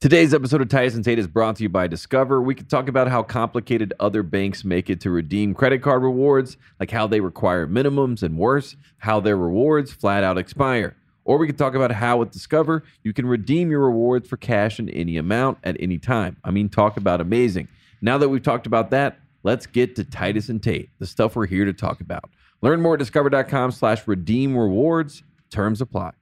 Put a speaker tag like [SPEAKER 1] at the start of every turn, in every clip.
[SPEAKER 1] Today's episode of Tyson's 8 is brought to you by Discover. We could talk about how complicated other banks make it to redeem credit card rewards, like how they require minimums and worse, how their rewards flat out expire. Or we could talk about how with Discover, you can redeem your rewards for cash in any amount at any time. I mean, talk about amazing. Now that we've talked about that, let's get to Titus and Tate, the stuff we're here to talk about. Learn more at discover.com slash redeem rewards. Terms apply.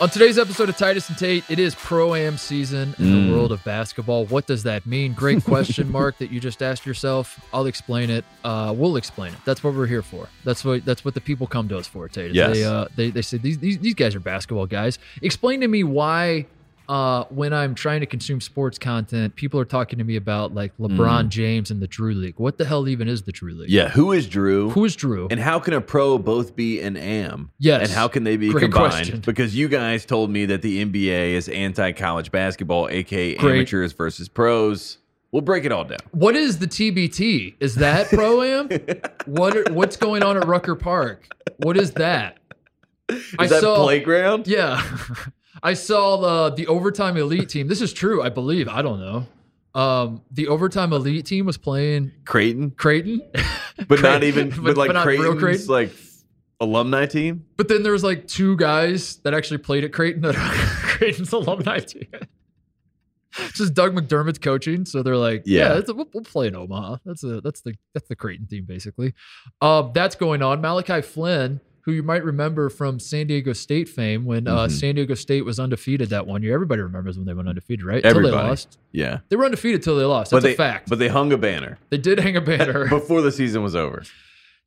[SPEAKER 2] On today's episode of Titus and Tate, it is pro am season in
[SPEAKER 1] Mm.
[SPEAKER 2] the world of basketball. What does that mean? Great question mark that you just asked yourself. I'll explain it. Uh, we'll explain it. That's what we're here for. That's what that's what the people come to us for, Tate. is
[SPEAKER 1] Yes.
[SPEAKER 2] They, uh, they they say these, these these guys are basketball guys. Explain to me why uh, when I'm trying to consume sports content, people are talking to me about like LeBron James and the Drew League. What the hell even is the Drew League?
[SPEAKER 1] Mm. Yeah, who is Drew?
[SPEAKER 2] Who is Drew?
[SPEAKER 1] And how can a pro both be an am?
[SPEAKER 2] Yes.
[SPEAKER 1] And how can they be
[SPEAKER 2] Great
[SPEAKER 1] combined?
[SPEAKER 2] question.
[SPEAKER 1] Because you guys told me that the NBA is anti college basketball, aka
[SPEAKER 2] Great.
[SPEAKER 1] amateurs versus pros. We'll break it all down.
[SPEAKER 2] What is the TBT? Is that pro am? what are, what's going on at Rucker Park? What is that?
[SPEAKER 1] Is that playground?
[SPEAKER 2] Yeah, I saw the the overtime elite team. This is true, I believe. I don't know. Um, the overtime elite team was playing
[SPEAKER 1] Creighton,
[SPEAKER 2] Creighton,
[SPEAKER 1] but not
[SPEAKER 2] Creighton,
[SPEAKER 1] even, but, like
[SPEAKER 2] not real
[SPEAKER 1] Creighton's like alumni team.
[SPEAKER 2] But then there was like two guys that actually played at Creighton that are Creighton's alumni team. It's Just Doug McDermott's coaching, so they're like,
[SPEAKER 1] Yeah.
[SPEAKER 2] yeah, that's a, we'll, we'll play in Omaha. That's a that's the that's the Creighton team basically. Um, that's going on. Malachi Flynn, who you might remember from San Diego State fame, when uh,
[SPEAKER 1] Mhm.
[SPEAKER 2] San Diego State was undefeated that one year. Everybody remembers when they went undefeated, right? Till
[SPEAKER 1] Everybody.
[SPEAKER 2] they lost.
[SPEAKER 1] Yeah,
[SPEAKER 2] They were undefeated till they lost.
[SPEAKER 1] but
[SPEAKER 2] That's
[SPEAKER 1] they
[SPEAKER 2] a fact.
[SPEAKER 1] but they hung a banner
[SPEAKER 2] they did hang a banner.
[SPEAKER 1] before the season was over.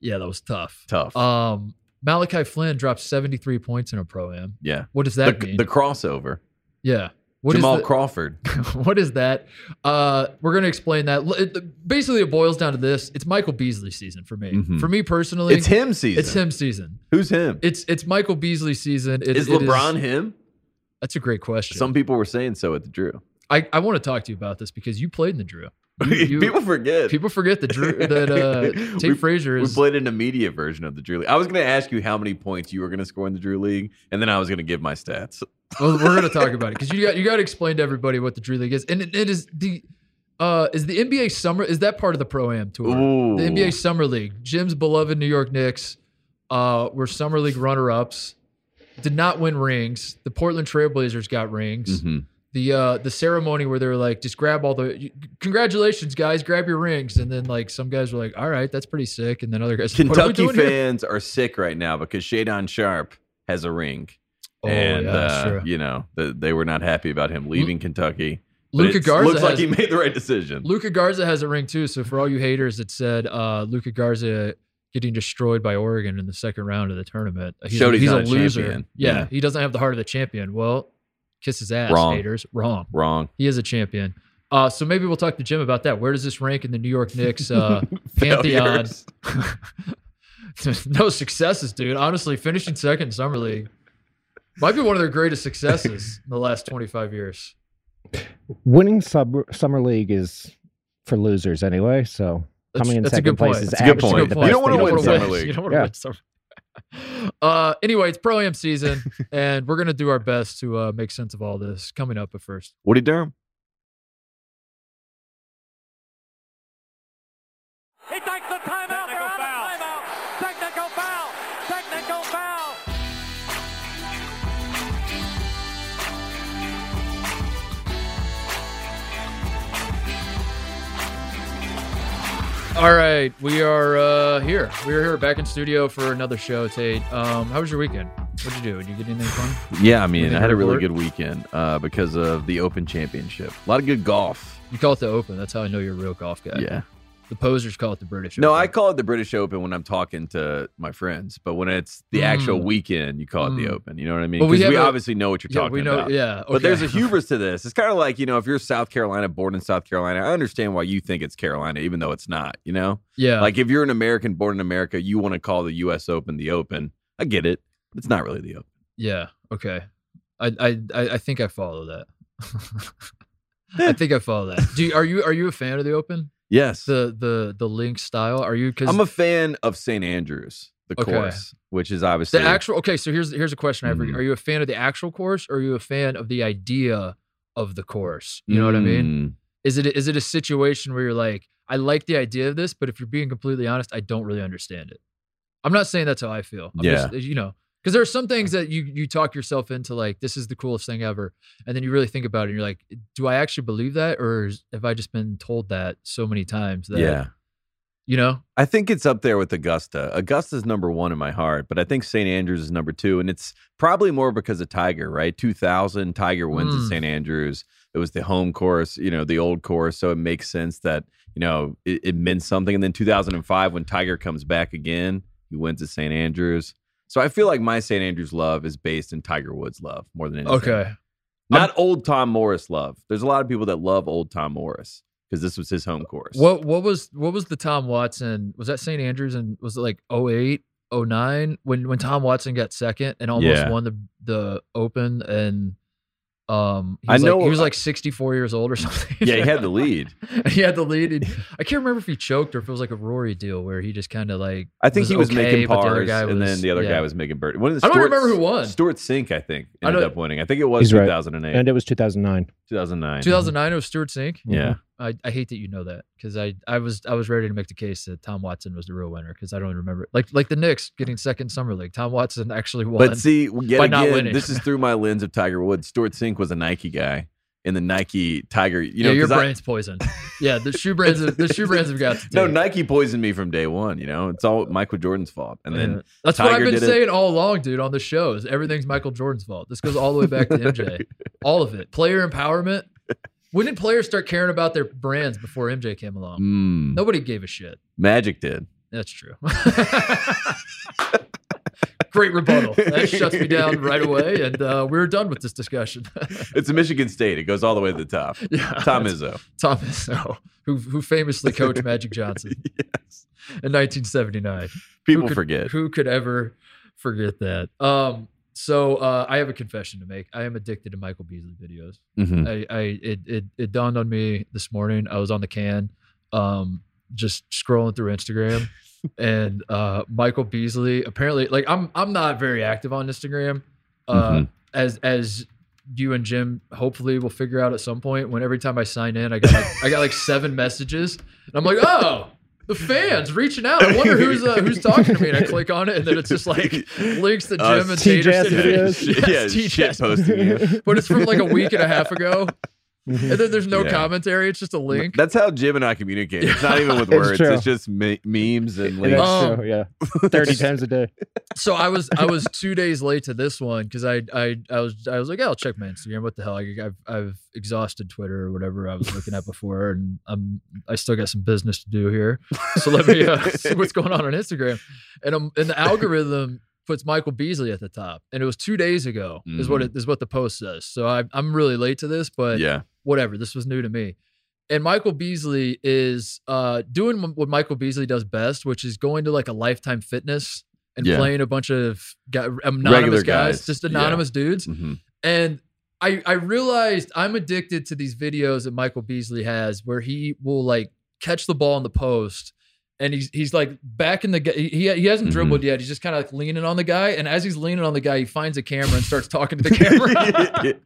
[SPEAKER 2] yeah, that was tough.
[SPEAKER 1] Tough.
[SPEAKER 2] Um, Malachi Flynn dropped seventy three points in a pro am.
[SPEAKER 1] yeah,
[SPEAKER 2] What does
[SPEAKER 1] the,
[SPEAKER 2] that mean?
[SPEAKER 1] the crossover.
[SPEAKER 2] Yeah. What is
[SPEAKER 1] Jamal
[SPEAKER 2] the-
[SPEAKER 1] Crawford.
[SPEAKER 2] what is that? Uh, we're going to explain that. L- it- basically, it boils down to this: it's Michael Beasley season for me.
[SPEAKER 1] Mhm.
[SPEAKER 2] For me personally,
[SPEAKER 1] It's him season.
[SPEAKER 2] It's him season.
[SPEAKER 1] Who's him?
[SPEAKER 2] It's it's Michael Beasley season. It-
[SPEAKER 1] Is
[SPEAKER 2] it
[SPEAKER 1] LeBron him?
[SPEAKER 2] that's a great question.
[SPEAKER 1] Some people were saying so at the Drew.
[SPEAKER 2] I, I want to talk to you about this because you played in the Drew.
[SPEAKER 1] Uh,
[SPEAKER 2] You- you-
[SPEAKER 1] people forget.
[SPEAKER 2] people forget that Drew that uh,
[SPEAKER 1] We-
[SPEAKER 2] Tate Frazier
[SPEAKER 1] we
[SPEAKER 2] is.
[SPEAKER 1] played an immediate version of the Drew League. I was going to ask you how many points you were going to score in the Drew League, and then I was going to give my stats.
[SPEAKER 2] well, we're going to talk about it because you got you got to explain to everybody what the Drew League is, and it, it is the. Uh, is the NBA summer? Is that part of the pro am tour?
[SPEAKER 1] Ooh,
[SPEAKER 2] the NBA Summer League. Jim's beloved New York Knicks uh, were Summer League runner ups. Did not win rings. The Portland Trailblazers got rings.
[SPEAKER 1] Mhm.
[SPEAKER 2] The uh, the ceremony where they were like, just grab all the congratulations, guys, grab your rings. And then like some guys were like, all right, that's pretty sick. And then other guys, "What are we
[SPEAKER 1] Kentucky
[SPEAKER 2] doing here?"
[SPEAKER 1] fans are sick right now because Shadon Sharp has a ring,
[SPEAKER 2] Oh,
[SPEAKER 1] and
[SPEAKER 2] yeah,
[SPEAKER 1] uh,
[SPEAKER 2] sure.
[SPEAKER 1] you know the, they were not happy about him leaving Kentucky. but
[SPEAKER 2] Luca
[SPEAKER 1] it's-
[SPEAKER 2] Garza
[SPEAKER 1] looks like
[SPEAKER 2] has-
[SPEAKER 1] he made the right decision.
[SPEAKER 2] Luca Garza has a ring too. So for all you haters that said uh, Luca Garza getting destroyed by Oregon in the second round of the tournament, he's,
[SPEAKER 1] Showed
[SPEAKER 2] a,
[SPEAKER 1] he's
[SPEAKER 2] he's a
[SPEAKER 1] not a
[SPEAKER 2] loser.
[SPEAKER 1] champion.
[SPEAKER 2] Yeah,
[SPEAKER 1] Yeah.
[SPEAKER 2] he doesn't have the heart of a champion. Well, kiss his ass,
[SPEAKER 1] Wrong.
[SPEAKER 2] haters. Wrong.
[SPEAKER 1] Wrong.
[SPEAKER 2] He is a champion. Uh, so maybe we'll talk to Jim about that. Where does this rank in the New York Knicks uh, pantheon?
[SPEAKER 1] Failures.
[SPEAKER 2] no successes, dude. Honestly, finishing second in summer league might be one of their greatest successes in the last twenty five years.
[SPEAKER 3] Winning sub- summer league is for losers anyway. So
[SPEAKER 2] That's,
[SPEAKER 3] Coming in
[SPEAKER 2] that's a
[SPEAKER 3] second
[SPEAKER 2] good
[SPEAKER 3] place
[SPEAKER 2] point.
[SPEAKER 3] is
[SPEAKER 2] That's a good
[SPEAKER 1] actually
[SPEAKER 2] point.
[SPEAKER 1] the
[SPEAKER 2] That's a good
[SPEAKER 1] best You don't
[SPEAKER 2] point.
[SPEAKER 1] wanna win
[SPEAKER 2] wanna
[SPEAKER 1] summer league.
[SPEAKER 2] You don't want to
[SPEAKER 3] Yeah.
[SPEAKER 2] win summer. Uh, anyway, it's pro am season, and we're gonna do our best to uh, make sense of all this. Coming up, but first,
[SPEAKER 1] Woody Durham.
[SPEAKER 4] He takes the timeout. They're out of timeout. Technical foul. Technical foul.
[SPEAKER 2] all right, we are uh, here. We are here back in studio for another show. Tate, um, how was your weekend? What'd you do? Did you get anything fun?
[SPEAKER 1] Yeah, I mean,
[SPEAKER 2] Anything
[SPEAKER 1] I had
[SPEAKER 2] to
[SPEAKER 1] a really
[SPEAKER 2] report?
[SPEAKER 1] good weekend uh, because of the Open Championship. A lot of good golf.
[SPEAKER 2] You call it the Open. That's how I know you're a real golf guy.
[SPEAKER 1] Yeah.
[SPEAKER 2] The posers call it the British.
[SPEAKER 1] No, I
[SPEAKER 2] Open.
[SPEAKER 1] call it the British Open when I'm talking to my friends, but when it's the actual
[SPEAKER 2] Mm.
[SPEAKER 1] weekend, you call it the
[SPEAKER 2] Mm.
[SPEAKER 1] Open. You know what I mean?
[SPEAKER 2] Well, we
[SPEAKER 1] Because we,
[SPEAKER 2] have a-
[SPEAKER 1] obviously know what you're
[SPEAKER 2] Yeah,
[SPEAKER 1] talking
[SPEAKER 2] we know.
[SPEAKER 1] about.
[SPEAKER 2] Yeah,
[SPEAKER 1] But there's a
[SPEAKER 2] okay.
[SPEAKER 1] hubris to this. It's kind of like, you know, if you're South Carolina, born in South Carolina, I understand why you think it's Carolina, even though it's not, you know?
[SPEAKER 2] yeah.
[SPEAKER 1] Like if you're an American born in America, you want to call the U.S. Open the Open. I get it. But it's not really the Open.
[SPEAKER 2] Yeah. Okay. I I I I
[SPEAKER 1] Eh.
[SPEAKER 2] think I follow that. I think I follow that. Do you, are you are you a fan of the Open?
[SPEAKER 1] Yes.
[SPEAKER 2] The the the link style? Are you because
[SPEAKER 1] I'm a fan of St. Andrews, the
[SPEAKER 2] Okay.
[SPEAKER 1] course, which is obviously
[SPEAKER 2] the actual? Okay, so here's here's a question I have. for you.
[SPEAKER 1] Mhm.
[SPEAKER 2] Are you a fan of the actual course, or are you a fan of the idea of the course? You know what I mean?
[SPEAKER 1] Mm.
[SPEAKER 2] Is it is it a situation where you're like, I like the idea of this, but if you're being completely honest, I don't really understand it. I'm not saying that's how I feel. I'm just, you know, because there are some things that you you talk yourself into like this is the coolest thing ever, and then you really think about it and you're like, do I actually believe that, or is- have I just been told that so many times that
[SPEAKER 1] Yeah.
[SPEAKER 2] you know?
[SPEAKER 1] I think it's up there with Augusta. Augusta's number one in my heart, but I think St. Andrews is number two. And it's probably more because of Tiger, right? 2000, Tiger wins
[SPEAKER 2] Mm.
[SPEAKER 1] at St. Andrews. It was the home course, you know, the old course. So it makes sense that, you know, it, it meant something. And then 2005, when Tiger comes back again, he wins at St. Andrews. So I feel like my St. Andrews love is based in Tiger Woods' love more than anything.
[SPEAKER 2] Okay,
[SPEAKER 1] Not old Tom Morris love. There's a lot of people that love old Tom Morris because this was his home course.
[SPEAKER 2] what what was what was the Tom Watson? Was that St. Andrews and was it like 08, 09 when when Tom Watson got second and almost
[SPEAKER 1] Yeah.
[SPEAKER 2] won the the Open and um he
[SPEAKER 1] I
[SPEAKER 2] was like,
[SPEAKER 1] know-
[SPEAKER 2] he was like 64 years old or something.
[SPEAKER 1] Yeah, he had the lead.
[SPEAKER 2] he had the lead. and I can't remember if he choked or if it was like a Rory deal where he just kind of like
[SPEAKER 1] I think he was
[SPEAKER 2] okay,
[SPEAKER 1] making
[SPEAKER 2] but the other
[SPEAKER 1] pars,
[SPEAKER 2] guy
[SPEAKER 1] and then
[SPEAKER 2] was-
[SPEAKER 1] the other
[SPEAKER 2] yeah.
[SPEAKER 1] guy was making birdie. One of the
[SPEAKER 2] I don't
[SPEAKER 1] Stuarts-
[SPEAKER 2] remember who won.
[SPEAKER 1] Stuart Sink, I think,
[SPEAKER 2] I
[SPEAKER 1] ended
[SPEAKER 2] don't-
[SPEAKER 1] up winning. I think it was
[SPEAKER 3] He's right.
[SPEAKER 1] 2008,
[SPEAKER 3] And it was 2009.
[SPEAKER 1] 2009.
[SPEAKER 2] 2009 it was Stuart Sink.
[SPEAKER 1] Yeah,
[SPEAKER 2] I, I hate that you know that because I, I was I was ready to make the case that Tom Watson was the real winner because I don't remember like like the Knicks getting second summer league. Tom Watson actually won.
[SPEAKER 1] but see, yet
[SPEAKER 2] By not
[SPEAKER 1] again,
[SPEAKER 2] winning.
[SPEAKER 1] this is through my lens of Tiger Woods. Stuart Sink was a Nike guy, and the Nike Tiger. You know,
[SPEAKER 2] yeah, your
[SPEAKER 1] 'cause I-
[SPEAKER 2] brain's poisoned. Yeah, the shoe brands have, the shoe brands have got to
[SPEAKER 1] no
[SPEAKER 2] take.
[SPEAKER 1] Nike poisoned me from day one. You know, it's all Michael Jordan's fault. And then
[SPEAKER 2] Yeah. that's what
[SPEAKER 1] Tiger
[SPEAKER 2] I've been
[SPEAKER 1] did it.
[SPEAKER 2] saying all along, dude. On the shows, everything's Michael Jordan's fault. This goes all the way back to MJ. all of it, player empowerment. When did players start caring about their brands before MJ came along?
[SPEAKER 1] mm,
[SPEAKER 2] Nobody gave a shit.
[SPEAKER 1] Magic did.
[SPEAKER 2] That's true. Great rebuttal. That shuts me down right away, and uh, we're done with this discussion.
[SPEAKER 1] It's Michigan State. It goes all the way to the top.
[SPEAKER 2] yeah,
[SPEAKER 1] Tom Izzo.
[SPEAKER 2] Thomas, oh, who who famously coached Magic Johnson
[SPEAKER 1] yes.
[SPEAKER 2] in 1979.
[SPEAKER 1] People
[SPEAKER 2] could-
[SPEAKER 1] forget.
[SPEAKER 2] Who could ever forget that? Um, so uh, I have a confession to make. I am addicted to Michael Beasley videos.
[SPEAKER 1] Mhm.
[SPEAKER 2] I, I it, it it dawned on me this morning. I was on the can, um, just scrolling through Instagram, and uh, Michael Beasley apparently like I'm I'm not very active on Instagram, uh,
[SPEAKER 1] Mhm.
[SPEAKER 2] as as you and Jim hopefully will figure out at some point. When every time I sign in, I got like, I got like seven messages, and I'm like, oh. The fans reaching out. I wonder who's uh, who's talking to me. And I click on it, and then it's just like links to Jim
[SPEAKER 1] Uh,
[SPEAKER 2] and
[SPEAKER 3] TJ's
[SPEAKER 2] Taterson.
[SPEAKER 3] videos.
[SPEAKER 2] Yes,
[SPEAKER 1] yeah,
[SPEAKER 2] TJ's
[SPEAKER 1] shit posting you.
[SPEAKER 2] but it's from like a week and a half ago. And then there's no
[SPEAKER 1] Yeah.
[SPEAKER 2] commentary. It's just a link.
[SPEAKER 1] That's how Jim and I communicate. It's not even with
[SPEAKER 3] It's
[SPEAKER 1] words.
[SPEAKER 3] true.
[SPEAKER 1] It's, just me- memes and
[SPEAKER 3] And
[SPEAKER 1] links.
[SPEAKER 3] that's
[SPEAKER 2] Um,
[SPEAKER 3] true, yeah. 30 times a day.
[SPEAKER 2] So I was I was two days late to this one because I, I I was I was like, "Yeah, I'll check my Instagram. What the hell? I, I've I've exhausted Twitter or whatever I was looking at before, and I'm I still got some business to do here. So let me uh, see what's going on on Instagram. And um and the algorithm puts Michael Beasley at the top, and it was two days ago is what it is what the post says. So I, I'm really late to this, but
[SPEAKER 1] yeah.
[SPEAKER 2] whatever. This was new to me. And Michael Beasley is uh, doing what Michael Beasley does best, which is going to like a Lifetime Fitness and
[SPEAKER 1] Yeah.
[SPEAKER 2] playing a bunch of guy, anonymous
[SPEAKER 1] Regular
[SPEAKER 2] guys,
[SPEAKER 1] guys.
[SPEAKER 2] just
[SPEAKER 1] Yeah.
[SPEAKER 2] anonymous dudes.
[SPEAKER 1] Mhm.
[SPEAKER 2] And I, I realized I'm addicted to these videos that Michael Beasley has, where he will like catch the ball in the post, and he's he's like back in the gu- he he he hasn't
[SPEAKER 1] Mhm.
[SPEAKER 2] dribbled yet. He's just kind of like leaning on the guy, and as he's leaning on the guy, he finds a camera and starts talking to the camera.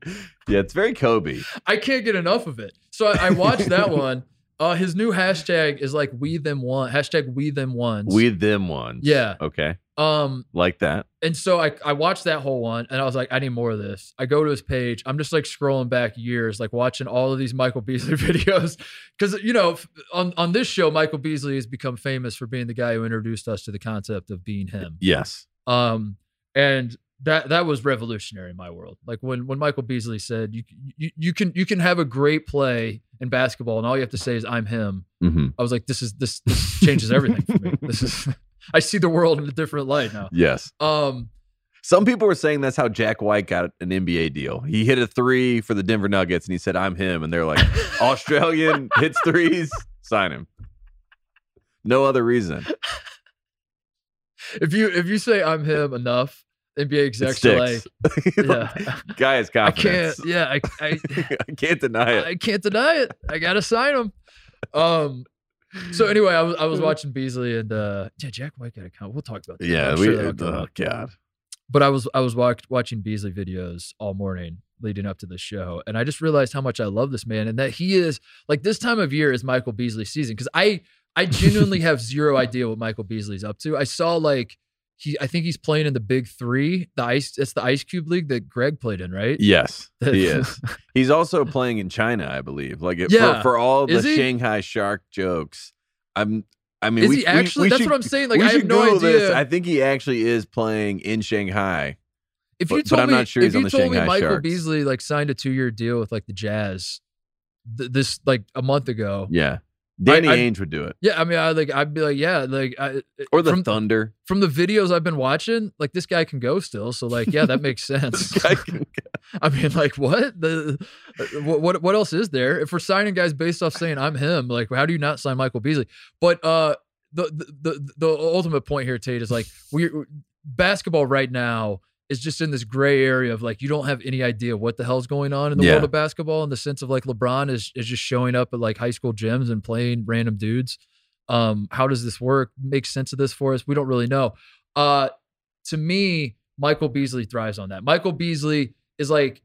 [SPEAKER 1] yeah, it's very Kobe.
[SPEAKER 2] I can't get enough of it. So I, I watched that one. Uh, his new hashtag is like we them one hashtag we them ones.
[SPEAKER 1] We them ones.
[SPEAKER 2] yeah.
[SPEAKER 1] Okay.
[SPEAKER 2] Um.
[SPEAKER 1] Like that.
[SPEAKER 2] And so I I watched that whole one and I was like I need more of this. I go to his page. I'm just like scrolling back years, like watching all of these Michael Beasley videos because you know f- on on this show Michael Beasley has become famous for being the guy who introduced us to the concept of being him.
[SPEAKER 1] Yes.
[SPEAKER 2] Um, and that that was revolutionary in my world. Like when when Michael Beasley said, "You you, you can you can have a great play in basketball, and all you have to say is I'm him."
[SPEAKER 1] hmm
[SPEAKER 2] I was like, "This is this this changes everything for me. This is I see the world in a different light now."
[SPEAKER 1] Yes.
[SPEAKER 2] Um,
[SPEAKER 1] Some people were saying that's how Jack White got an NBA deal. He hit a three for the Denver Nuggets and he said, I'm him. And they're like, Australian hits threes, sign him. No other reason.
[SPEAKER 2] if you if you say I'm him enough, NBA
[SPEAKER 1] It
[SPEAKER 2] execs are like,
[SPEAKER 1] sticks.
[SPEAKER 2] "Yeah,
[SPEAKER 1] Guy is
[SPEAKER 2] I can't,
[SPEAKER 1] confident.
[SPEAKER 2] yeah, I I,
[SPEAKER 1] I can't deny it.
[SPEAKER 2] I can't deny it. I gotta sign him." Um, So anyway, I was, I was watching Beasley and uh, yeah, Jack White got a count. We'll talk about that.
[SPEAKER 1] Yeah,
[SPEAKER 2] I'm
[SPEAKER 1] we,
[SPEAKER 2] sure that'll come
[SPEAKER 1] oh
[SPEAKER 2] up.
[SPEAKER 1] god.
[SPEAKER 2] But I was I was watch, watching Beasley videos all morning leading up to the show, and I just realized how much I love this man and that he is like this time of year is Michael Beasley season because I I genuinely have zero idea what Michael Beasley's up to. I saw like he I think he's playing in the Big Three, the ice. That's the Ice Cube League that Greg played in, right?
[SPEAKER 1] Yes, he is. He's also playing in China, I believe. Like it,
[SPEAKER 2] Yeah.
[SPEAKER 1] for, for all the
[SPEAKER 2] Is he?
[SPEAKER 1] Shanghai shark jokes, I'm. I mean,
[SPEAKER 2] is
[SPEAKER 1] we,
[SPEAKER 2] he actually? that's what I'm saying. Like I have no idea.
[SPEAKER 1] I think he actually is playing in Shanghai.
[SPEAKER 2] If
[SPEAKER 1] But-
[SPEAKER 2] you
[SPEAKER 1] but
[SPEAKER 2] told
[SPEAKER 1] I'm
[SPEAKER 2] me,
[SPEAKER 1] not sure
[SPEAKER 2] if
[SPEAKER 1] he's on
[SPEAKER 2] you
[SPEAKER 1] the
[SPEAKER 2] told me
[SPEAKER 1] Shanghai
[SPEAKER 2] Michael
[SPEAKER 1] Sharks.
[SPEAKER 2] Beasley like signed a two-year deal with like the Jazz, th- this like a month ago, yeah,
[SPEAKER 1] Yeah, Danny
[SPEAKER 2] I-
[SPEAKER 1] Ainge would do it,
[SPEAKER 2] I mean, I like, I'd be like, yeah, like, I,
[SPEAKER 1] or the
[SPEAKER 2] from,
[SPEAKER 1] Thunder.
[SPEAKER 2] from the videos I've been watching, like this guy can go still, so like, yeah, that makes sense.
[SPEAKER 1] This guy can-
[SPEAKER 2] I mean, like, what the, what, what, what else is there? If we're signing guys based off saying I'm him, like, how do you not sign Michael Beasley? But uh, the the the, the ultimate point here, Tate, is like we basketball right now is just in this gray area of like you don't have any idea what the hell's going on in the
[SPEAKER 1] Yeah.
[SPEAKER 2] world of basketball in the sense of like LeBron is is just showing up at like high school gyms and playing random dudes. Um, how does this work? Make sense of this for us? We don't really know. Uh, to me, Michael Beasley thrives on that. Michael Beasley is like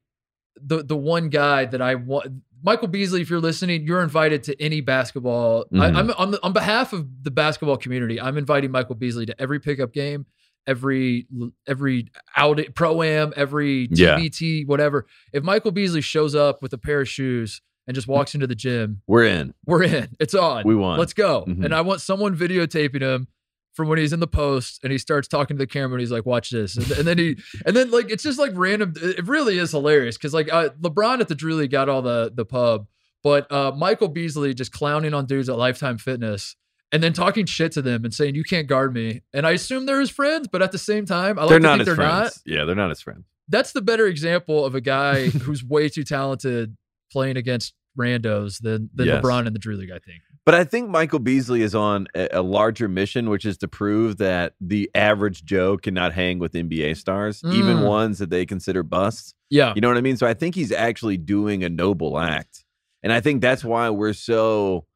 [SPEAKER 2] the the one guy that I want. Michael Beasley, if you're listening, you're invited to any basketball. I,
[SPEAKER 1] Mhm.
[SPEAKER 2] I'm on, the- on behalf of the basketball community. I'm inviting Michael Beasley to every pickup game, every every out pro am, every
[SPEAKER 1] Yeah.
[SPEAKER 2] TBT, whatever. If Michael Beasley shows up with a pair of shoes and just walks into the gym,
[SPEAKER 1] We're in.
[SPEAKER 2] we're in. It's on.
[SPEAKER 1] We won.
[SPEAKER 2] Let's go.
[SPEAKER 1] Mhm.
[SPEAKER 2] And I want someone videotaping him from when he's in the post and he starts talking to the camera and he's like, "Watch this," and, and then he and then like it's just like random. It really is hilarious because like uh, LeBron at the Drew League got all the the pub, but uh, Michael Beasley just clowning on dudes at Lifetime Fitness. And then talking shit to them and saying you can't guard me, and I assume they're his friends, but at the same time, I like
[SPEAKER 1] they're
[SPEAKER 2] to
[SPEAKER 1] not
[SPEAKER 2] think
[SPEAKER 1] his
[SPEAKER 2] they're
[SPEAKER 1] friends.
[SPEAKER 2] not
[SPEAKER 1] Yeah, they're not his friends.
[SPEAKER 2] that's the better example of a guy who's way too talented playing against randos than than
[SPEAKER 1] Yes.
[SPEAKER 2] LeBron and the Drew League. I think.
[SPEAKER 1] But I think Michael Beasley is on a, a larger mission, which is to prove that the average Joe cannot hang with NBA stars, even
[SPEAKER 2] Mm.
[SPEAKER 1] ones that they consider busts.
[SPEAKER 2] Yeah,
[SPEAKER 1] You know what I mean? So I think he's actually doing a noble act. And I think that's why we're so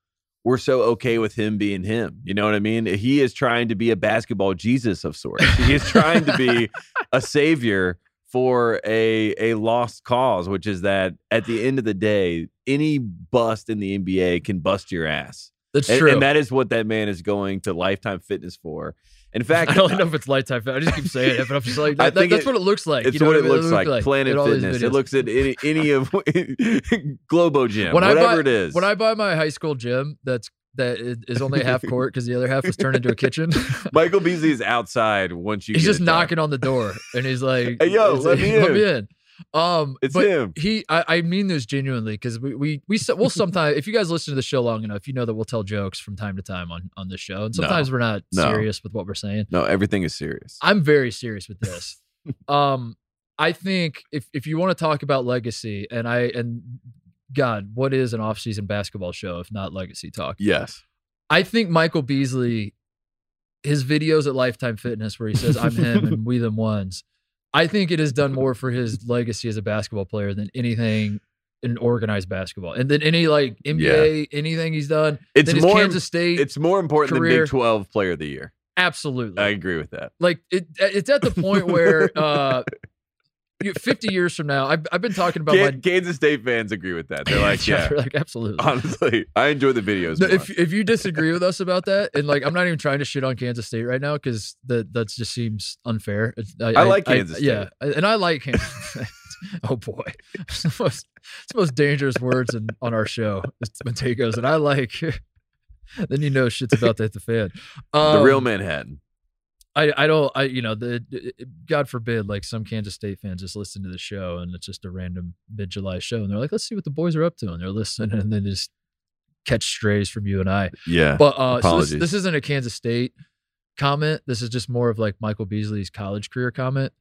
[SPEAKER 1] we're so okay with him being him. You know what I mean? He is trying to be a basketball Jesus of sorts. He is trying to be a savior for a a lost cause, which is that at the end of the day, any bust in the NBA can bust your ass.
[SPEAKER 2] that's
[SPEAKER 1] And,
[SPEAKER 2] true.
[SPEAKER 1] and that is what that man is going to lifetime fitness for. In fact,
[SPEAKER 2] I don't know if it's lifetime. I just keep saying it, but I'm just like,
[SPEAKER 1] I
[SPEAKER 2] that, that-
[SPEAKER 1] think
[SPEAKER 2] that's
[SPEAKER 1] it-
[SPEAKER 2] what it looks like.
[SPEAKER 1] it's
[SPEAKER 2] you know
[SPEAKER 1] what
[SPEAKER 2] I
[SPEAKER 1] it
[SPEAKER 2] mean?
[SPEAKER 1] looks like. Planet
[SPEAKER 2] in all these
[SPEAKER 1] Fitness. It
[SPEAKER 2] videos.
[SPEAKER 1] looks at any any of Globo Gym,
[SPEAKER 2] When I
[SPEAKER 1] whatever it
[SPEAKER 2] buy-
[SPEAKER 1] is.
[SPEAKER 2] when I buy my high school gym. That's that i- is only half court because the other half was turned into a kitchen.
[SPEAKER 1] Michael Beasley is outside once you.
[SPEAKER 2] he's
[SPEAKER 1] get
[SPEAKER 2] just
[SPEAKER 1] it done.
[SPEAKER 2] knocking on the door, and he's like,
[SPEAKER 1] Hey, yo,
[SPEAKER 2] he's
[SPEAKER 1] let
[SPEAKER 2] like,
[SPEAKER 1] me in.
[SPEAKER 2] Um,
[SPEAKER 1] It's
[SPEAKER 2] but
[SPEAKER 1] him.
[SPEAKER 2] he I, I mean this genuinely because we we we s- we'll sometimes if you guys listen to the show long enough you know that we'll tell jokes from time to time on on the show and
[SPEAKER 1] No.
[SPEAKER 2] sometimes we're not
[SPEAKER 1] No.
[SPEAKER 2] serious with what we're saying
[SPEAKER 1] No, everything is serious.
[SPEAKER 2] i'm very serious with this um i think if if you want to talk about legacy and i and god what is an off-season basketball show if not legacy talk
[SPEAKER 1] yes.
[SPEAKER 2] I think Michael Beasley, his videos at Lifetime Fitness where he says, I'm him and we them ones, I think it has done more for his legacy as a basketball player than anything in organized basketball. And then any like NBA, anything he's done.
[SPEAKER 1] It's
[SPEAKER 2] then his
[SPEAKER 1] more.
[SPEAKER 2] Kansas State.
[SPEAKER 1] it's more important than
[SPEAKER 2] career.
[SPEAKER 1] Big Twelve Player of the Year.
[SPEAKER 2] absolutely.
[SPEAKER 1] I agree with that.
[SPEAKER 2] like it, it's at the point where uh you- 50 years from now, I've, I've been talking about
[SPEAKER 1] Can-
[SPEAKER 2] my
[SPEAKER 1] Kansas State fans agree with that. They're like, yeah.
[SPEAKER 2] they're like, absolutely.
[SPEAKER 1] Honestly, I enjoy the videos.
[SPEAKER 2] No,
[SPEAKER 1] more.
[SPEAKER 2] if if you disagree with us about that, and like I'm not even trying to shit on Kansas State right now because that that just seems unfair. It's-
[SPEAKER 1] I like Kansas State.
[SPEAKER 2] yeah, and I like Kansas. State. oh boy, it's the most, it's the most dangerous words in, on our show is Mantegos, and I like. then you know shit's about to hit the fan.
[SPEAKER 1] the
[SPEAKER 2] Um,
[SPEAKER 1] real Manhattan.
[SPEAKER 2] I, I don't I you know the it- it- God forbid like some Kansas State fans just listen to the show and it's just a random mid July show and they're like let's see what the boys are up to and they're listening and then just catch strays from you and I
[SPEAKER 1] Yeah.
[SPEAKER 2] but uh, so this,
[SPEAKER 1] Apologies.
[SPEAKER 2] this isn't a Kansas State comment. This is just more of like Michael Beasley's college career comment.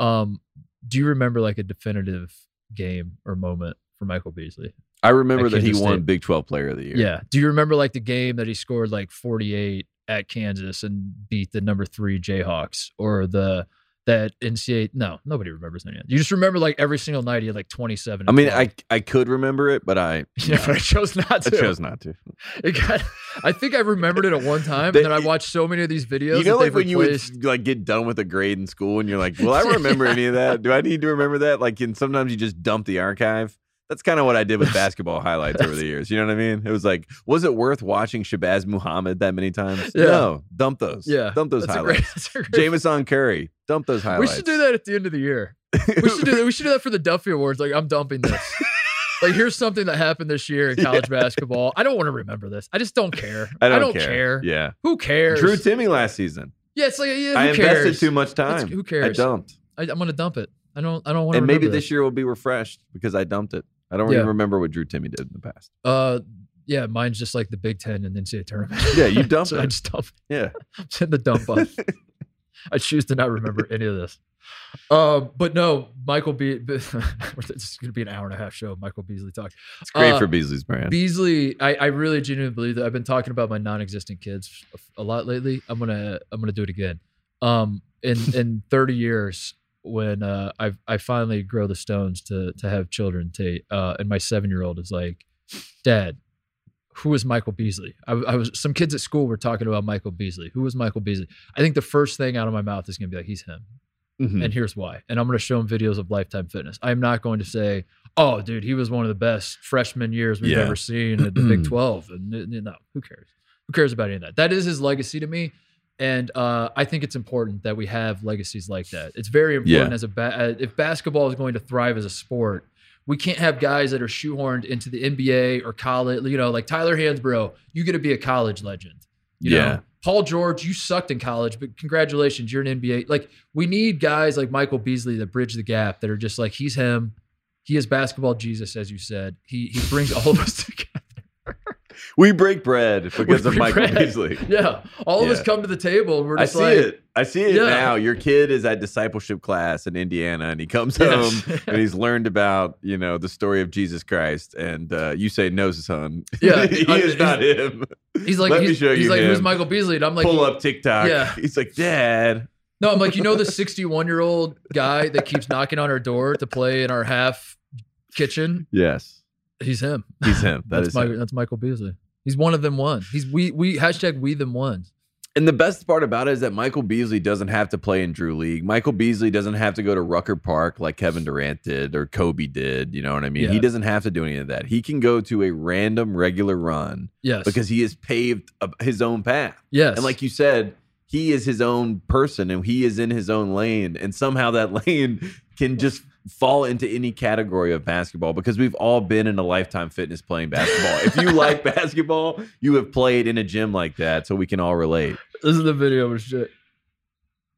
[SPEAKER 2] Um, do you remember like a definitive game or moment for Michael Beasley?
[SPEAKER 1] I remember that he
[SPEAKER 2] Kansas
[SPEAKER 1] won
[SPEAKER 2] State.
[SPEAKER 1] Big Twelve Player of the Year.
[SPEAKER 2] Yeah. Do you remember like the game that he scored like 48 at Kansas and beat the number three Jayhawks or the that NCAA. No, nobody remembers any of that. You just remember like every single night he had like 27.
[SPEAKER 1] I
[SPEAKER 2] and
[SPEAKER 1] mean,
[SPEAKER 2] 12.
[SPEAKER 1] I I could remember it, but I
[SPEAKER 2] yeah, but I chose not
[SPEAKER 1] I
[SPEAKER 2] to.
[SPEAKER 1] chose not to.
[SPEAKER 2] It got- I think I remembered it at one time,
[SPEAKER 1] They-
[SPEAKER 2] and then I watched so many of these videos.
[SPEAKER 1] you know,
[SPEAKER 2] that they've
[SPEAKER 1] like when
[SPEAKER 2] replaced.
[SPEAKER 1] you would like get done with a grade in school, and you're like, "Well, I remember any of that? Do I need to remember that?" Like, and sometimes you just dump the archive. That's kind of what I did with basketball highlights over the years. You know what I mean? It was like, was it worth watching Shabazz Muhammad that many times?
[SPEAKER 2] Yeah.
[SPEAKER 1] No, dump those.
[SPEAKER 2] yeah,
[SPEAKER 1] dump those
[SPEAKER 2] that's a
[SPEAKER 1] highlights.
[SPEAKER 2] great- that's a great-
[SPEAKER 1] Jameson Curry, dump those
[SPEAKER 2] we
[SPEAKER 1] highlights.
[SPEAKER 2] should do that at the end of the year. We should do that. We should do that for the Duffy Awards. Like I'm dumping this. like here's something that happened this year in college basketball. I don't want to remember this. I just don't care.
[SPEAKER 1] I don't, care.
[SPEAKER 2] Who
[SPEAKER 1] Yeah,
[SPEAKER 2] cares?
[SPEAKER 1] Drew Timmy last season.
[SPEAKER 2] yeah, it's like yeah, who
[SPEAKER 1] I invested
[SPEAKER 2] cares?
[SPEAKER 1] too much
[SPEAKER 2] It's-
[SPEAKER 1] time.
[SPEAKER 2] Who
[SPEAKER 1] I
[SPEAKER 2] cares? I
[SPEAKER 1] dumped.
[SPEAKER 2] I, am gonna dump it. I don't. I don't want to.
[SPEAKER 1] and maybe this year will be refreshed because I dumped it. I don't
[SPEAKER 2] Yeah.
[SPEAKER 1] even remember what Drew Timmy did in the past.
[SPEAKER 2] Uh, yeah, mine's just like the Big Ten and the NCAA tournament.
[SPEAKER 1] Yeah, you dumped
[SPEAKER 2] so I
[SPEAKER 1] it.
[SPEAKER 2] just dump
[SPEAKER 1] Yeah.
[SPEAKER 2] It's in the dump button. I choose to not remember any of this. Um, but no, Michael Be this is going to be an hour and a half show. of Michael Beasley talk. It's
[SPEAKER 1] Great for Beasley's brand.
[SPEAKER 2] Beasley. I, I really genuinely believe that I've been talking about my non-existent kids a lot lately. I'm gonna I'm gonna do it again. Um, in in 30 years, when uh, I I finally grow the stones to to have children, Tate, uh, and my seven year old is like, Dad, who is Michael Beasley? I, I was some kids at school were talking about Michael Beasley. Who is Michael Beasley? I think the first thing out of my mouth is gonna be like, he's him
[SPEAKER 1] Mhm.
[SPEAKER 2] and here's why. And I'm going to show him videos of Lifetime Fitness. I'm not going to say, "Oh, dude, he was one of the best freshman years we've
[SPEAKER 1] Yeah.
[SPEAKER 2] ever seen at the Big 12." And n- n- no, who cares? Who cares about any of that? That is his legacy to me, and uh, I think it's important that we have legacies like that. It's very important
[SPEAKER 1] Yeah.
[SPEAKER 2] as a ba- uh, if basketball is going to thrive as a sport. We can't have guys that are shoehorned into the NBA or college. You know, like Tyler Hansbrough, you get to be a college legend. You
[SPEAKER 1] Yeah.
[SPEAKER 2] know, Paul George, you sucked in college, but congratulations, you're an NBA. Like, we need guys like Michael Beasley that bridge the gap that are just like, he's him. He is basketball Jesus, as you said. He he brings all of us together.
[SPEAKER 1] We break bread because of
[SPEAKER 2] break
[SPEAKER 1] Michael
[SPEAKER 2] bread.
[SPEAKER 1] Beasley.
[SPEAKER 2] Yeah. All of us
[SPEAKER 1] Yeah.
[SPEAKER 2] come to the table. And we're
[SPEAKER 1] I
[SPEAKER 2] just
[SPEAKER 1] see
[SPEAKER 2] like,
[SPEAKER 1] it. I see it
[SPEAKER 2] Yeah.
[SPEAKER 1] now. Your kid is at discipleship class in Indiana, and he comes
[SPEAKER 2] Yes.
[SPEAKER 1] home and he's learned about you know the story of Jesus Christ, and uh, you say no, son.
[SPEAKER 2] Yeah.
[SPEAKER 1] he
[SPEAKER 2] I-
[SPEAKER 1] is not him.
[SPEAKER 2] he's like,
[SPEAKER 1] Let me
[SPEAKER 2] he's,
[SPEAKER 1] show
[SPEAKER 2] he's
[SPEAKER 1] you
[SPEAKER 2] like, who's
[SPEAKER 1] him.
[SPEAKER 2] Michael Beasley? And I'm like,
[SPEAKER 1] Pull up TikTok.
[SPEAKER 2] Yeah.
[SPEAKER 1] He's like, Dad.
[SPEAKER 2] no, I'm like, you know, the 61 year old guy that keeps knocking on our door to play in our half kitchen?
[SPEAKER 1] Yes,
[SPEAKER 2] He's him.
[SPEAKER 1] he's him. That
[SPEAKER 2] that's
[SPEAKER 1] is
[SPEAKER 2] my,
[SPEAKER 1] him.
[SPEAKER 2] that's Michael Beasley. He's one of them one. He's we we hashtag we them ones.
[SPEAKER 1] And the best part about it is that Michael Beasley doesn't have to play in Drew League. Michael Beasley doesn't have to go to Rucker Park like Kevin Durant did or Kobe did. You know what I mean?
[SPEAKER 2] Yeah.
[SPEAKER 1] He doesn't have to do any of that. He can go to a random regular run
[SPEAKER 2] Yes.
[SPEAKER 1] because he has paved a- his own path.
[SPEAKER 2] yes.
[SPEAKER 1] And like you said, he is his own person and he is in his own lane. And somehow that lane can just fall into any category of basketball because we've all been in a lifetime fitness playing basketball. if you like basketball, you have played in a gym like that. So we can all relate.
[SPEAKER 2] This is the video of shit.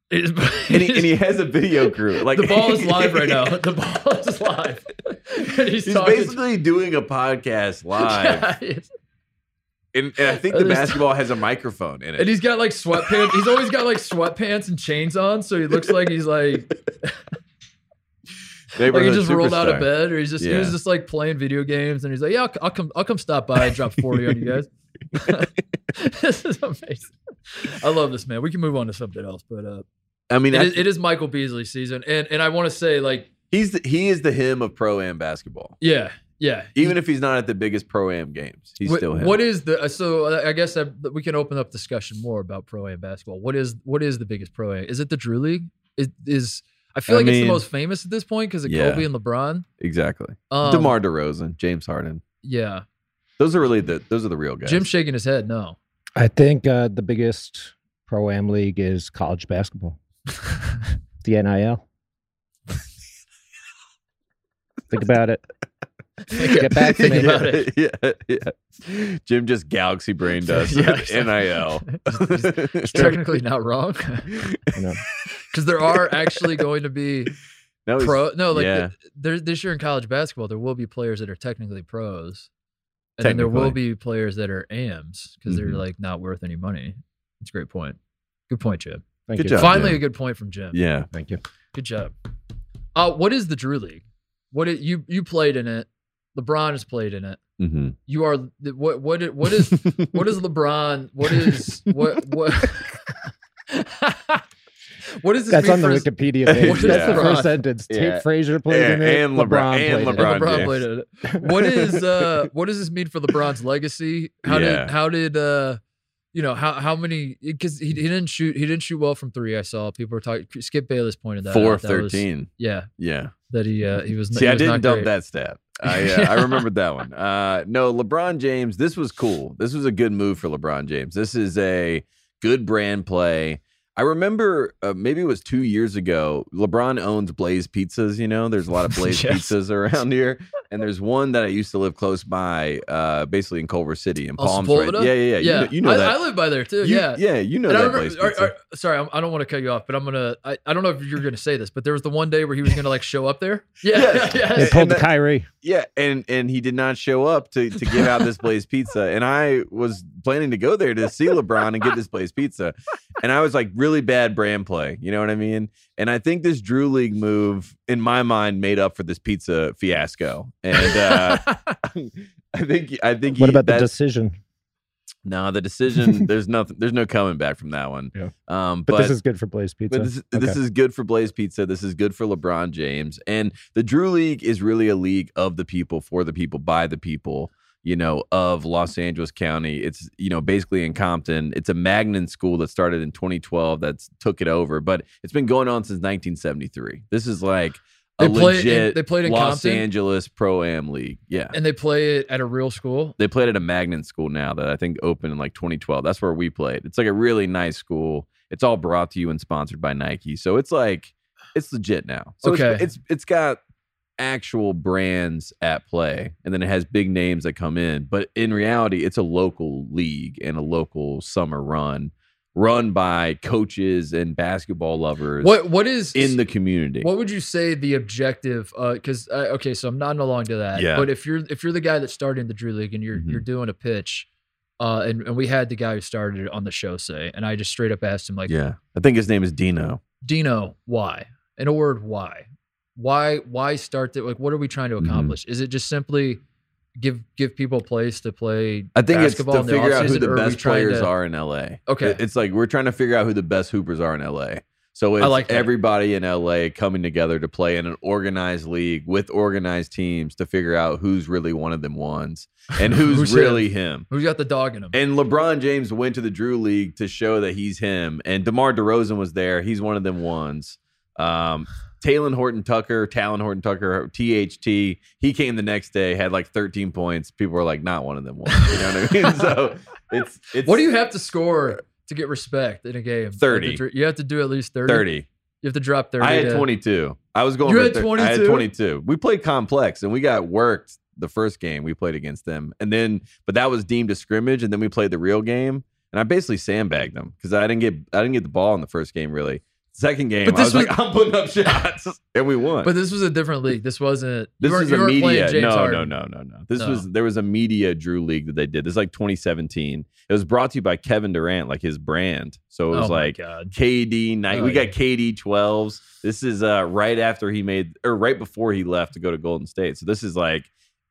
[SPEAKER 2] It is-
[SPEAKER 1] and he, and he has a video crew. Like
[SPEAKER 2] the ball is live right now. The ball is live. And he's,
[SPEAKER 1] He's
[SPEAKER 2] talking.
[SPEAKER 1] basically doing a podcast live,
[SPEAKER 2] Yeah, it's-
[SPEAKER 1] and, and I think the
[SPEAKER 2] And he's-
[SPEAKER 1] basketball has a microphone in it.
[SPEAKER 2] and he's got like sweatpants. He's always got like sweatpants and chains on, so he looks like he's like like he
[SPEAKER 1] Neighborhood
[SPEAKER 2] just rolled out
[SPEAKER 1] superstar.
[SPEAKER 2] of bed, or he's just he was
[SPEAKER 1] Yeah.
[SPEAKER 2] just like playing video games, and he's like, yeah, I'll, I'll come, I'll come stop by and drop forty on you guys. this is amazing. I love this man. We can move on to something else, but uh,
[SPEAKER 1] I mean,
[SPEAKER 2] it
[SPEAKER 1] I-
[SPEAKER 2] is, it is Michael Beasley season, and and I want to say like,
[SPEAKER 1] he's the, he is the him of pro am basketball.
[SPEAKER 2] yeah, yeah,
[SPEAKER 1] Even if he's not at the biggest pro am games, he's
[SPEAKER 2] What-
[SPEAKER 1] still him.
[SPEAKER 2] What is the uh, so? uh, I guess that that we can open up discussion more about pro am basketball. What is what is the biggest pro am? Is it the Drew League? Is, is I feel
[SPEAKER 1] I
[SPEAKER 2] like it's
[SPEAKER 1] mean-
[SPEAKER 2] the most famous at this point because of
[SPEAKER 1] Yeah.
[SPEAKER 2] Kobe and LeBron.
[SPEAKER 1] exactly?
[SPEAKER 2] Um,
[SPEAKER 1] DeMar DeRozan, James Harden.
[SPEAKER 2] yeah.
[SPEAKER 1] Those are really the those are the real guys.
[SPEAKER 2] Jim's shaking his head. No,
[SPEAKER 3] I think uh, the biggest pro am league is college basketball. The NIL. think about it. Get back to
[SPEAKER 2] Think
[SPEAKER 3] me.
[SPEAKER 2] about it.
[SPEAKER 1] yeah, yeah. Jim just galaxy brained us.
[SPEAKER 2] Yeah,
[SPEAKER 1] Nil.
[SPEAKER 2] It's technically not wrong
[SPEAKER 3] You know.
[SPEAKER 2] because there are actually going to be
[SPEAKER 1] no, he's-
[SPEAKER 2] pro. No, like
[SPEAKER 1] yeah.
[SPEAKER 2] th- there, this year in college basketball, there will be players that are technically pros, and then there will be players that are AMs because they're
[SPEAKER 1] Mhm.
[SPEAKER 2] like not worth any money. That's a great point. Good point, Jim.
[SPEAKER 3] Thank
[SPEAKER 1] Good
[SPEAKER 3] you.
[SPEAKER 1] job.
[SPEAKER 2] Finally,
[SPEAKER 1] Jim.
[SPEAKER 2] a good point from Jim.
[SPEAKER 1] yeah.
[SPEAKER 3] Thank you.
[SPEAKER 2] Good job. Uh, what is the Drew League? What it, you you played in it? LeBron has played in it.
[SPEAKER 1] hmm
[SPEAKER 2] You are the- what what it- what is what is LeBron? What is what what?
[SPEAKER 5] What does this
[SPEAKER 3] That's
[SPEAKER 5] mean
[SPEAKER 3] on the
[SPEAKER 5] for his-
[SPEAKER 3] Wikipedia
[SPEAKER 1] Yeah.
[SPEAKER 3] page. That's the
[SPEAKER 2] LeBron.
[SPEAKER 3] first sentence.
[SPEAKER 1] Yeah.
[SPEAKER 3] Tate Frazier played
[SPEAKER 1] Yeah,
[SPEAKER 3] in it.
[SPEAKER 1] and LeBron- and
[SPEAKER 3] played in it.
[SPEAKER 1] LeBron
[SPEAKER 2] And LeBron
[SPEAKER 1] James.
[SPEAKER 2] played in it. What is uh what does this mean for LeBron's legacy? How
[SPEAKER 1] Yeah.
[SPEAKER 2] did how did uh you know how how many because he, he didn't shoot he didn't shoot well from three. I saw people were talking. Skip Bayless pointed that
[SPEAKER 1] Four
[SPEAKER 2] out.
[SPEAKER 1] of
[SPEAKER 2] That was-
[SPEAKER 1] thirteen.
[SPEAKER 2] yeah,
[SPEAKER 1] Yeah.
[SPEAKER 2] that he uh he was.
[SPEAKER 1] See,
[SPEAKER 2] he
[SPEAKER 1] I
[SPEAKER 2] was
[SPEAKER 1] didn't
[SPEAKER 2] not
[SPEAKER 1] dump
[SPEAKER 2] great.
[SPEAKER 1] that stat. I, uh, I remembered that one. Uh, no, LeBron James, this was cool. This was a good move for LeBron James. This is a good brand play. I remember uh, maybe it was two years ago. LeBron owns Blaze Pizzas. You know, there's a lot of Blaze
[SPEAKER 2] Yes.
[SPEAKER 1] Pizzas around here, and there's one that I used to live close by, uh, basically in Culver City in
[SPEAKER 2] Oh,
[SPEAKER 1] Palms.
[SPEAKER 2] Sepulveda?
[SPEAKER 1] Right? Yeah, yeah, yeah. You know, you know
[SPEAKER 2] I,
[SPEAKER 1] that.
[SPEAKER 2] I live by there too.
[SPEAKER 1] You-
[SPEAKER 2] yeah,
[SPEAKER 1] yeah, you know
[SPEAKER 2] And I
[SPEAKER 1] that Blaze
[SPEAKER 2] remember,
[SPEAKER 1] Pizza.
[SPEAKER 2] or- or- sorry, I'm, I don't want to cut you off, but I'm gonna. I, I don't know if you're gonna say this, but there was the one day where he was gonna like show up there. Yeah,
[SPEAKER 1] Yes.
[SPEAKER 2] yeah,
[SPEAKER 3] They
[SPEAKER 1] And-
[SPEAKER 2] yes.
[SPEAKER 3] pulled
[SPEAKER 1] and
[SPEAKER 3] the
[SPEAKER 1] that-
[SPEAKER 3] Kyrie.
[SPEAKER 1] Yeah, and and he did not show up to to give out this Blaze pizza, and I was planning to go there to see LeBron and get this Blaze pizza, and I was like really bad brand play, you know what I mean? And I think this Drew League move in my mind made up for this pizza fiasco, and uh, I think I think he,
[SPEAKER 3] What about the
[SPEAKER 1] that's-
[SPEAKER 3] decision?
[SPEAKER 1] no the decision? There's nothing. There's no coming back from that one.
[SPEAKER 3] Yeah.
[SPEAKER 1] Um,
[SPEAKER 3] But,
[SPEAKER 1] but,
[SPEAKER 3] this is good for Blaze Pizza.
[SPEAKER 1] but this, is- this
[SPEAKER 3] Okay.
[SPEAKER 1] is good for Blaze Pizza. This is good for LeBron James. And the Drew League is really a league of the people, for the people, by the people, you know, of Los Angeles County. It's, you know, basically in Compton. It's a magnon school that started in 2012 that took it over, but it's been going on since 1973. This is like a
[SPEAKER 2] They play it in-
[SPEAKER 1] legit
[SPEAKER 2] they played in
[SPEAKER 1] Los
[SPEAKER 2] Compton?
[SPEAKER 1] Angeles Pro Am League. Yeah.
[SPEAKER 2] and they play it at a real school.
[SPEAKER 1] They played at a magnet school now that I think opened in like 2012. That's where we played. It's like a really nice school. It's all brought to you and sponsored by Nike. So it's like it's legit now. So it's-
[SPEAKER 2] Okay.
[SPEAKER 1] it's it's got actual brands at play and then it has big names that come in, but in reality it's a local league and a local summer run run by coaches and basketball lovers
[SPEAKER 2] What what is
[SPEAKER 1] in the community.
[SPEAKER 2] What would you say the objective? Because uh, okay, so I'm nodding along to that.
[SPEAKER 1] Yeah. Mm-hmm.
[SPEAKER 2] But if you're if you're the guy that's starting the Drew League and you're you're doing a pitch, uh, and, and we had the guy who started it on the show say, and I just straight up asked him like,
[SPEAKER 1] yeah. I think his name is Dino.
[SPEAKER 2] Dino, why? In a word, why? Why why start that? Like, what are we trying to
[SPEAKER 1] Mhm.
[SPEAKER 2] accomplish? Is it just simply give give people a place to play?
[SPEAKER 1] I think it's to
[SPEAKER 2] basketball in the
[SPEAKER 1] figure out who
[SPEAKER 2] offseason,
[SPEAKER 1] the
[SPEAKER 2] or are we
[SPEAKER 1] best
[SPEAKER 2] trying
[SPEAKER 1] players
[SPEAKER 2] to-
[SPEAKER 1] are in LA.
[SPEAKER 2] Okay.
[SPEAKER 1] It- It's like we're trying to figure out who the best hoopers are in LA. So it's
[SPEAKER 2] like that.
[SPEAKER 1] everybody in LA coming together to play in an organized league with organized teams to figure out who's really one of them ones and who's,
[SPEAKER 2] Who's
[SPEAKER 1] really him.
[SPEAKER 2] Who's got the dog in him?
[SPEAKER 1] And LeBron James went to the Drew League to show that he's him. And DeMar DeRozan was there. He's one of them ones. Um, Talon Horton Tucker, Talon Horton Tucker, THT. He came the next day, had like 13 points. People were like, not one of them ones. You know what I mean? so it's it's
[SPEAKER 2] what do you have to score to get respect in a game? Like the
[SPEAKER 1] 30.
[SPEAKER 2] Drew- You have to do at least thirty.
[SPEAKER 1] 30.
[SPEAKER 2] You have to drop thirty.
[SPEAKER 1] I had
[SPEAKER 2] to-
[SPEAKER 1] 22. I was going.
[SPEAKER 2] You
[SPEAKER 1] for
[SPEAKER 2] had
[SPEAKER 1] thir- I had
[SPEAKER 2] 22?
[SPEAKER 1] 22. We played complex and we got worked the first game we played against them, and then but that was deemed a scrimmage, and then we played the real game, and I basically sandbagged them because I didn't get I didn't get the ball in the first game really. Second game,
[SPEAKER 2] But
[SPEAKER 1] I was
[SPEAKER 2] this was-
[SPEAKER 1] like, I'm putting up shots, and we won.
[SPEAKER 2] But this was a different league. This wasn't. you
[SPEAKER 1] this
[SPEAKER 2] weren't-
[SPEAKER 1] was
[SPEAKER 2] you
[SPEAKER 1] a
[SPEAKER 2] weren't playing
[SPEAKER 1] media.
[SPEAKER 2] James
[SPEAKER 1] No, no,
[SPEAKER 2] Harden.
[SPEAKER 1] no, no, no. This
[SPEAKER 2] No.
[SPEAKER 1] was there was a media Drew League that they did. This is like 2017. It was brought to you by Kevin Durant, like his brand. So it was
[SPEAKER 2] oh
[SPEAKER 1] like
[SPEAKER 2] my god.
[SPEAKER 1] KD night.
[SPEAKER 2] Oh,
[SPEAKER 1] we got
[SPEAKER 2] yeah.
[SPEAKER 1] KD 12s. This is uh right after he made or right before he left to go to Golden State. So this is like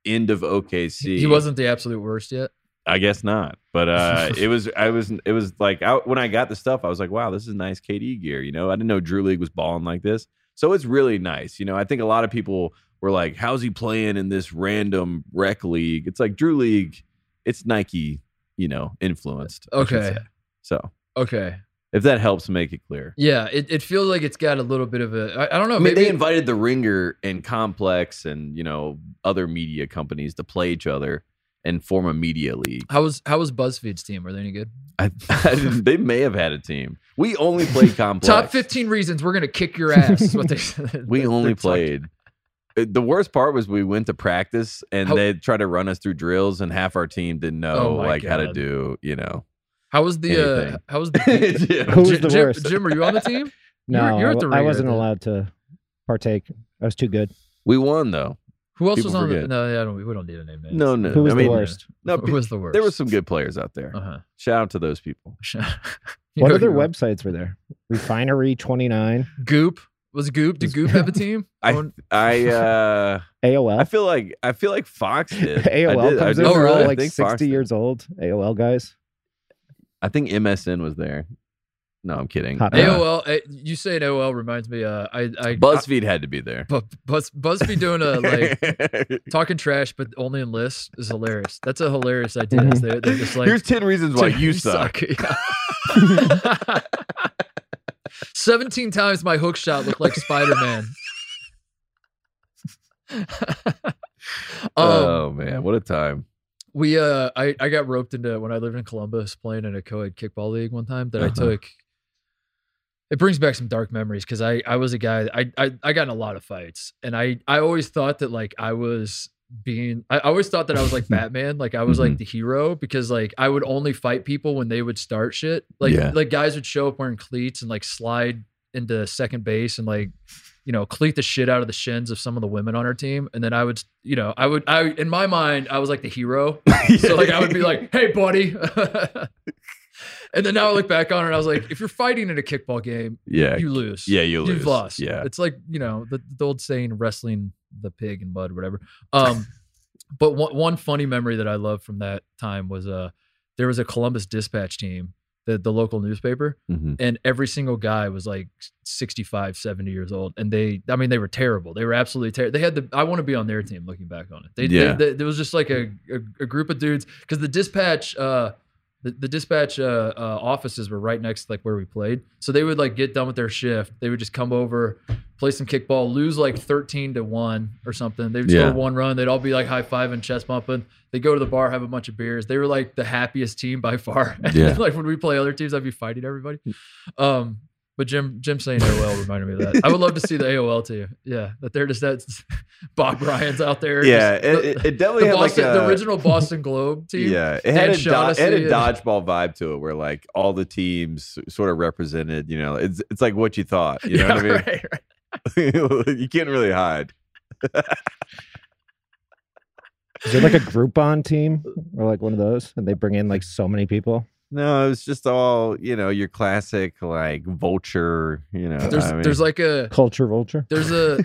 [SPEAKER 1] end of OKC.
[SPEAKER 2] He wasn't the absolute worst yet.
[SPEAKER 1] I guess not. But uh it was I was it was like out when I got the stuff, I was like, wow, this is nice KD gear. You know, I didn't know Drew League was balling like this. So it's really nice. You know, I think a lot of people were like, how's he playing in this random rec league? It's like Drew League, it's Nike, you know, influenced. I should
[SPEAKER 2] Okay.
[SPEAKER 1] say. So
[SPEAKER 2] Okay.
[SPEAKER 1] if that helps make it clear.
[SPEAKER 2] Yeah. It, it feels like it's got a little bit of a. I, I don't know.
[SPEAKER 1] I mean,
[SPEAKER 2] maybe
[SPEAKER 1] they invited the Ringer and Complex and you know other media companies to play each other and form a media league.
[SPEAKER 2] How was how was BuzzFeed's team? Were they any good?
[SPEAKER 1] I, I didn't- they may have had a team. We only played Complex.
[SPEAKER 2] Top fifteen reasons we're gonna kick your ass. Is what they said.
[SPEAKER 1] We
[SPEAKER 2] They're-
[SPEAKER 1] only
[SPEAKER 2] they're talking-
[SPEAKER 1] played. Uh, The worst part was we went to practice and
[SPEAKER 2] How-
[SPEAKER 1] they tried to run us through drills and half our team didn't know
[SPEAKER 2] Oh my
[SPEAKER 1] like how to
[SPEAKER 2] God.
[SPEAKER 1] do you know.
[SPEAKER 2] How was the uh,
[SPEAKER 1] anything.
[SPEAKER 2] how was the
[SPEAKER 3] Who was
[SPEAKER 2] Jim,
[SPEAKER 3] the
[SPEAKER 2] Jim-
[SPEAKER 3] worst?
[SPEAKER 2] Jim, were you on the team?
[SPEAKER 3] No,
[SPEAKER 2] you're
[SPEAKER 3] I
[SPEAKER 2] at the
[SPEAKER 3] w- I
[SPEAKER 2] ringer,
[SPEAKER 3] wasn't
[SPEAKER 2] then.
[SPEAKER 3] allowed to partake. I was too good.
[SPEAKER 1] we won though.
[SPEAKER 2] Who else
[SPEAKER 1] People
[SPEAKER 2] was on? The,
[SPEAKER 1] forget.
[SPEAKER 2] no, yeah, I don't, we don't need a name. man.
[SPEAKER 1] No, no.
[SPEAKER 3] Who was
[SPEAKER 1] Uh, I
[SPEAKER 3] the
[SPEAKER 1] mean,
[SPEAKER 3] worst?
[SPEAKER 1] No,
[SPEAKER 2] Who was the worst?
[SPEAKER 1] there were some good players out there.
[SPEAKER 2] Uh-huh.
[SPEAKER 1] Shout out to those people.
[SPEAKER 2] You
[SPEAKER 3] what
[SPEAKER 2] know
[SPEAKER 3] other
[SPEAKER 2] you were-
[SPEAKER 3] websites were there? Refinery twenty nine,
[SPEAKER 2] Goop was Goop. Did
[SPEAKER 3] Was-
[SPEAKER 2] Goop have a team?
[SPEAKER 1] I-
[SPEAKER 2] Own-
[SPEAKER 1] I uh I
[SPEAKER 3] AOL.
[SPEAKER 1] feel like I feel like Fox did. I
[SPEAKER 3] AOL
[SPEAKER 1] did. I
[SPEAKER 3] comes
[SPEAKER 1] did.
[SPEAKER 3] in.
[SPEAKER 2] Oh,
[SPEAKER 3] they're all
[SPEAKER 2] really?
[SPEAKER 1] I
[SPEAKER 3] like
[SPEAKER 1] think Fox
[SPEAKER 3] sixty
[SPEAKER 1] did.
[SPEAKER 3] years old. AOL guys.
[SPEAKER 1] I think MSN was there. No, I'm kidding.
[SPEAKER 3] Hot
[SPEAKER 1] Uh,
[SPEAKER 3] dog.
[SPEAKER 2] AOL. eh, You saying AOL reminds me. Uh, I, I
[SPEAKER 1] BuzzFeed had to be there.
[SPEAKER 2] Bu- Buzz, Buzzfeed doing a like talking trash, but only in lists is hilarious. That's a hilarious idea. is They're, they're just like,
[SPEAKER 1] Here's ten reasons why you suck.
[SPEAKER 2] Yeah. Seventeen times my hook shot looked like Spider Man. um,
[SPEAKER 1] oh man, what a time!
[SPEAKER 2] we uh, I I got roped into when I lived in Columbus playing in a co-ed kickball league one time that I
[SPEAKER 1] Uh-huh.
[SPEAKER 2] took. It brings back some dark memories because I I was a guy I, I I got in a lot of fights and I I always thought that like I was being I I always thought that I was like Batman like I was
[SPEAKER 1] Mm-hmm.
[SPEAKER 2] like the hero because like I would only fight people when they would start shit like
[SPEAKER 1] Yeah.
[SPEAKER 2] like guys would show up wearing cleats and like slide into second base and like you know, cleat the shit out of the shins of some of the women on our team. And then I would, you know, I would, I, in my mind, I was like the hero. So like, I would be like, hey, buddy. and then now I look back on it and I was like, if you're fighting in a kickball game,
[SPEAKER 1] yeah,
[SPEAKER 2] you lose.
[SPEAKER 1] yeah, you
[SPEAKER 2] You've
[SPEAKER 1] lose.
[SPEAKER 2] lost.
[SPEAKER 1] Yeah,
[SPEAKER 2] It's like, you know, the, the old saying, wrestling the pig in mud, whatever. Um, but one, one funny memory that I love from that time was, uh, there was a Columbus dispatch team, the, the local newspaper
[SPEAKER 1] Mhm.
[SPEAKER 2] and every single guy was like 65 70 years old and they i mean they were terrible they were absolutely terrible they had the i want to be on their team looking back on it they,
[SPEAKER 1] Yeah.
[SPEAKER 2] yeah. they, there was just like a, a, a group of dudes because the dispatch uh the, the dispatch uh, uh offices were right next to like where we played so they would like get done with their shift they would just come over play some kickball lose like 13 to 1 or something they would
[SPEAKER 1] Yeah.
[SPEAKER 2] score one run they'd all be like high-five and chest bumping they go to the bar have a bunch of beers they were like the happiest team by far
[SPEAKER 1] Yeah. Mm.
[SPEAKER 2] like when we play other teams i'd be fighting everybody um, but Jim Jim saying AOL reminded me of that. I would love to see the AOL too. Yeah, that they're just that Bob Ryan's out there.
[SPEAKER 1] yeah. It,
[SPEAKER 2] just- the,
[SPEAKER 1] it- it definitely
[SPEAKER 2] the
[SPEAKER 1] had
[SPEAKER 2] Boston,
[SPEAKER 1] like a,
[SPEAKER 2] the original Boston Globe team.
[SPEAKER 1] Yeah, it had, a
[SPEAKER 2] Dan
[SPEAKER 1] do- it had
[SPEAKER 2] Shaughnessy
[SPEAKER 1] a
[SPEAKER 2] and-
[SPEAKER 1] dodgeball vibe to it, where like all the teams sort of represented. You know, it's it's like what you thought. You know
[SPEAKER 2] Yeah,
[SPEAKER 1] what I mean?
[SPEAKER 2] right, right.
[SPEAKER 1] you can't really hide.
[SPEAKER 3] Is there like a Groupon team or like one of those, and they bring in like so many people?
[SPEAKER 1] No, it was just all you know, your classic like vulture. You know,
[SPEAKER 2] There's
[SPEAKER 1] I mean,
[SPEAKER 2] there's like a
[SPEAKER 3] Culture vulture.
[SPEAKER 2] there's a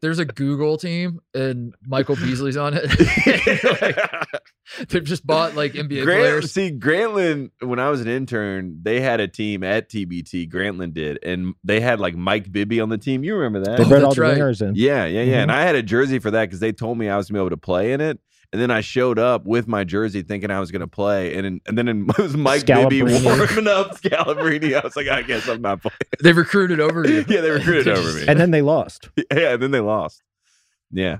[SPEAKER 2] there's a Google team and Michael Beasley's on it. Like, they've just bought like NBA
[SPEAKER 1] Grant,
[SPEAKER 2] players.
[SPEAKER 1] see, Grantland, when I was an intern, they had a team at TBT. Grantland did, and they had like Mike Bibby on the team. You remember that?
[SPEAKER 3] They
[SPEAKER 2] Oh,
[SPEAKER 3] brought all
[SPEAKER 2] that's
[SPEAKER 3] the
[SPEAKER 2] right.
[SPEAKER 3] ringers in.
[SPEAKER 1] Yeah, yeah,
[SPEAKER 2] Mm-hmm.
[SPEAKER 1] yeah. And I had a jersey for that because they told me I was gonna be able to play in it. And then I showed up with my jersey thinking I was gonna play. And and then it was Mike Bibby
[SPEAKER 3] Scalabrini.
[SPEAKER 1] warming up Scalabrini. I was like, I guess I'm not playing.
[SPEAKER 2] They've recruited over you.
[SPEAKER 1] Yeah, they recruited
[SPEAKER 2] They're
[SPEAKER 1] over
[SPEAKER 2] just-
[SPEAKER 1] me.
[SPEAKER 3] And then they lost.
[SPEAKER 1] Yeah, and then they lost. Yeah.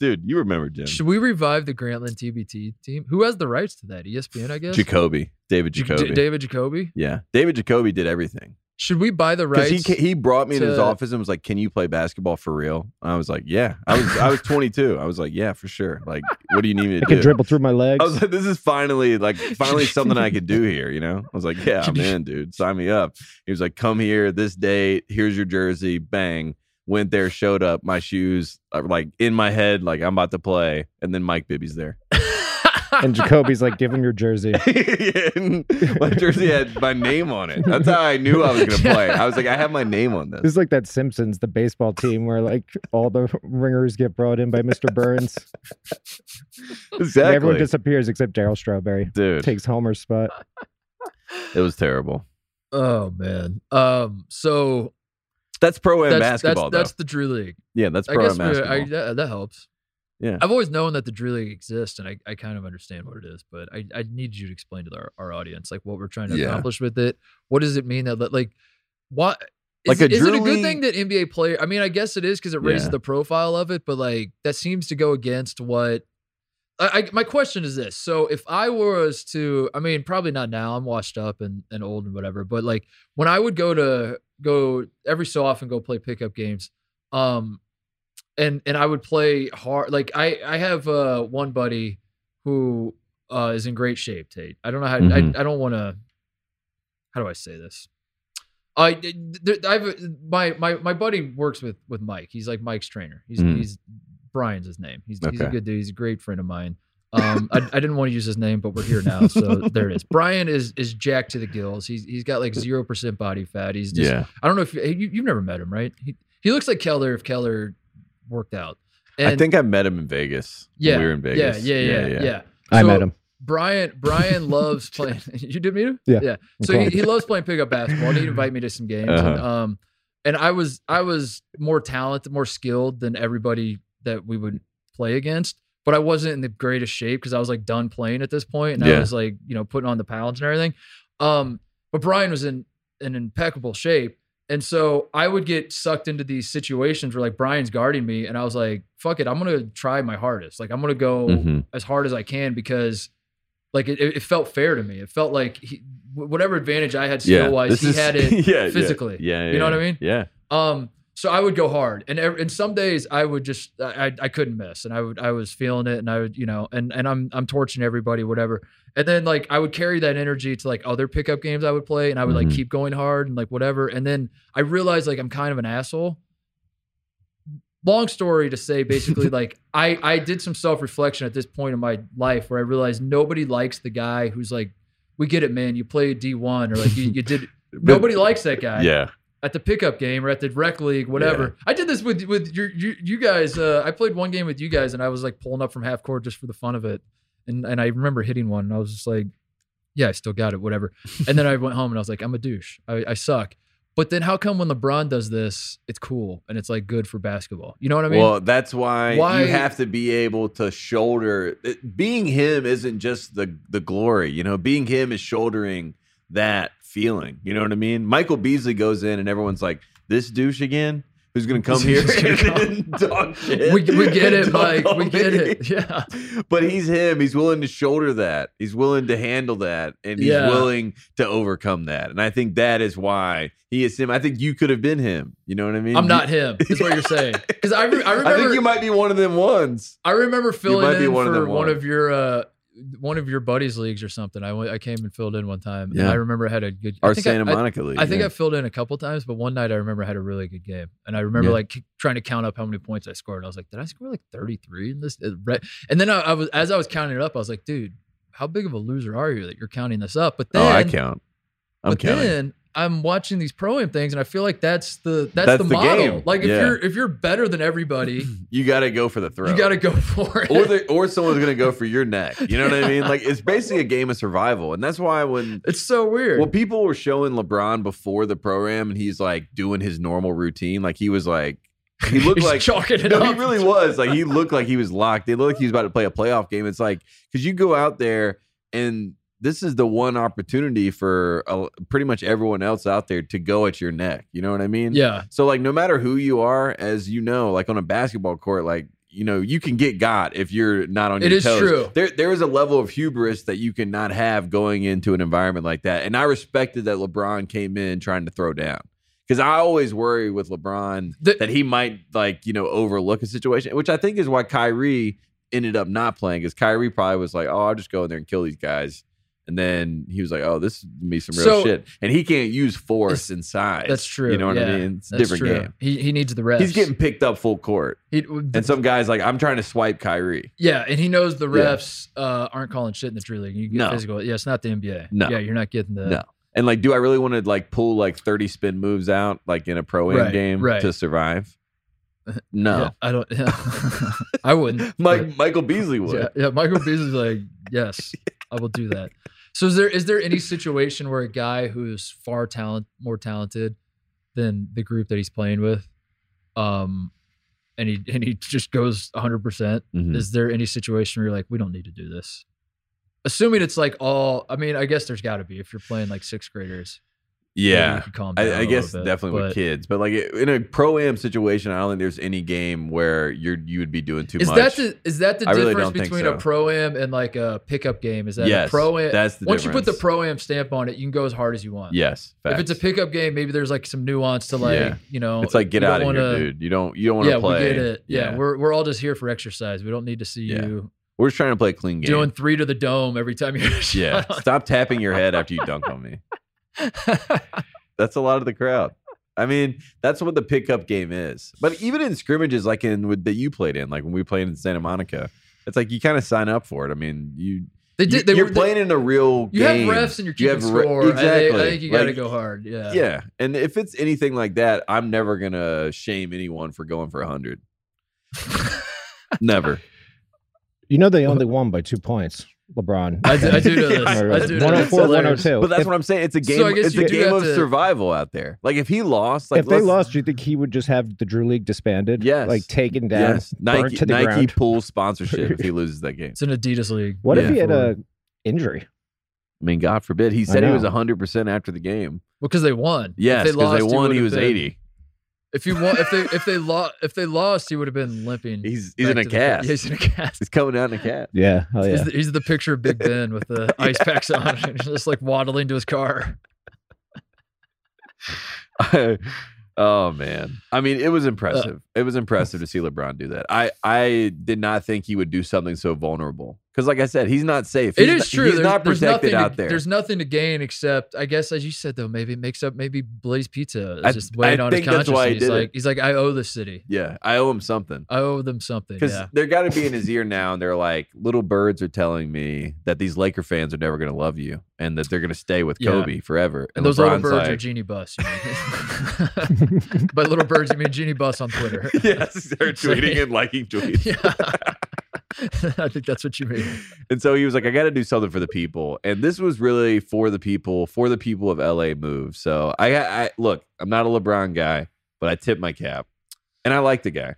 [SPEAKER 1] Dude, you remember Jim.
[SPEAKER 2] Should we revive the Grantland TBT team? Who has the rights to that? E ESPN, I guess.
[SPEAKER 1] Jacoby. David
[SPEAKER 2] J-
[SPEAKER 1] Jacoby.
[SPEAKER 2] David Jacoby.
[SPEAKER 1] yeah. David Jacoby did everything.
[SPEAKER 2] Should we buy the
[SPEAKER 1] Because
[SPEAKER 2] rights?
[SPEAKER 1] he, ca- he brought me in his
[SPEAKER 2] to-
[SPEAKER 1] office and was like, Can you play basketball for real? And I was like, Yeah. I was I was 22. I was like, Yeah, for sure. Like, what do you need me to
[SPEAKER 3] I could
[SPEAKER 1] do?
[SPEAKER 3] dribble through my legs.
[SPEAKER 1] I was like, this is finally like finally something I could do here, you know? I was like, yeah, I'm in, dude. Sign me up. He was like, come here this date. Here's your jersey. Bang. Went there, showed up. My shoes are like in my head, like I'm about to play. And then Mike Bibby's there.
[SPEAKER 3] and Jacoby's like, give him your jersey.
[SPEAKER 1] And my jersey had my name on it. That's how I knew I was gonna play. I was like, I have my name on
[SPEAKER 3] This
[SPEAKER 1] this.
[SPEAKER 3] is like that Simpsons, the baseball team, where like all the ringers get brought in by Mr. Burns. And everyone
[SPEAKER 1] Exactly.
[SPEAKER 3] disappears except Daryl Strawberry.
[SPEAKER 1] Dude,
[SPEAKER 3] Takes Homer's spot.
[SPEAKER 1] it was terrible.
[SPEAKER 2] Oh man. Um. So
[SPEAKER 1] That's pro am
[SPEAKER 2] that's
[SPEAKER 1] basketball
[SPEAKER 2] that's, that's
[SPEAKER 1] though.
[SPEAKER 2] the Drew League.
[SPEAKER 1] Yeah, that's
[SPEAKER 2] I
[SPEAKER 1] pro am
[SPEAKER 2] guess we,
[SPEAKER 1] basketball.
[SPEAKER 2] I, that, that helps.
[SPEAKER 1] Yeah.
[SPEAKER 2] I've always known that the Drew League exists, and I, I kind of understand what it is, but I, I need you to explain to our, our audience like what we're trying to
[SPEAKER 1] Yeah.
[SPEAKER 2] accomplish with it. What does it mean that that, like what
[SPEAKER 1] Like
[SPEAKER 2] is,
[SPEAKER 1] a
[SPEAKER 2] it- is it a
[SPEAKER 1] Drew
[SPEAKER 2] good
[SPEAKER 1] League-
[SPEAKER 2] thing that NBA player? I mean, I guess it is because it raises
[SPEAKER 1] Yeah.
[SPEAKER 2] the profile of it, but like that seems to go against what. I, I, my question is this: So, if I was to, I mean, probably not now. I'm washed up and, and old and whatever. But like when I would go to go every so often go play pickup games, um, and and I would play hard. Like I I have uh one buddy who uh is in great shape. Tate. I don't know how.
[SPEAKER 1] Mhm.
[SPEAKER 2] I I don't want to. How do I say this? I, th- I've my my my buddy works with with Mike. He's like Mike's trainer. He's
[SPEAKER 1] Mm.
[SPEAKER 2] he's Brian's his name. He's, he's a
[SPEAKER 1] Okay.
[SPEAKER 2] good dude. He's a great friend of mine. Um, I, I didn't want to use his name, but we're here now, so there it is. Brian is is jacked to the gills. He's he's got like zero percent body fat. He's just
[SPEAKER 1] yeah.
[SPEAKER 2] I don't know if you, you you've never met him, right? He he looks like Keller if Keller worked out. And
[SPEAKER 1] I think I met him in Vegas. when
[SPEAKER 2] yeah,
[SPEAKER 1] we were in Vegas.
[SPEAKER 2] Yeah, yeah, yeah, yeah.
[SPEAKER 3] I
[SPEAKER 2] So-
[SPEAKER 3] met him.
[SPEAKER 2] Brian Brian loves playing. you did me? too?
[SPEAKER 3] Yeah.
[SPEAKER 2] Yeah. So he,
[SPEAKER 3] fine.
[SPEAKER 2] he loves playing pickup basketball. And he'd invite me to some games. And,
[SPEAKER 1] Uh-huh.
[SPEAKER 2] um, and I was I was more talented, more skilled than everybody that we would play against. But I wasn't in the greatest shape because I was like done playing at this point, and I
[SPEAKER 1] Yeah.
[SPEAKER 2] was like you know putting on the pounds and everything. Um, but Brian was in in impeccable shape. And so I would get sucked into these situations where like Brian's guarding me, and I was like, "Fuck it, I'm gonna try my hardest. Like I'm gonna go
[SPEAKER 1] Mhm.
[SPEAKER 2] as hard as I can because like it, it felt fair to me. It felt like he, wh- whatever advantage I had skill wise,
[SPEAKER 1] this
[SPEAKER 2] he
[SPEAKER 1] is-
[SPEAKER 2] had it.
[SPEAKER 1] yeah, yeah,
[SPEAKER 2] physically.
[SPEAKER 1] Yeah,
[SPEAKER 2] You know what I
[SPEAKER 1] yeah,
[SPEAKER 2] mean?
[SPEAKER 1] Yeah.
[SPEAKER 2] Um, so I would go hard, and ev- and some days I would just I I- I couldn't miss, and I would I was feeling it, and I would you know, and and I'm I'm torching everybody, whatever. And then like I would carry that energy to like other pickup games I would play, and I would
[SPEAKER 1] Mhm.
[SPEAKER 2] like keep going hard and like whatever. And then I realized like I'm kind of an asshole. Long story to say, basically, like I I did some self reflection at this point in my life where I realized nobody likes the guy who's like, we get it, man. You play D one or like you, you did. Nobody likes that guy
[SPEAKER 1] Yeah.
[SPEAKER 2] at the pickup game or at the rec league, whatever. I did this with with your you, you guys. Uh, I played one game with you guys, and I was like pulling up from half court just for the fun of it, and and I remember hitting one, and I was just like, yeah, I still got it, whatever. And then I went home and I was like, I'm a douche, I, I suck. But then how come when LeBron does this, it's cool and it's like good for basketball? You know what I mean?
[SPEAKER 1] well, that's why,
[SPEAKER 2] Why-
[SPEAKER 1] you have to be able to shoulder. it- Being him isn't just the the glory, you know. Being him is shouldering that feeling. You know what I mean? Michael Beasley goes in, and everyone's like, "This douche again." Who's gonna come here?
[SPEAKER 2] Who's gonna come?"
[SPEAKER 1] and dog shit
[SPEAKER 2] we, we get
[SPEAKER 1] and
[SPEAKER 2] it,
[SPEAKER 1] dunk
[SPEAKER 2] Mike.
[SPEAKER 1] on
[SPEAKER 2] We get
[SPEAKER 1] me?"
[SPEAKER 2] it. Yeah.
[SPEAKER 1] But he's him. He's willing to shoulder that. He's willing to handle that, and he's
[SPEAKER 2] Yeah.
[SPEAKER 1] willing to overcome that. And I think that is why he is him. I think you could have been him. You know what I mean?
[SPEAKER 2] I'm not him, is what you're saying. Because I, re- I remember.
[SPEAKER 1] I think you might be one of them ones.
[SPEAKER 2] I remember filling
[SPEAKER 1] might
[SPEAKER 2] in
[SPEAKER 1] be one of
[SPEAKER 2] for
[SPEAKER 1] them
[SPEAKER 2] one
[SPEAKER 1] ones.
[SPEAKER 2] of your uh, one of your buddies' leagues or something. I went, I came and filled in one time. and
[SPEAKER 1] Yeah.
[SPEAKER 2] I remember I had a good. I
[SPEAKER 1] Our
[SPEAKER 2] think
[SPEAKER 1] Santa
[SPEAKER 2] I, I,
[SPEAKER 1] Monica League.
[SPEAKER 2] I think
[SPEAKER 1] yeah.
[SPEAKER 2] I filled in a couple times, but one night I remember I had a really good game, and I remember
[SPEAKER 1] Yeah.
[SPEAKER 2] like k- trying to count up how many points I scored. And I was like, did I score like thirty three in this? uh, right? And then I, I was as I was counting it up, I was like, dude, how big of a loser are you that you're counting this up? But then,
[SPEAKER 1] oh, I count. I'm
[SPEAKER 2] but
[SPEAKER 1] counting.
[SPEAKER 2] then I'm watching these pro am things, and I feel like that's the that's,
[SPEAKER 1] That's
[SPEAKER 2] the,
[SPEAKER 1] the
[SPEAKER 2] model.
[SPEAKER 1] game.
[SPEAKER 2] Like if
[SPEAKER 1] Yeah.
[SPEAKER 2] you're if you're better than everybody,
[SPEAKER 1] you got to go for the throw.
[SPEAKER 2] you got to go for it.
[SPEAKER 1] or the, or someone's gonna go for your neck. You know what I mean?
[SPEAKER 2] Yeah.
[SPEAKER 1] Like it's basically a game of survival, and that's why when
[SPEAKER 2] It's so weird.
[SPEAKER 1] well people were showing LeBron before the program, and he's like doing his normal routine. Like he was like he looked
[SPEAKER 2] He's
[SPEAKER 1] like
[SPEAKER 2] chalking it
[SPEAKER 1] no,
[SPEAKER 2] up.
[SPEAKER 1] he really was. Like he looked like he was locked. They looked like he was about to play a playoff game. It's like because you go out there and this is the one opportunity for uh, pretty much everyone else out there to go at your neck. You know what I mean?
[SPEAKER 2] yeah,
[SPEAKER 1] So like no matter who you are, as you know, like on a basketball court, like you know, you can get got if you're not on
[SPEAKER 2] It
[SPEAKER 1] your
[SPEAKER 2] is
[SPEAKER 1] toes.
[SPEAKER 2] true.
[SPEAKER 1] There there is a level of hubris that you cannot have going into an environment like that. And I respected that LeBron came in trying to throw down. Because I always worry with LeBron
[SPEAKER 2] The-
[SPEAKER 1] that he might like, you know, overlook a situation, which I think is why Kyrie ended up not playing, because Kyrie probably was like, Oh, I'll just go in there and kill these guys. And then he was like, "Oh, this is gonna be some real
[SPEAKER 2] So-
[SPEAKER 1] shit," and he can't use force and size.
[SPEAKER 2] that's true.
[SPEAKER 1] You know what
[SPEAKER 2] Yeah,
[SPEAKER 1] I mean? It's a
[SPEAKER 2] that's
[SPEAKER 1] different
[SPEAKER 2] true.
[SPEAKER 1] game.
[SPEAKER 2] He he needs the refs.
[SPEAKER 1] He's getting picked up full court,
[SPEAKER 2] He-
[SPEAKER 1] and some guys like I'm trying to swipe Kyrie.
[SPEAKER 2] yeah, and he knows the
[SPEAKER 1] Yeah.
[SPEAKER 2] refs uh, aren't calling shit in the tree league. You get
[SPEAKER 1] No.
[SPEAKER 2] physical. Yeah, it's not the NBA.
[SPEAKER 1] No.
[SPEAKER 2] Yeah, you're not getting the.
[SPEAKER 1] No. And like, do I really want to like pull like 30 spin moves out like in a pro am
[SPEAKER 2] Right,
[SPEAKER 1] game
[SPEAKER 2] right.
[SPEAKER 1] to survive? No,
[SPEAKER 2] Yeah, I don't. I wouldn't.
[SPEAKER 1] Mike Michael Beasley
[SPEAKER 2] but-
[SPEAKER 1] would.
[SPEAKER 2] Yeah, yeah, Michael Beasley's like, yes, I will do that. So is there is there any situation where a guy who's far talent more talented than the group that he's playing with, um, and he and he just goes 100 percent
[SPEAKER 1] Mhm.
[SPEAKER 2] is there any situation where you're like we don't need to do this assuming it's like all i mean i guess there's got to be if you're playing like sixth graders maybe you
[SPEAKER 1] Yeah,
[SPEAKER 2] could calm down
[SPEAKER 1] I,
[SPEAKER 2] a
[SPEAKER 1] I
[SPEAKER 2] little
[SPEAKER 1] guess
[SPEAKER 2] bit,
[SPEAKER 1] definitely with
[SPEAKER 2] but-
[SPEAKER 1] kids, but like in a pro am situation, I don't think there's any game where you're you would be doing too
[SPEAKER 2] is
[SPEAKER 1] much.
[SPEAKER 2] that the is that the
[SPEAKER 1] I really
[SPEAKER 2] difference
[SPEAKER 1] don't think
[SPEAKER 2] between
[SPEAKER 1] so.
[SPEAKER 2] a pro am and like a pickup game is that
[SPEAKER 1] yes,
[SPEAKER 2] a pro am
[SPEAKER 1] That's the
[SPEAKER 2] once you put the
[SPEAKER 1] difference.
[SPEAKER 2] pro am stamp on it you can go as hard as you want
[SPEAKER 1] Yes,
[SPEAKER 2] if it's a
[SPEAKER 1] facts.
[SPEAKER 2] pickup game maybe there's like some nuance to like
[SPEAKER 1] Yeah.
[SPEAKER 2] you know
[SPEAKER 1] It's like get
[SPEAKER 2] you don't
[SPEAKER 1] out of
[SPEAKER 2] wanna-
[SPEAKER 1] here, dude. You don't you don't want to
[SPEAKER 2] yeah,
[SPEAKER 1] play.
[SPEAKER 2] we get it. Yeah, we're we're all just here for exercise. We don't need to see
[SPEAKER 1] Yeah.
[SPEAKER 2] you
[SPEAKER 1] we're just trying to play a clean game.
[SPEAKER 2] doing three to the dome every time you're
[SPEAKER 1] Yeah. Stop tapping your head after you dunk on me. That's a lot of the crowd. I mean, that's what the pickup game is. But even in scrimmages, like in with, that you played in, like when we played in Santa Monica, it's like you kind of sign up for it. I mean, you,
[SPEAKER 2] they
[SPEAKER 1] you
[SPEAKER 2] did. They
[SPEAKER 1] you're
[SPEAKER 2] were, they-
[SPEAKER 1] playing in a real
[SPEAKER 2] You
[SPEAKER 1] game.
[SPEAKER 2] have refs and you're
[SPEAKER 1] You
[SPEAKER 2] keeping
[SPEAKER 1] have re-
[SPEAKER 2] score. I- I, I think you got to
[SPEAKER 1] Like,
[SPEAKER 2] go hard. Yeah.
[SPEAKER 1] Yeah, and if it's anything like that, I'm never gonna shame anyone for going for hundred. never.
[SPEAKER 3] You know they only won by two points. LeBron.
[SPEAKER 2] I do, I do know this.
[SPEAKER 1] Yeah,
[SPEAKER 2] I do know this.
[SPEAKER 3] 104,
[SPEAKER 2] Hilarious.
[SPEAKER 3] 102.
[SPEAKER 1] But that's
[SPEAKER 3] if,
[SPEAKER 1] what I'm saying. It's a
[SPEAKER 2] So I
[SPEAKER 1] game.
[SPEAKER 2] guess
[SPEAKER 1] it's
[SPEAKER 2] you
[SPEAKER 1] a
[SPEAKER 2] do
[SPEAKER 1] game
[SPEAKER 2] have
[SPEAKER 1] of
[SPEAKER 2] to-
[SPEAKER 1] survival out there. Like if he lost, like
[SPEAKER 3] if they
[SPEAKER 1] let's-
[SPEAKER 3] lost, do you think he would just have the Drew League disbanded?
[SPEAKER 1] Yes.
[SPEAKER 3] Like taken down,
[SPEAKER 1] yes,
[SPEAKER 3] burnt
[SPEAKER 1] Nike
[SPEAKER 3] to the
[SPEAKER 1] Nike
[SPEAKER 3] ground.
[SPEAKER 1] pool sponsorship if he loses that game.
[SPEAKER 2] It's an Adidas league.
[SPEAKER 3] What
[SPEAKER 1] Yeah.
[SPEAKER 3] if he had a injury?
[SPEAKER 1] I mean, God forbid. He
[SPEAKER 3] I
[SPEAKER 1] said he
[SPEAKER 3] know.
[SPEAKER 1] was 100 percent after the game.
[SPEAKER 2] Well, because they won. If
[SPEAKER 1] Yes, because
[SPEAKER 2] lost,
[SPEAKER 1] they won.
[SPEAKER 2] would
[SPEAKER 1] He
[SPEAKER 2] have
[SPEAKER 1] was
[SPEAKER 2] been-
[SPEAKER 1] 80.
[SPEAKER 2] If you won, if they if they lost, if they lost, he would have been limping.
[SPEAKER 1] He's he's
[SPEAKER 2] back
[SPEAKER 1] in a
[SPEAKER 2] to the pit.
[SPEAKER 1] cast.
[SPEAKER 2] Yeah, he's in a cast.
[SPEAKER 1] He's coming out in a cast.
[SPEAKER 3] Yeah. Hell
[SPEAKER 2] He's,
[SPEAKER 3] yeah.
[SPEAKER 2] the, he's the picture of Big Ben with the ice packs on, and just like waddling to his car.
[SPEAKER 1] oh man. I mean, it was
[SPEAKER 2] Uh,
[SPEAKER 1] impressive. It was impressive to see LeBron do that. I I did not think he would do something so vulnerable. Because like I said, he's not safe.
[SPEAKER 2] It
[SPEAKER 1] He's
[SPEAKER 2] is
[SPEAKER 1] not-
[SPEAKER 2] true.
[SPEAKER 1] He's
[SPEAKER 2] there's,
[SPEAKER 1] not
[SPEAKER 2] there's
[SPEAKER 1] protected
[SPEAKER 2] nothing
[SPEAKER 1] out
[SPEAKER 2] to,
[SPEAKER 1] there.
[SPEAKER 2] There's nothing to gain except, I guess, as you said though, maybe it makes up. Maybe Blaze Pizza
[SPEAKER 1] I-
[SPEAKER 2] is just weighing
[SPEAKER 1] I
[SPEAKER 2] on his
[SPEAKER 1] think that's
[SPEAKER 2] conscience.
[SPEAKER 1] why he
[SPEAKER 2] and he's
[SPEAKER 1] did it.
[SPEAKER 2] like, he's like, I owe the city.
[SPEAKER 1] yeah, I owe him something.
[SPEAKER 2] I owe them something.
[SPEAKER 1] Because
[SPEAKER 2] Yeah.
[SPEAKER 1] they're got to be in his ear now, and they're like, little birds are telling me that these Laker fans are never going to love you, and that they're going to stay with
[SPEAKER 2] Yeah.
[SPEAKER 1] Kobe forever.
[SPEAKER 2] And those little
[SPEAKER 1] LeBron's
[SPEAKER 2] birds are
[SPEAKER 1] like-
[SPEAKER 2] genie bus. you mean. By little birds, you mean genie bus on Twitter.
[SPEAKER 1] yes, they're tweeting and liking tweets.
[SPEAKER 2] yeah. I think that's what you mean.
[SPEAKER 1] And so he was like, I got to do something for the people. And this was really for the people, for the people of LA move. So I, I look, I'm not a LeBron guy, but I tip my cap. And I like the guy.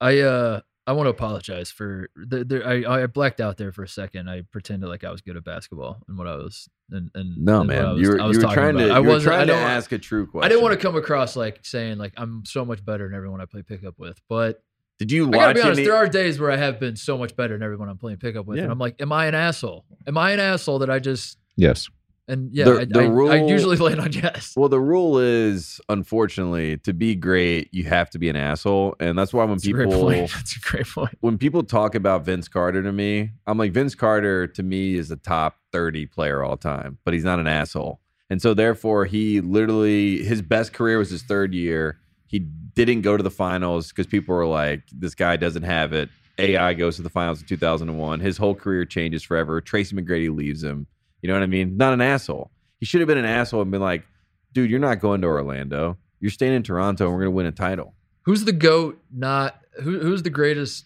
[SPEAKER 2] I uh I want to apologize for the, the I I blacked out there for a second. I pretended like I was good at basketball and what I was and and
[SPEAKER 1] No,
[SPEAKER 2] and what I
[SPEAKER 1] man.
[SPEAKER 2] was-
[SPEAKER 1] You were,
[SPEAKER 2] I was
[SPEAKER 1] you were
[SPEAKER 2] talking
[SPEAKER 1] trying to, you
[SPEAKER 2] about. I
[SPEAKER 1] were
[SPEAKER 2] wasn't I
[SPEAKER 1] trying to
[SPEAKER 2] don't-
[SPEAKER 1] ask a true question.
[SPEAKER 2] I didn't want to come across like saying like I'm so much better than everyone I play pickup with, but
[SPEAKER 1] Did you
[SPEAKER 2] I gotta
[SPEAKER 1] watch
[SPEAKER 2] be honest.
[SPEAKER 1] any?
[SPEAKER 2] There are days where I have been so much better than everyone I'm playing pickup with,
[SPEAKER 1] Yeah.
[SPEAKER 2] and I'm like, am I an asshole? Am I an asshole that I just
[SPEAKER 3] yes.
[SPEAKER 2] and yeah?
[SPEAKER 1] The-
[SPEAKER 2] I,
[SPEAKER 1] the
[SPEAKER 2] I, I
[SPEAKER 1] rule-
[SPEAKER 2] usually land on yes.
[SPEAKER 1] well, the rule is, unfortunately, to be great, you have to be an asshole. And that's why when
[SPEAKER 2] That's a great
[SPEAKER 1] people
[SPEAKER 2] point. That's a great point.
[SPEAKER 1] when people talk about Vince Carter to me, I'm like Vince Carter to me is the top 30 player all time, but he's not an asshole. And so therefore he literally his best career was his third year. He didn't go to the finals because people were like this guy doesn't have it. AI goes to the finals in 2001. His whole career changes forever. Tracy McGrady leaves him. You know what I mean? Not an asshole. He should have been an asshole and been like, "Dude, you're not going to Orlando. You're staying in Toronto and we're going to win a title."
[SPEAKER 2] Who's the goat? Not who? Who's the greatest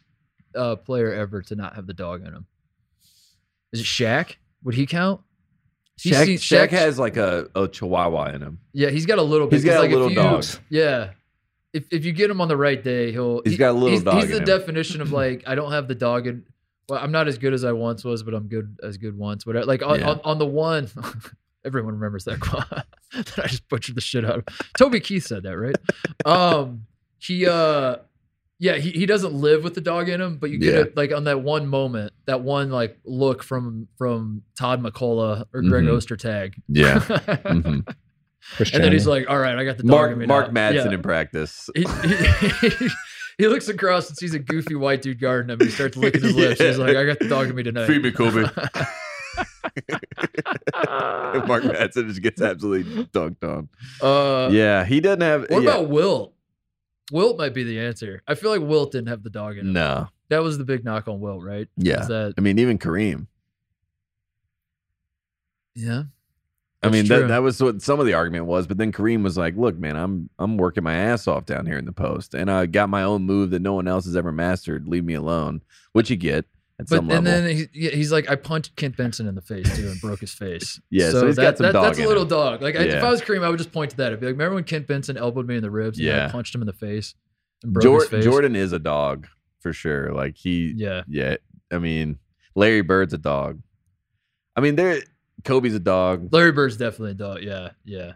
[SPEAKER 2] uh, player ever to not have the dog in him? Is it Shaq? Would he count? He
[SPEAKER 1] Shaq,
[SPEAKER 2] sees-
[SPEAKER 1] Shaq
[SPEAKER 2] Shaq's-
[SPEAKER 1] has like a, a chihuahua in him.
[SPEAKER 2] Yeah, he's got a little. bit,
[SPEAKER 1] He's got
[SPEAKER 2] 'cause,
[SPEAKER 1] a
[SPEAKER 2] like, if
[SPEAKER 1] little
[SPEAKER 2] you-
[SPEAKER 1] dog.
[SPEAKER 2] Yeah. If, if you get him on the right day, he'll.
[SPEAKER 1] He's got a little
[SPEAKER 2] he's,
[SPEAKER 1] dog
[SPEAKER 2] He's
[SPEAKER 1] in
[SPEAKER 2] the
[SPEAKER 1] him.
[SPEAKER 2] definition of like I don't have the dog in. Well, I'm not as good as I once was, but I'm good as good once. Whatever. Like on,
[SPEAKER 1] Yeah.
[SPEAKER 2] on, on the one, everyone remembers that quote that I just butchered the shit out of. Toby Keith said that, right? Um, he uh, yeah, he, he doesn't live with the dog in him, but you get
[SPEAKER 1] Yeah.
[SPEAKER 2] it like on that one moment, that one like look from from Todd McCullough or Greg
[SPEAKER 1] Mhm.
[SPEAKER 2] Ostertag.
[SPEAKER 1] Yeah. Mm-hmm.
[SPEAKER 2] and then he's like, "All right, I got the dog
[SPEAKER 1] Mark
[SPEAKER 2] in me
[SPEAKER 1] Mark
[SPEAKER 2] now."
[SPEAKER 1] Madsen
[SPEAKER 2] Yeah.
[SPEAKER 1] in practice.
[SPEAKER 2] he, he, he looks across and sees a goofy white dude guarding him. He starts licking his lips. He's
[SPEAKER 1] Yeah.
[SPEAKER 2] like, I got the dog in me tonight.
[SPEAKER 1] Feed me, Kobe. And Mark Madsen just gets absolutely dunked on.
[SPEAKER 2] Uh,
[SPEAKER 1] yeah, he doesn't have.
[SPEAKER 2] What
[SPEAKER 1] yeah.
[SPEAKER 2] about Wilt? Wilt might be the answer. I feel like Wilt didn't have the dog in him.
[SPEAKER 1] no?
[SPEAKER 2] That was the big knock on Wilt, right?
[SPEAKER 1] Yeah,
[SPEAKER 2] Is that,
[SPEAKER 1] I mean even Kareem.
[SPEAKER 2] yeah.
[SPEAKER 1] I
[SPEAKER 2] That's
[SPEAKER 1] mean
[SPEAKER 2] true.
[SPEAKER 1] that, that was what some of the argument was, but then Kareem was like, "Look, man, I'm I'm working my ass off down here in the post, and I got my own move that no one else has ever mastered. Leave me alone." Which you get at
[SPEAKER 2] But
[SPEAKER 1] some
[SPEAKER 2] and
[SPEAKER 1] level.
[SPEAKER 2] then he, yeah, he's like, I punched Kent Benson in the face too and broke his face.
[SPEAKER 1] Yeah, so he's
[SPEAKER 2] that,
[SPEAKER 1] got some
[SPEAKER 2] that-
[SPEAKER 1] dog
[SPEAKER 2] That's
[SPEAKER 1] in
[SPEAKER 2] a little
[SPEAKER 1] him.
[SPEAKER 2] dog. Like I, if
[SPEAKER 1] Yeah.
[SPEAKER 2] I was Kareem, I would just point to that. I'd be like, remember when Kent Benson elbowed me in the ribs? and I
[SPEAKER 1] Yeah.
[SPEAKER 2] punched him in the face and broke his
[SPEAKER 1] Jor-
[SPEAKER 2] face.
[SPEAKER 1] Jordan is a dog for sure. Like he,
[SPEAKER 2] Yeah.
[SPEAKER 1] yeah. I mean, Larry Bird's a dog. I mean, there. Kobe's a dog.
[SPEAKER 2] Larry Bird's definitely a dog. Yeah, yeah.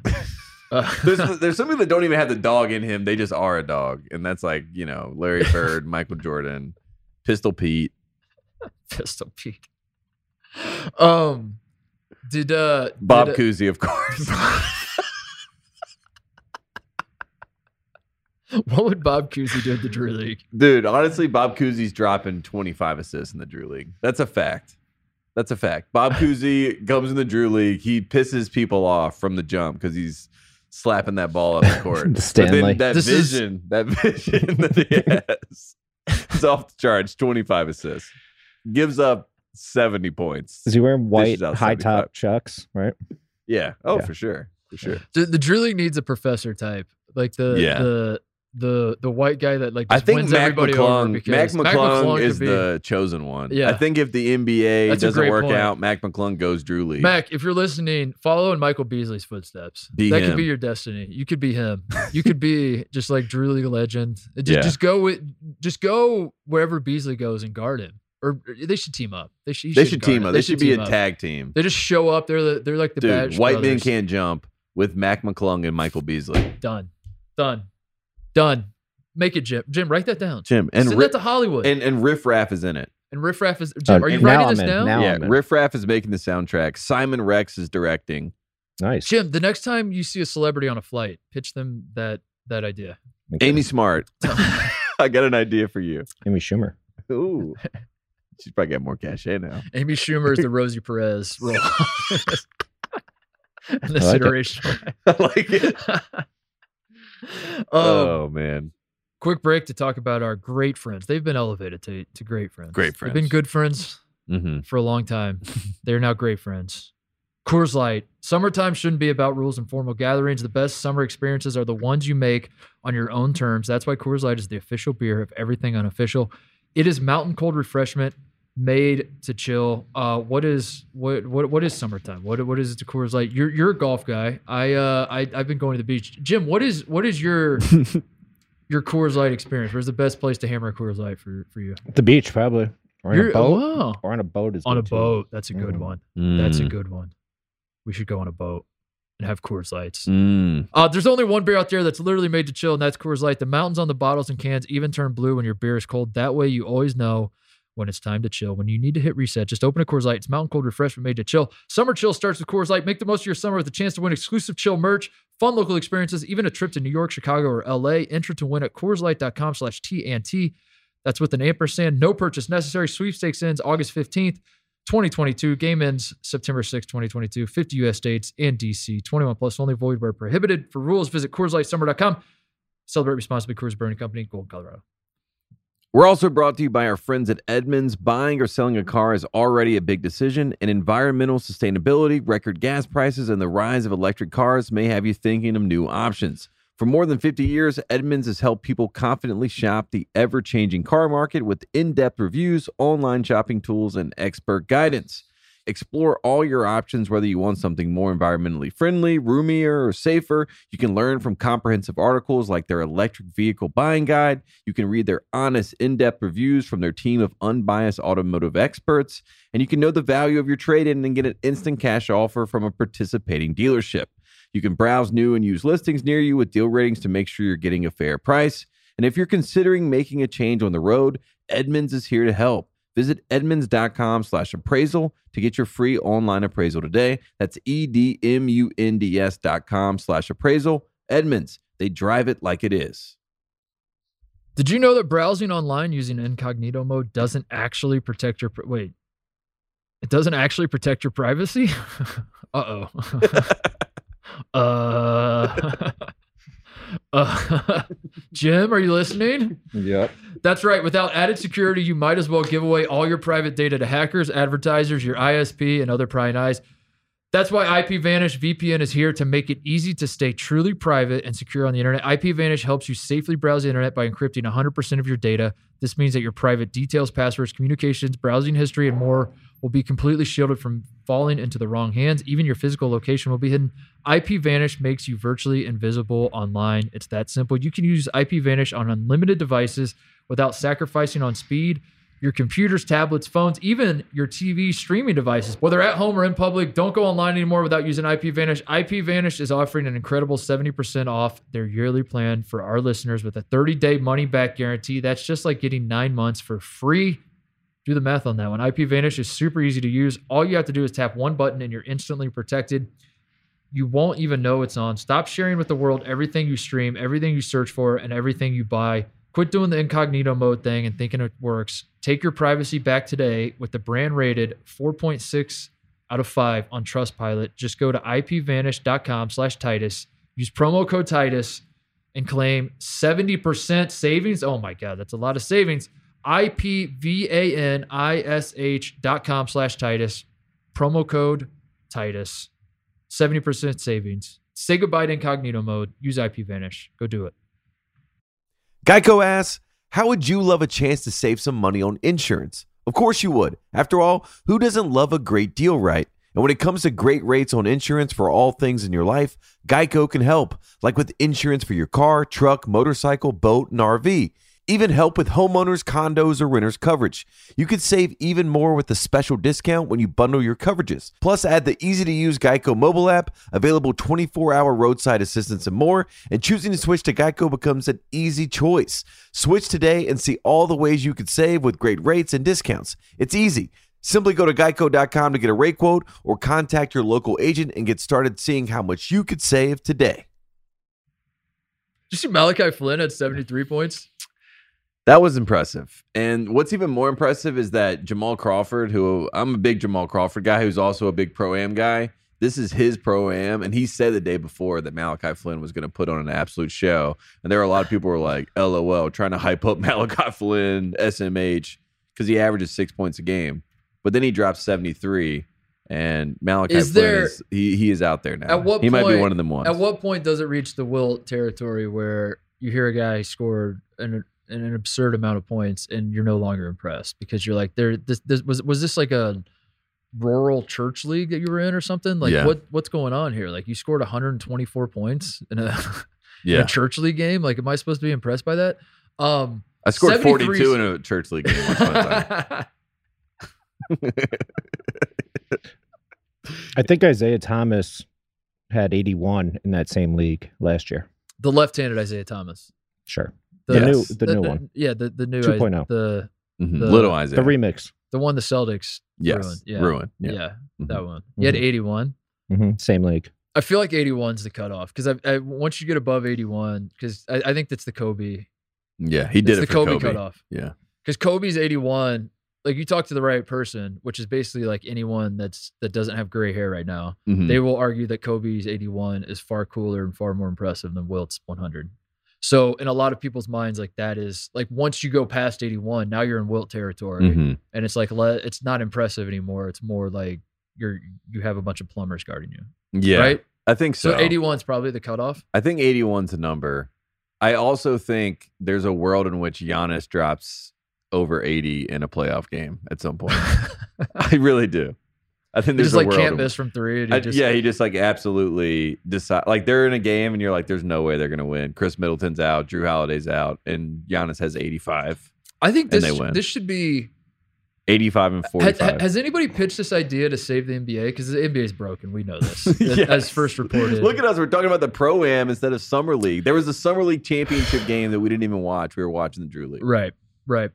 [SPEAKER 2] Uh,
[SPEAKER 1] there's there's some people that don't even have the dog in him. They just are a dog, and that's like you know Larry Bird, Michael Jordan, Pistol Pete.
[SPEAKER 2] Pistol Pete. Um, did uh
[SPEAKER 1] Bob
[SPEAKER 2] did,
[SPEAKER 1] Cousy, of course.
[SPEAKER 2] what would Bob Cousy do at the Drew League?
[SPEAKER 1] Dude, honestly, Bob Cousy's dropping 25 assists in the Drew League. That's a fact. That's a fact. Bob Cousy comes in the Drew League. He pisses people off from the jump because he's slapping that ball up the court. But then
[SPEAKER 3] Stanley.
[SPEAKER 1] that
[SPEAKER 2] This is-
[SPEAKER 1] vision, that vision that he has, is off the charts. 25 assists, gives up 70 points.
[SPEAKER 3] Is he wearing white
[SPEAKER 1] is out
[SPEAKER 3] high
[SPEAKER 1] 75.
[SPEAKER 3] top chucks? Right.
[SPEAKER 1] Yeah. Oh,
[SPEAKER 3] Yeah.
[SPEAKER 1] for sure. For sure.
[SPEAKER 2] The, the Drew League needs a professor type, like the
[SPEAKER 1] Yeah.
[SPEAKER 2] the the the white guy that like
[SPEAKER 1] I
[SPEAKER 2] just
[SPEAKER 1] think
[SPEAKER 2] wins
[SPEAKER 1] Mac
[SPEAKER 2] everybody over
[SPEAKER 1] McClung,
[SPEAKER 2] because
[SPEAKER 1] Mac McClung
[SPEAKER 2] McClung could
[SPEAKER 1] is
[SPEAKER 2] be-
[SPEAKER 1] the chosen one.
[SPEAKER 2] Yeah.
[SPEAKER 1] I think if the NBA
[SPEAKER 2] That's a
[SPEAKER 1] doesn't
[SPEAKER 2] great
[SPEAKER 1] work
[SPEAKER 2] point.
[SPEAKER 1] out, Mac McClung goes Drew League.
[SPEAKER 2] Mac, if you're listening, follow in Michael Beasley's footsteps.
[SPEAKER 1] Be
[SPEAKER 2] that
[SPEAKER 1] him.
[SPEAKER 2] could be your destiny. You could be him. You could be just like Drew League legend. Just,
[SPEAKER 1] Yeah.
[SPEAKER 2] just go with, just go wherever Beasley goes and guard him. Or or they should team up. They should. he
[SPEAKER 1] they
[SPEAKER 2] should
[SPEAKER 1] should
[SPEAKER 2] guard
[SPEAKER 1] team
[SPEAKER 2] him.
[SPEAKER 1] up. They, should be
[SPEAKER 2] team
[SPEAKER 1] a
[SPEAKER 2] up.
[SPEAKER 1] tag team.
[SPEAKER 2] They just show up. They're the, they're like the
[SPEAKER 1] Dude,
[SPEAKER 2] Badge
[SPEAKER 1] white men
[SPEAKER 2] brothers.
[SPEAKER 1] can't jump with Mac McClung and Michael Beasley.
[SPEAKER 2] Done, done, done. Make it, Jim. Jim, write that down.
[SPEAKER 1] Jim and
[SPEAKER 2] Send
[SPEAKER 1] Ri-
[SPEAKER 2] that to Hollywood. And,
[SPEAKER 1] and and Riff Raff is in it.
[SPEAKER 2] Riff Raff is. Jim,
[SPEAKER 3] Oh,
[SPEAKER 2] are you
[SPEAKER 3] and now
[SPEAKER 2] writing
[SPEAKER 3] I'm
[SPEAKER 2] this
[SPEAKER 3] in.
[SPEAKER 2] down?
[SPEAKER 3] Now-
[SPEAKER 1] yeah,
[SPEAKER 3] I'm in.
[SPEAKER 1] Riff Raff is making the soundtrack. Simon Rex is directing.
[SPEAKER 3] Nice.
[SPEAKER 2] Jim, the next time you see a celebrity on a flight, pitch them that that idea.
[SPEAKER 3] Okay.
[SPEAKER 1] Amy Smart. I got an idea for you.
[SPEAKER 3] Amy Schumer.
[SPEAKER 1] Ooh, she's probably got more cachet now.
[SPEAKER 2] Amy Schumer is the Rosie Perez role. In this
[SPEAKER 3] I like it.
[SPEAKER 2] iteration.
[SPEAKER 1] I like it.
[SPEAKER 2] Um,
[SPEAKER 1] oh man,
[SPEAKER 2] Quick break to talk about our great friends. They've been elevated to, to great friends.
[SPEAKER 1] Great
[SPEAKER 2] They've
[SPEAKER 1] friends.
[SPEAKER 2] been good friends
[SPEAKER 1] mm-hmm.
[SPEAKER 2] for a long time. They're now great friends. Coors Light. Summertime shouldn't be about rules and formal gatherings. The best summer experiences are the ones you make on your own terms. That's why Coors Light is the official beer of everything unofficial. It is mountain cold refreshment made to chill. Uh, what is what what what is summertime? What what is it to Coors Light? You're you're a golf guy. I uh I I've been going to the beach. Jim, what is what is your your Coors Light experience? Where's the best place to hammer a Coors Light for for you?
[SPEAKER 3] The beach, probably. Or on
[SPEAKER 2] You're- oh,
[SPEAKER 3] a boat.
[SPEAKER 2] wow.
[SPEAKER 3] Or on a boat is
[SPEAKER 2] On a
[SPEAKER 3] good, too.
[SPEAKER 2] boat. That's a good
[SPEAKER 3] Mm.
[SPEAKER 2] one.
[SPEAKER 1] Mm-hmm.
[SPEAKER 2] That's a good one. We should go on a boat and have Coors
[SPEAKER 1] Mm.
[SPEAKER 2] Lights. Uh, there's only one beer out there that's literally made to chill, and that's Coors Light. The mountains on the bottles and cans even turn blue when your beer is cold. That way, you always know when it's time to chill. When you need to hit reset, just open a Coors Light. It's mountain cold refreshment made to chill. Summer chill starts with Coors Light. Make the most of your summer with a chance to win exclusive chill merch, fun local experiences, even a trip to New York, Chicago, or LA. Enter to win at CoorsLight.com slash TNT. That's with an ampersand. No purchase necessary. Sweepstakes ends August 15th. 2022 game ends September 6, 2022, 50 US states and DC. 21 plus only void where prohibited. For rules, visit CoorsLightSummer.com. Celebrate responsibly. Coors Brewing Company, Gold, Colorado.
[SPEAKER 1] We're also brought to you by our friends at Edmunds. Buying or selling a car is already a big decision, and environmental sustainability, record gas prices, and the rise of electric cars may have you thinking of new options. For more than 50 years, Edmunds has helped people confidently shop the ever changing car market with in depth reviews, online shopping tools, and expert guidance. Explore all your options, whether you want something more environmentally friendly, roomier, or safer. You can learn from comprehensive articles like their electric vehicle buying guide. You can read their honest, in depth reviews from their team of unbiased automotive experts. And you can know the value of your trade in and get an instant cash offer from a participating dealership. You can browse new and used listings near you with deal ratings to make sure you're getting a fair price. And if you're considering making a change on the road, Edmunds is here to help. Visit edmunds.com slash appraisal to get your free online appraisal today. That's E E-D-M-U-N-D-S dot com slash appraisal. Edmunds, they drive it like it is.
[SPEAKER 2] Did you know that browsing online using incognito mode doesn't actually protect your. pri- Wait. It doesn't actually protect your privacy? Uh oh. uh. uh Jim, are you listening?
[SPEAKER 3] Yep.
[SPEAKER 2] That's right. Without added security, you might as well give away all your private data to hackers, advertisers, your ISP, and other prying eyes. That's why IPVanish VPN is here to make it easy to stay truly private and secure on the internet. IPVanish helps you safely browse the internet by encrypting 100% of your data. This means that your private details, passwords, communications, browsing history, and more will be completely shielded from falling into the wrong hands. Even your physical location will be hidden. IPVanish makes you virtually invisible online. It's that simple. You can use IPVanish on unlimited devices without sacrificing on speed. Your computers, tablets, phones, even your TV streaming devices, whether at home or in public, don't go online anymore without using IPVanish. IPVanish is offering an incredible 70% off their yearly plan for our listeners with a 30 day money back guarantee. That's just like getting nine months for free. Do the math on that one. IPVanish is super easy to use. All you have to do is tap one button and you're instantly protected. You won't even know it's on. Stop sharing with the world everything you stream, everything you search for, and everything you buy. Quit doing the incognito mode thing and thinking it works. Take your privacy back today with the brand rated 4.6 out of 5 on Trustpilot. Just go to ipvanish.com slash Titus. Use promo code Titus and claim 70% savings. Oh my God, that's a lot of savings. IPVANISH dot com slash Titus. Promo code Titus. 70% savings. Say goodbye to incognito mode. Use IPVanish. Go do it.
[SPEAKER 1] Geico asks, how would you love a chance to save some money on insurance? Of course you would. After all, who doesn't love a great deal, right? And when it comes to great rates on insurance for all things in your life, Geico can help, like with insurance for your car, truck, motorcycle, boat, and RV. Even help with homeowners, condos, or renters coverage. You could save even more with the special discount when you bundle your coverages. Plus, add the easy to use Geico mobile app, available 24 hour roadside assistance, and more. And choosing to switch to Geico becomes an easy choice. Switch today and see all the ways you could save with great rates and discounts. It's easy. Simply go to geico.com to get a rate quote or contact your local agent and get started seeing how much you could save today.
[SPEAKER 2] Did you see Malachi Flynn had 73 points?
[SPEAKER 1] That was impressive. And what's even more impressive is that Jamal Crawford, who I'm a big Jamal Crawford guy, who's also a big pro am guy. This is his pro am, and he said the day before that Malachi Flynn was going to put on an absolute show. And there were a lot of people who were like, "LOL," trying to hype up Malachi Flynn, SMH, because he averages six points a game. But then he drops seventy three, and Malachi
[SPEAKER 2] Is
[SPEAKER 1] Flynn
[SPEAKER 2] there-
[SPEAKER 1] is he, he is out there now.
[SPEAKER 2] At what
[SPEAKER 1] he might be
[SPEAKER 2] point-
[SPEAKER 1] one of them ones.
[SPEAKER 2] At what point does it reach the Wilt territory where you hear a guy scored an an absurd amount of points and you're no longer impressed because you're like, there this, this was was this like a rural church league that you were in or something? Like
[SPEAKER 1] Yeah.
[SPEAKER 2] what what's going on here? Like you scored 124 points in a, in
[SPEAKER 1] yeah,
[SPEAKER 2] a church league game. Like am I supposed to be impressed by that? Um
[SPEAKER 1] I scored forty
[SPEAKER 2] 73 's-
[SPEAKER 1] two in a church league game. once upon a time.
[SPEAKER 3] I think Isaiah Thomas had 81 in that same league last year.
[SPEAKER 2] the left-handed Isaiah Thomas.
[SPEAKER 3] Sure. The new- the new one. oh.
[SPEAKER 2] Yeah, the, the new
[SPEAKER 3] 2.0.
[SPEAKER 2] the
[SPEAKER 1] Mhm.
[SPEAKER 2] The-
[SPEAKER 1] Little Isaiah,
[SPEAKER 3] The remix.
[SPEAKER 2] the one the Celtics
[SPEAKER 1] yes,
[SPEAKER 2] ruined,
[SPEAKER 1] ruin,
[SPEAKER 2] yeah. Yeah,
[SPEAKER 1] yeah. Mm-hmm.
[SPEAKER 2] that one. You had
[SPEAKER 3] Mhm.
[SPEAKER 2] 81.
[SPEAKER 3] hmm Same league.
[SPEAKER 2] Mm-hmm. I feel like 81's the cutoff because I, I once you get above 81, because I, I think that's the Kobe.
[SPEAKER 1] Yeah, he did
[SPEAKER 2] it's
[SPEAKER 1] it
[SPEAKER 2] the
[SPEAKER 1] for
[SPEAKER 2] Kobe,
[SPEAKER 1] Kobe.
[SPEAKER 2] cutoff.
[SPEAKER 1] Yeah.
[SPEAKER 2] Because Kobe's 81, like you talk to the right person, which is basically like anyone that's that doesn't have gray hair right now.
[SPEAKER 1] Mhm.
[SPEAKER 2] They will argue that Kobe's 81 is far cooler and far more impressive than Wilt's 100. So in a lot of people's minds, like that is like once you go past 81, now you're in Wilt territory.
[SPEAKER 1] Mhm.
[SPEAKER 2] and it's like le- it's not impressive anymore. It's more like you're you have a bunch of plumbers guarding you,
[SPEAKER 1] Yeah,
[SPEAKER 2] right?
[SPEAKER 1] I think so.
[SPEAKER 2] So eighty one's probably the cutoff.
[SPEAKER 1] I think 81's a number. I also think there's a world in which Giannis drops over 80 in a playoff game at some point. I really do. I think
[SPEAKER 2] They
[SPEAKER 1] there's
[SPEAKER 2] just
[SPEAKER 1] a
[SPEAKER 2] like
[SPEAKER 1] world
[SPEAKER 2] can't
[SPEAKER 1] in-
[SPEAKER 2] miss from three. And
[SPEAKER 1] I-
[SPEAKER 2] he just,
[SPEAKER 1] yeah, he just like absolutely decide like they're in a game and you're like, there's no way they're gonna win. Chris Middleton's out, Drew Holiday's out, and Giannis has 85,
[SPEAKER 2] I think
[SPEAKER 1] and
[SPEAKER 2] this
[SPEAKER 1] they win.
[SPEAKER 2] this should be.
[SPEAKER 1] 85 and
[SPEAKER 2] ha-
[SPEAKER 1] 45.
[SPEAKER 2] ha- has anybody pitched this idea to save the NBA? Because the NBA is broken. We know this
[SPEAKER 1] Yes.
[SPEAKER 2] as first reported.
[SPEAKER 1] Look at us. We're talking about the Pro Am instead of Summer League. There was a Summer League championship game that we didn't even watch. We were watching the Drew League.
[SPEAKER 2] right, right.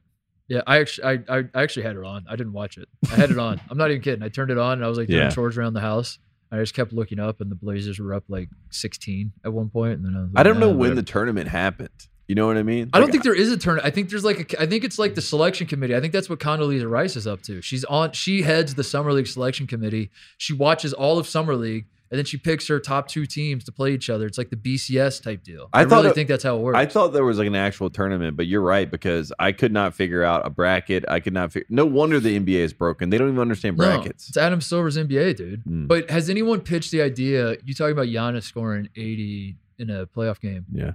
[SPEAKER 2] Yeah, I actually, I, I, I actually had it on. I didn't watch it. I had it on. I'm not even kidding. I turned it on and I was like doing
[SPEAKER 1] Yeah.
[SPEAKER 2] chores around the house. I just kept looking up, and the Blazers were up like 16 at one point, And then I, was
[SPEAKER 1] I
[SPEAKER 2] like, "Oh,
[SPEAKER 1] don't know
[SPEAKER 2] "Nah,
[SPEAKER 1] when
[SPEAKER 2] whatever."
[SPEAKER 1] the tournament happened. You know what I mean?
[SPEAKER 2] I don't
[SPEAKER 1] Like,
[SPEAKER 2] think there is a tournament. I think there's like a, I think it's like the selection committee. I think that's what Condoleezza Rice is up to. She's on. She heads the summer league selection committee. She watches all of summer league, and then she picks her top two teams to play each other. It's like the BCS type deal.
[SPEAKER 1] I
[SPEAKER 2] I,
[SPEAKER 1] thought
[SPEAKER 2] really
[SPEAKER 1] it-
[SPEAKER 2] think that's how it works.
[SPEAKER 1] I thought there was like an actual tournament, but you're right because I could not figure out a bracket. I could not figure. No wonder the NBA is broken. They don't even understand
[SPEAKER 2] No,
[SPEAKER 1] brackets.
[SPEAKER 2] it's Adam Silver's NBA, dude.
[SPEAKER 1] Mm.
[SPEAKER 2] But has anyone pitched the idea? You talking about Giannis scoring 80 in a playoff game?
[SPEAKER 1] yeah.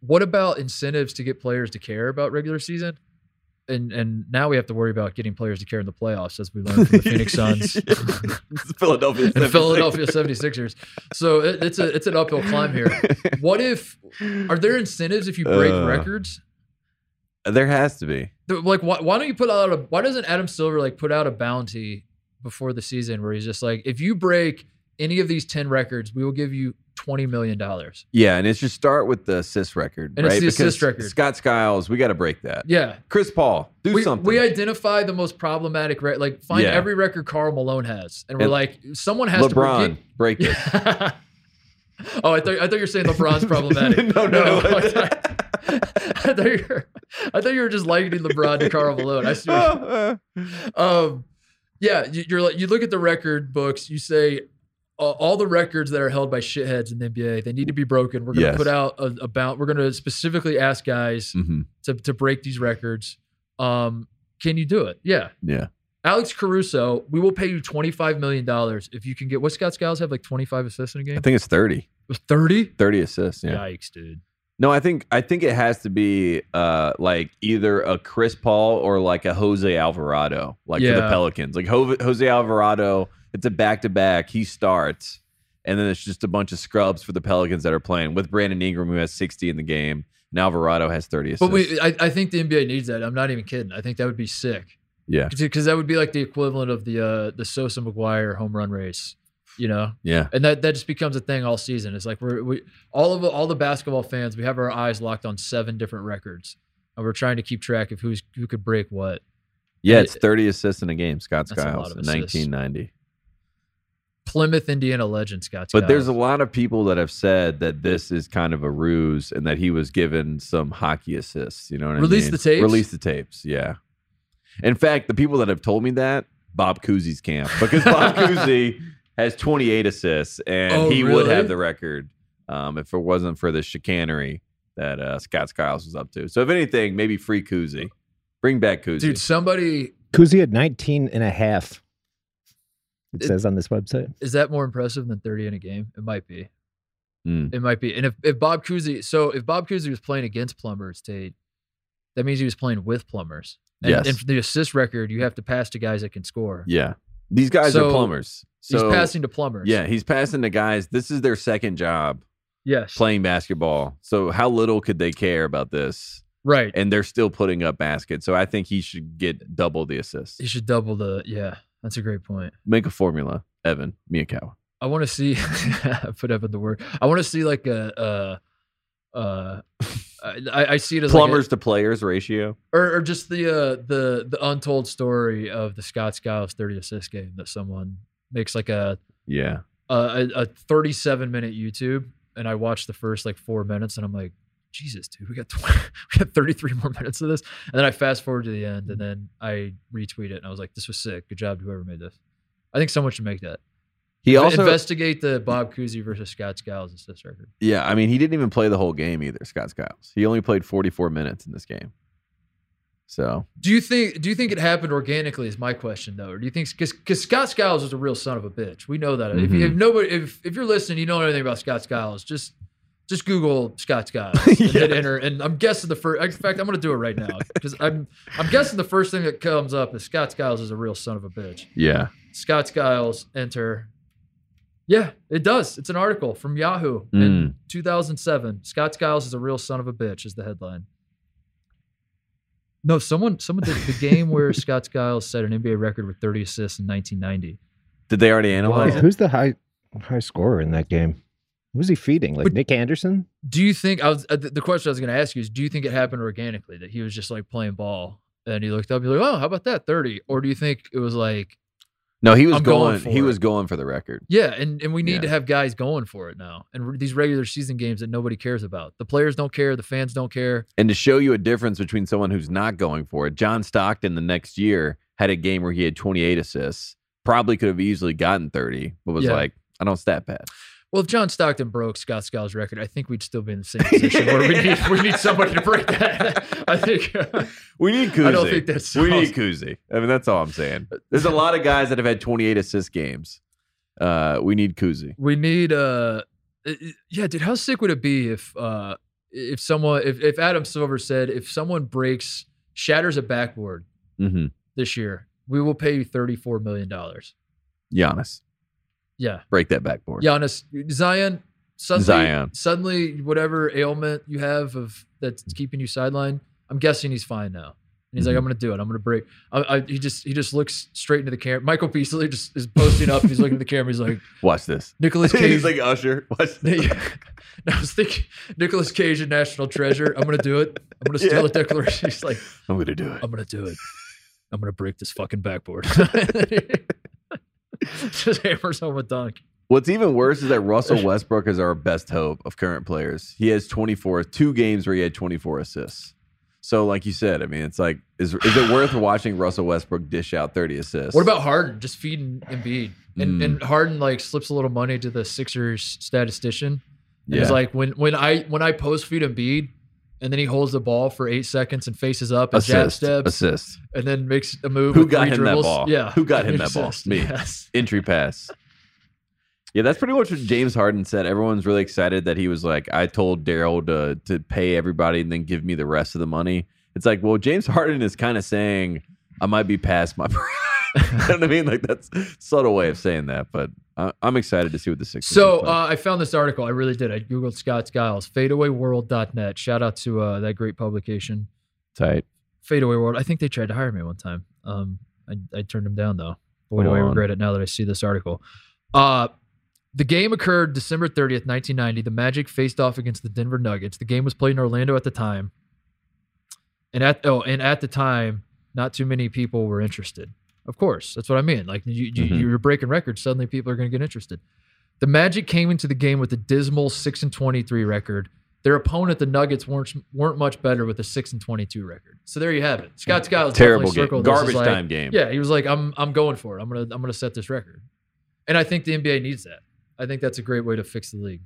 [SPEAKER 2] What about incentives to get players to care about regular season? And and now we have to worry about getting players to care in the playoffs, as we learned from the Phoenix Suns.
[SPEAKER 1] Philadelphia.
[SPEAKER 2] and
[SPEAKER 1] 76ers.
[SPEAKER 2] Philadelphia 76ers. So it, it's a it's an uphill climb here. What if are there incentives if you break
[SPEAKER 1] Uh.
[SPEAKER 2] records?
[SPEAKER 1] There has to be.
[SPEAKER 2] Th- Like why, why don't you put out a why doesn't Adam Silver like put out a bounty before the season where he's just like if you break any of these 10 records, we will give you 20 million dollars.
[SPEAKER 1] Yeah, and it's just start with the assist record,
[SPEAKER 2] And
[SPEAKER 1] right?
[SPEAKER 2] it's the assist record.
[SPEAKER 1] Scott Skiles, we got to break that.
[SPEAKER 2] Yeah.
[SPEAKER 1] Chris Paul, do
[SPEAKER 2] We,
[SPEAKER 1] something.
[SPEAKER 2] we identify the most problematic re- like find
[SPEAKER 1] Yeah.
[SPEAKER 2] every record Carl Malone has and we're
[SPEAKER 1] And
[SPEAKER 2] like someone has to
[SPEAKER 1] LeBron, break
[SPEAKER 2] break-
[SPEAKER 1] this.
[SPEAKER 2] Yeah. Oh, I thought I thought you were saying LeBron's problematic.
[SPEAKER 1] no, no, no.
[SPEAKER 2] I thought- I thought you were, I thought you were just likening LeBron to Carl Malone. I see. what-
[SPEAKER 1] Uh-huh.
[SPEAKER 2] Um, yeah, you, you're like you look at the record books. You say uh, all the records that are held by shitheads in the NBA they need to be broken. We're gonna
[SPEAKER 1] Yes.
[SPEAKER 2] put out a, a bound. We're gonna specifically ask guys
[SPEAKER 1] Mhm.
[SPEAKER 2] to to break these records. Um, can you do it? Yeah.
[SPEAKER 1] Yeah.
[SPEAKER 2] Alex Caruso, we will pay you twenty five million dollars if you can get. What Scott Skiles have like twenty five assists in a
[SPEAKER 1] I
[SPEAKER 2] game?
[SPEAKER 1] think it's 30.
[SPEAKER 2] Thirty.
[SPEAKER 1] 30 assists. Yeah.
[SPEAKER 2] Yikes, dude.
[SPEAKER 1] No, I think I think it has to be uh, like either a Chris Paul or like a Jose Alvarado, like for the
[SPEAKER 2] Yeah.
[SPEAKER 1] Pelicans. Like Ho- Jose Alvarado, it's a back to back. He starts, and then it's just a bunch of scrubs for the Pelicans that are playing with Brandon Ingram, who has 60 in the game, and Alvarado has 30 assists.
[SPEAKER 2] But we, I, I think the NBA needs that. I'm not even kidding. I think that would be sick
[SPEAKER 1] yeah,
[SPEAKER 2] because that would be like the equivalent of the uh, the Sosa McGuire home run race, you know.
[SPEAKER 1] yeah,
[SPEAKER 2] And that, that just becomes a thing all season. It's like we're we all of all the basketball fans. We have our eyes locked on seven different records, and we're trying to keep track of who's who could break what.
[SPEAKER 1] yeah. It's 30 assists in a game. Scott
[SPEAKER 2] That's a lot
[SPEAKER 1] Skiles,
[SPEAKER 2] of assists.
[SPEAKER 1] 1990.
[SPEAKER 2] Plymouth, Indiana legend Scott.
[SPEAKER 1] But there's a
[SPEAKER 2] Skiles.
[SPEAKER 1] lot of people that have said that this is kind of a ruse and that he was given some hockey assists. You know what I
[SPEAKER 2] Release
[SPEAKER 1] mean?
[SPEAKER 2] the tapes?
[SPEAKER 1] Release the tapes. Yeah. In fact, the people that have told me that Bob Cousy's camp because Bob Cousy has 28 assists and
[SPEAKER 2] Oh,
[SPEAKER 1] he would have
[SPEAKER 2] really?
[SPEAKER 1] the record um, if it wasn't for the chicanery that uh, Scott Skiles was up to. So if anything, maybe free Cousy. Bring back Cousy.
[SPEAKER 2] dude. Somebody
[SPEAKER 3] Kuzi had 19 and a half. It,
[SPEAKER 2] It-
[SPEAKER 3] says on this website.
[SPEAKER 2] is that more impressive than 30 in a game? It might be.
[SPEAKER 1] Mm.
[SPEAKER 2] It might be. And if, if Bob Cousy, so if Bob Cousy was playing against plumbers, Tate, that means he was playing with plumbers. And,
[SPEAKER 1] Yes.
[SPEAKER 2] and for the assist record, you have to pass to guys that can score.
[SPEAKER 1] Yeah. These guys are
[SPEAKER 2] So,
[SPEAKER 1] plumbers. So
[SPEAKER 2] He's passing to plumbers.
[SPEAKER 1] Yeah, he's passing to guys. This is their second job.
[SPEAKER 2] Yes.
[SPEAKER 1] playing basketball. So how little could they care about this?
[SPEAKER 2] Right.
[SPEAKER 1] And they're still putting up baskets. So I think he should get double the assists.
[SPEAKER 2] He should double the. Yeah. That's a great point.
[SPEAKER 1] Make a formula, Evan Miyakawa.
[SPEAKER 2] I want to see, put up in the word. I want to see like a, uh, uh, I, I see it as like a-
[SPEAKER 1] Plumbers to players ratio.
[SPEAKER 2] or, or just the uh, the the untold story of the Scott Skiles 30 assist game that someone makes like a
[SPEAKER 1] Yeah.
[SPEAKER 2] a, a a 37 minute YouTube and I watched the first like four minutes and I'm like, Jesus, dude, we got 20, we got 33 more minutes of this. And then I fast forward to the end and then I retweet it and I was like, this was sick. Good job to whoever made this. I think someone should make that.
[SPEAKER 1] He also,
[SPEAKER 2] Investigate the Bob Cousy versus Scott Skiles assist record.
[SPEAKER 1] yeah, I mean, he didn't even play the whole game either, Scott Skiles. He only played 44 minutes in this game. So
[SPEAKER 2] Do you think do you think it happened organically is my question though? Or do you think because Scott Skiles was a real son of a bitch. We know that. If, you- if nobody if, if you're listening, you don't know anything about Scott Skiles, just just Google Scott Skiles and hit
[SPEAKER 1] Yeah.
[SPEAKER 2] enter. And I'm guessing the first in fact I'm gonna do it right now. Because I'm I'm guessing the first thing that comes up is Scott Skiles is a real son of a bitch.
[SPEAKER 1] yeah.
[SPEAKER 2] Scott Skiles, enter. Yeah, it does. It's an article from Yahoo
[SPEAKER 1] Mm.
[SPEAKER 2] in 2007. Scott Skiles is a real son of a bitch is the headline. No, someone someone did the game where Scott Skiles set an NBA record with 30 assists in 1990.
[SPEAKER 1] Did they already analyze
[SPEAKER 2] Wow.
[SPEAKER 1] Oh, it?
[SPEAKER 3] Who's the high high scorer in that game? Who's he feeding? Like
[SPEAKER 2] But-
[SPEAKER 3] Nick Anderson?
[SPEAKER 2] Do you think I was uh, the the question I was going to ask you is do you think it happened organically that he was just like playing ball and he looked up he's like, "Oh, how about that 30?" Or do you think it was like,
[SPEAKER 1] No, he was
[SPEAKER 2] I'm going
[SPEAKER 1] going,
[SPEAKER 2] for
[SPEAKER 1] he
[SPEAKER 2] it.
[SPEAKER 1] was going for the record.
[SPEAKER 2] "Yeah, and and we need
[SPEAKER 1] Yeah.
[SPEAKER 2] to have guys going for it now." And re- these regular season games that nobody cares about. The players don't care, the fans don't care.
[SPEAKER 1] And to show you a difference between someone who's not going for it, John Stockton the next year had a game where he had 28 assists, probably could have easily gotten 30, but was
[SPEAKER 2] Yeah.
[SPEAKER 1] like, I don't stat bad.
[SPEAKER 2] Well, if John Stockton broke Scott Skiles' record, I think we'd still be in the same position where we need we need somebody to break that. I think
[SPEAKER 1] We need Kuzi.
[SPEAKER 2] I don't think that's
[SPEAKER 1] we need Kuzi. I mean, that's all I'm saying. There's a lot of guys that have had 28 assist games. Uh, we need Kuzi.
[SPEAKER 2] we need uh uh, yeah, dude, how sick would it be if uh if someone if, if Adam Silver said if someone breaks shatters a backboard
[SPEAKER 1] Mm-hmm.
[SPEAKER 2] this year, we will pay you thirty four million dollars.
[SPEAKER 1] Giannis,
[SPEAKER 2] Yeah.
[SPEAKER 1] break that backboard.
[SPEAKER 2] Giannis Zion suddenly
[SPEAKER 1] Zion.
[SPEAKER 2] suddenly whatever ailment you have of that's keeping you sidelined, I'm guessing he's fine now. And he's like,
[SPEAKER 1] Mhm.
[SPEAKER 2] I'm gonna do it. I'm gonna break. I, I, he just he just looks straight into the camera. Michael Beasley just is posting up. He's looking at the camera. He's like,
[SPEAKER 1] Watch this.
[SPEAKER 2] Nicholas Cage.
[SPEAKER 1] He's like Usher. Watch this.
[SPEAKER 2] I was thinking Nicholas Cage and National Treasure. I'm gonna do it. I'm gonna steal
[SPEAKER 1] Yeah.
[SPEAKER 2] the Declaration. He's like,
[SPEAKER 1] I'm gonna do it.
[SPEAKER 2] I'm gonna do it. I'm gonna break this fucking backboard. just hammers home a dunk.
[SPEAKER 1] What's even worse is that Russell Westbrook is our best hope of current players. He has 24, two games where he had 24 assists. So, like you said, I mean, it's like, is, is it worth watching Russell Westbrook dish out 30 assists?
[SPEAKER 2] What about Harden just feeding Embiid? And
[SPEAKER 1] Mm.
[SPEAKER 2] and Harden like slips a little money to the Sixers statistician. And
[SPEAKER 1] Yeah.
[SPEAKER 2] It's like when when I when I post feed Embiid and then he holds the ball for eight seconds and faces up and jab
[SPEAKER 1] assist?
[SPEAKER 2] steps
[SPEAKER 1] Assist.
[SPEAKER 2] and then makes a move.
[SPEAKER 1] Who
[SPEAKER 2] with
[SPEAKER 1] got
[SPEAKER 2] three
[SPEAKER 1] him that
[SPEAKER 2] dribbles.
[SPEAKER 1] ball?
[SPEAKER 2] Yeah.
[SPEAKER 1] Who got him
[SPEAKER 2] An
[SPEAKER 1] that ball?
[SPEAKER 2] assist.
[SPEAKER 1] Me.
[SPEAKER 2] Yes.
[SPEAKER 1] entry pass. Yeah, that's pretty much what James Harden said. Everyone's really excited that he was like, I told Daryl to to pay everybody and then give me the rest of the money. It's like, well, James Harden is kind of saying I might be past my prime. you know what I mean? Like that's a subtle way of saying that, but I, I'm excited to see what the Sixers.
[SPEAKER 2] So
[SPEAKER 1] look like.
[SPEAKER 2] uh, I found this article. I really did. I googled Scott Skiles, fadeawayworld.net. Shout out to uh, that great publication,
[SPEAKER 1] tight.
[SPEAKER 2] Fadeaway World. I think they tried to hire me one time. Um, I, I turned them down though. Boy, do
[SPEAKER 1] Come
[SPEAKER 2] I
[SPEAKER 1] on.
[SPEAKER 2] regret it now that I see this article. Uh, the game occurred December 30th, 1990. The Magic faced off against the Denver Nuggets. The game was played in Orlando at the time. And at oh, and at the time, not too many people were interested. Of course, that's what I mean. Like you, you,
[SPEAKER 1] Mhm.
[SPEAKER 2] you're breaking records. Suddenly, people are going to get interested. The Magic came into the game with a dismal six and twenty-three record. Their opponent, the Nuggets, weren't weren't much better with a six and twenty-two record. So there you have it. Scott Skiles
[SPEAKER 1] Terrible
[SPEAKER 2] definitely
[SPEAKER 1] game.
[SPEAKER 2] circled this as
[SPEAKER 1] Garbage
[SPEAKER 2] like-
[SPEAKER 1] time game.
[SPEAKER 2] yeah, he was like, "I'm I'm going for it. I'm gonna I'm gonna set this record," and I think the NBA needs that. I think that's a great way to fix the league.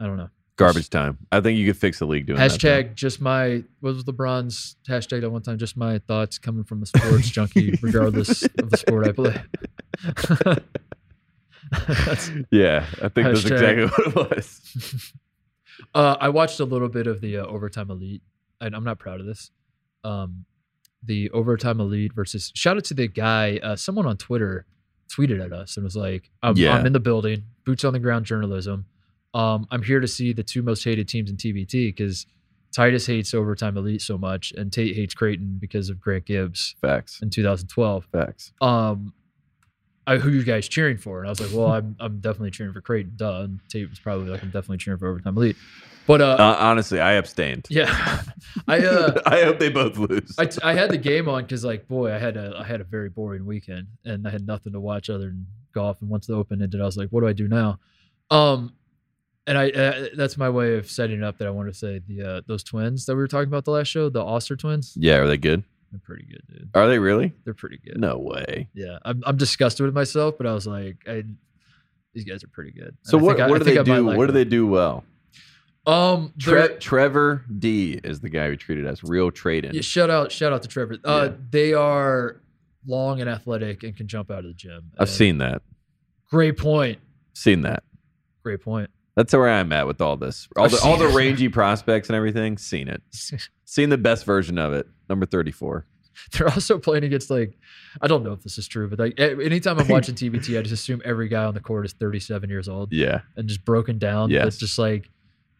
[SPEAKER 2] I don't know.
[SPEAKER 1] Garbage time. I think you could fix the league doing that, though.
[SPEAKER 2] hashtag just my what was LeBron's hashtag that one time? Just my thoughts coming from a sports junkie, regardless of the sport I play. That's-
[SPEAKER 1] Yeah, I think that's
[SPEAKER 2] Hashtag-
[SPEAKER 1] exactly what it was.
[SPEAKER 2] uh, I watched a little bit of the uh, overtime elite, and I'm not proud of this. Um, the overtime elite versus shout out to the guy. Uh, someone on Twitter tweeted at us and was like, "I'm,
[SPEAKER 1] Yeah.
[SPEAKER 2] I'm in the building, boots on the ground journalism. Um, I'm here to see the two most hated teams in TBT because Titus hates overtime elite so much, and Tate hates Creighton because of Grant Gibbs
[SPEAKER 1] Facts.
[SPEAKER 2] in 2012."
[SPEAKER 1] Facts.
[SPEAKER 2] um, I, who you guys cheering for? And I was like, well, I'm, I'm definitely cheering for Creighton. Duh. And Tate was probably like, I'm definitely cheering for overtime elite. But uh,
[SPEAKER 1] Uh, honestly, I abstained.
[SPEAKER 2] yeah, I uh,
[SPEAKER 1] I hope they both lose.
[SPEAKER 2] I, t- I had the game on because like boy, I had a I had a very boring weekend and I had nothing to watch other than golf. And once the Open ended, I was like, what do I do now? Um, and I uh, that's my way of setting it up that I want to say the uh, those twins that we were talking about the last show, the Oster twins,
[SPEAKER 1] yeah, are they good?
[SPEAKER 2] they're pretty good, dude.
[SPEAKER 1] Are they really?
[SPEAKER 2] They're pretty good.
[SPEAKER 1] No way.
[SPEAKER 2] yeah, I'm, I'm disgusted with myself, but I was like, I, these guys are pretty good. And
[SPEAKER 1] So
[SPEAKER 2] I
[SPEAKER 1] what,
[SPEAKER 2] think I- I
[SPEAKER 1] what do
[SPEAKER 2] think
[SPEAKER 1] they
[SPEAKER 2] I might
[SPEAKER 1] do?
[SPEAKER 2] like
[SPEAKER 1] what do
[SPEAKER 2] them.
[SPEAKER 1] they do well?
[SPEAKER 2] Um, they're-
[SPEAKER 1] Tre- Trevor D is the guy who treated us. Real trade in.
[SPEAKER 2] yeah, shout out, shout out to Trevor. Uh,
[SPEAKER 1] Yeah.
[SPEAKER 2] they are long and athletic and can jump out of the gym.
[SPEAKER 1] I've
[SPEAKER 2] And-
[SPEAKER 1] seen that.
[SPEAKER 2] Great point.
[SPEAKER 1] Seen that.
[SPEAKER 2] Great point.
[SPEAKER 1] That's where I'm at with all this. All
[SPEAKER 2] I've
[SPEAKER 1] the all
[SPEAKER 2] seen
[SPEAKER 1] the
[SPEAKER 2] it.
[SPEAKER 1] rangy prospects and everything. Seen it. Seen the best version of it. Number thirty four.
[SPEAKER 2] They're also playing against like, I don't know if this is true, but like a- anytime I'm watching TBT, I just assume every guy on the court is 37 years old
[SPEAKER 1] Yeah.
[SPEAKER 2] and just broken down.
[SPEAKER 1] Yes.
[SPEAKER 2] That's just like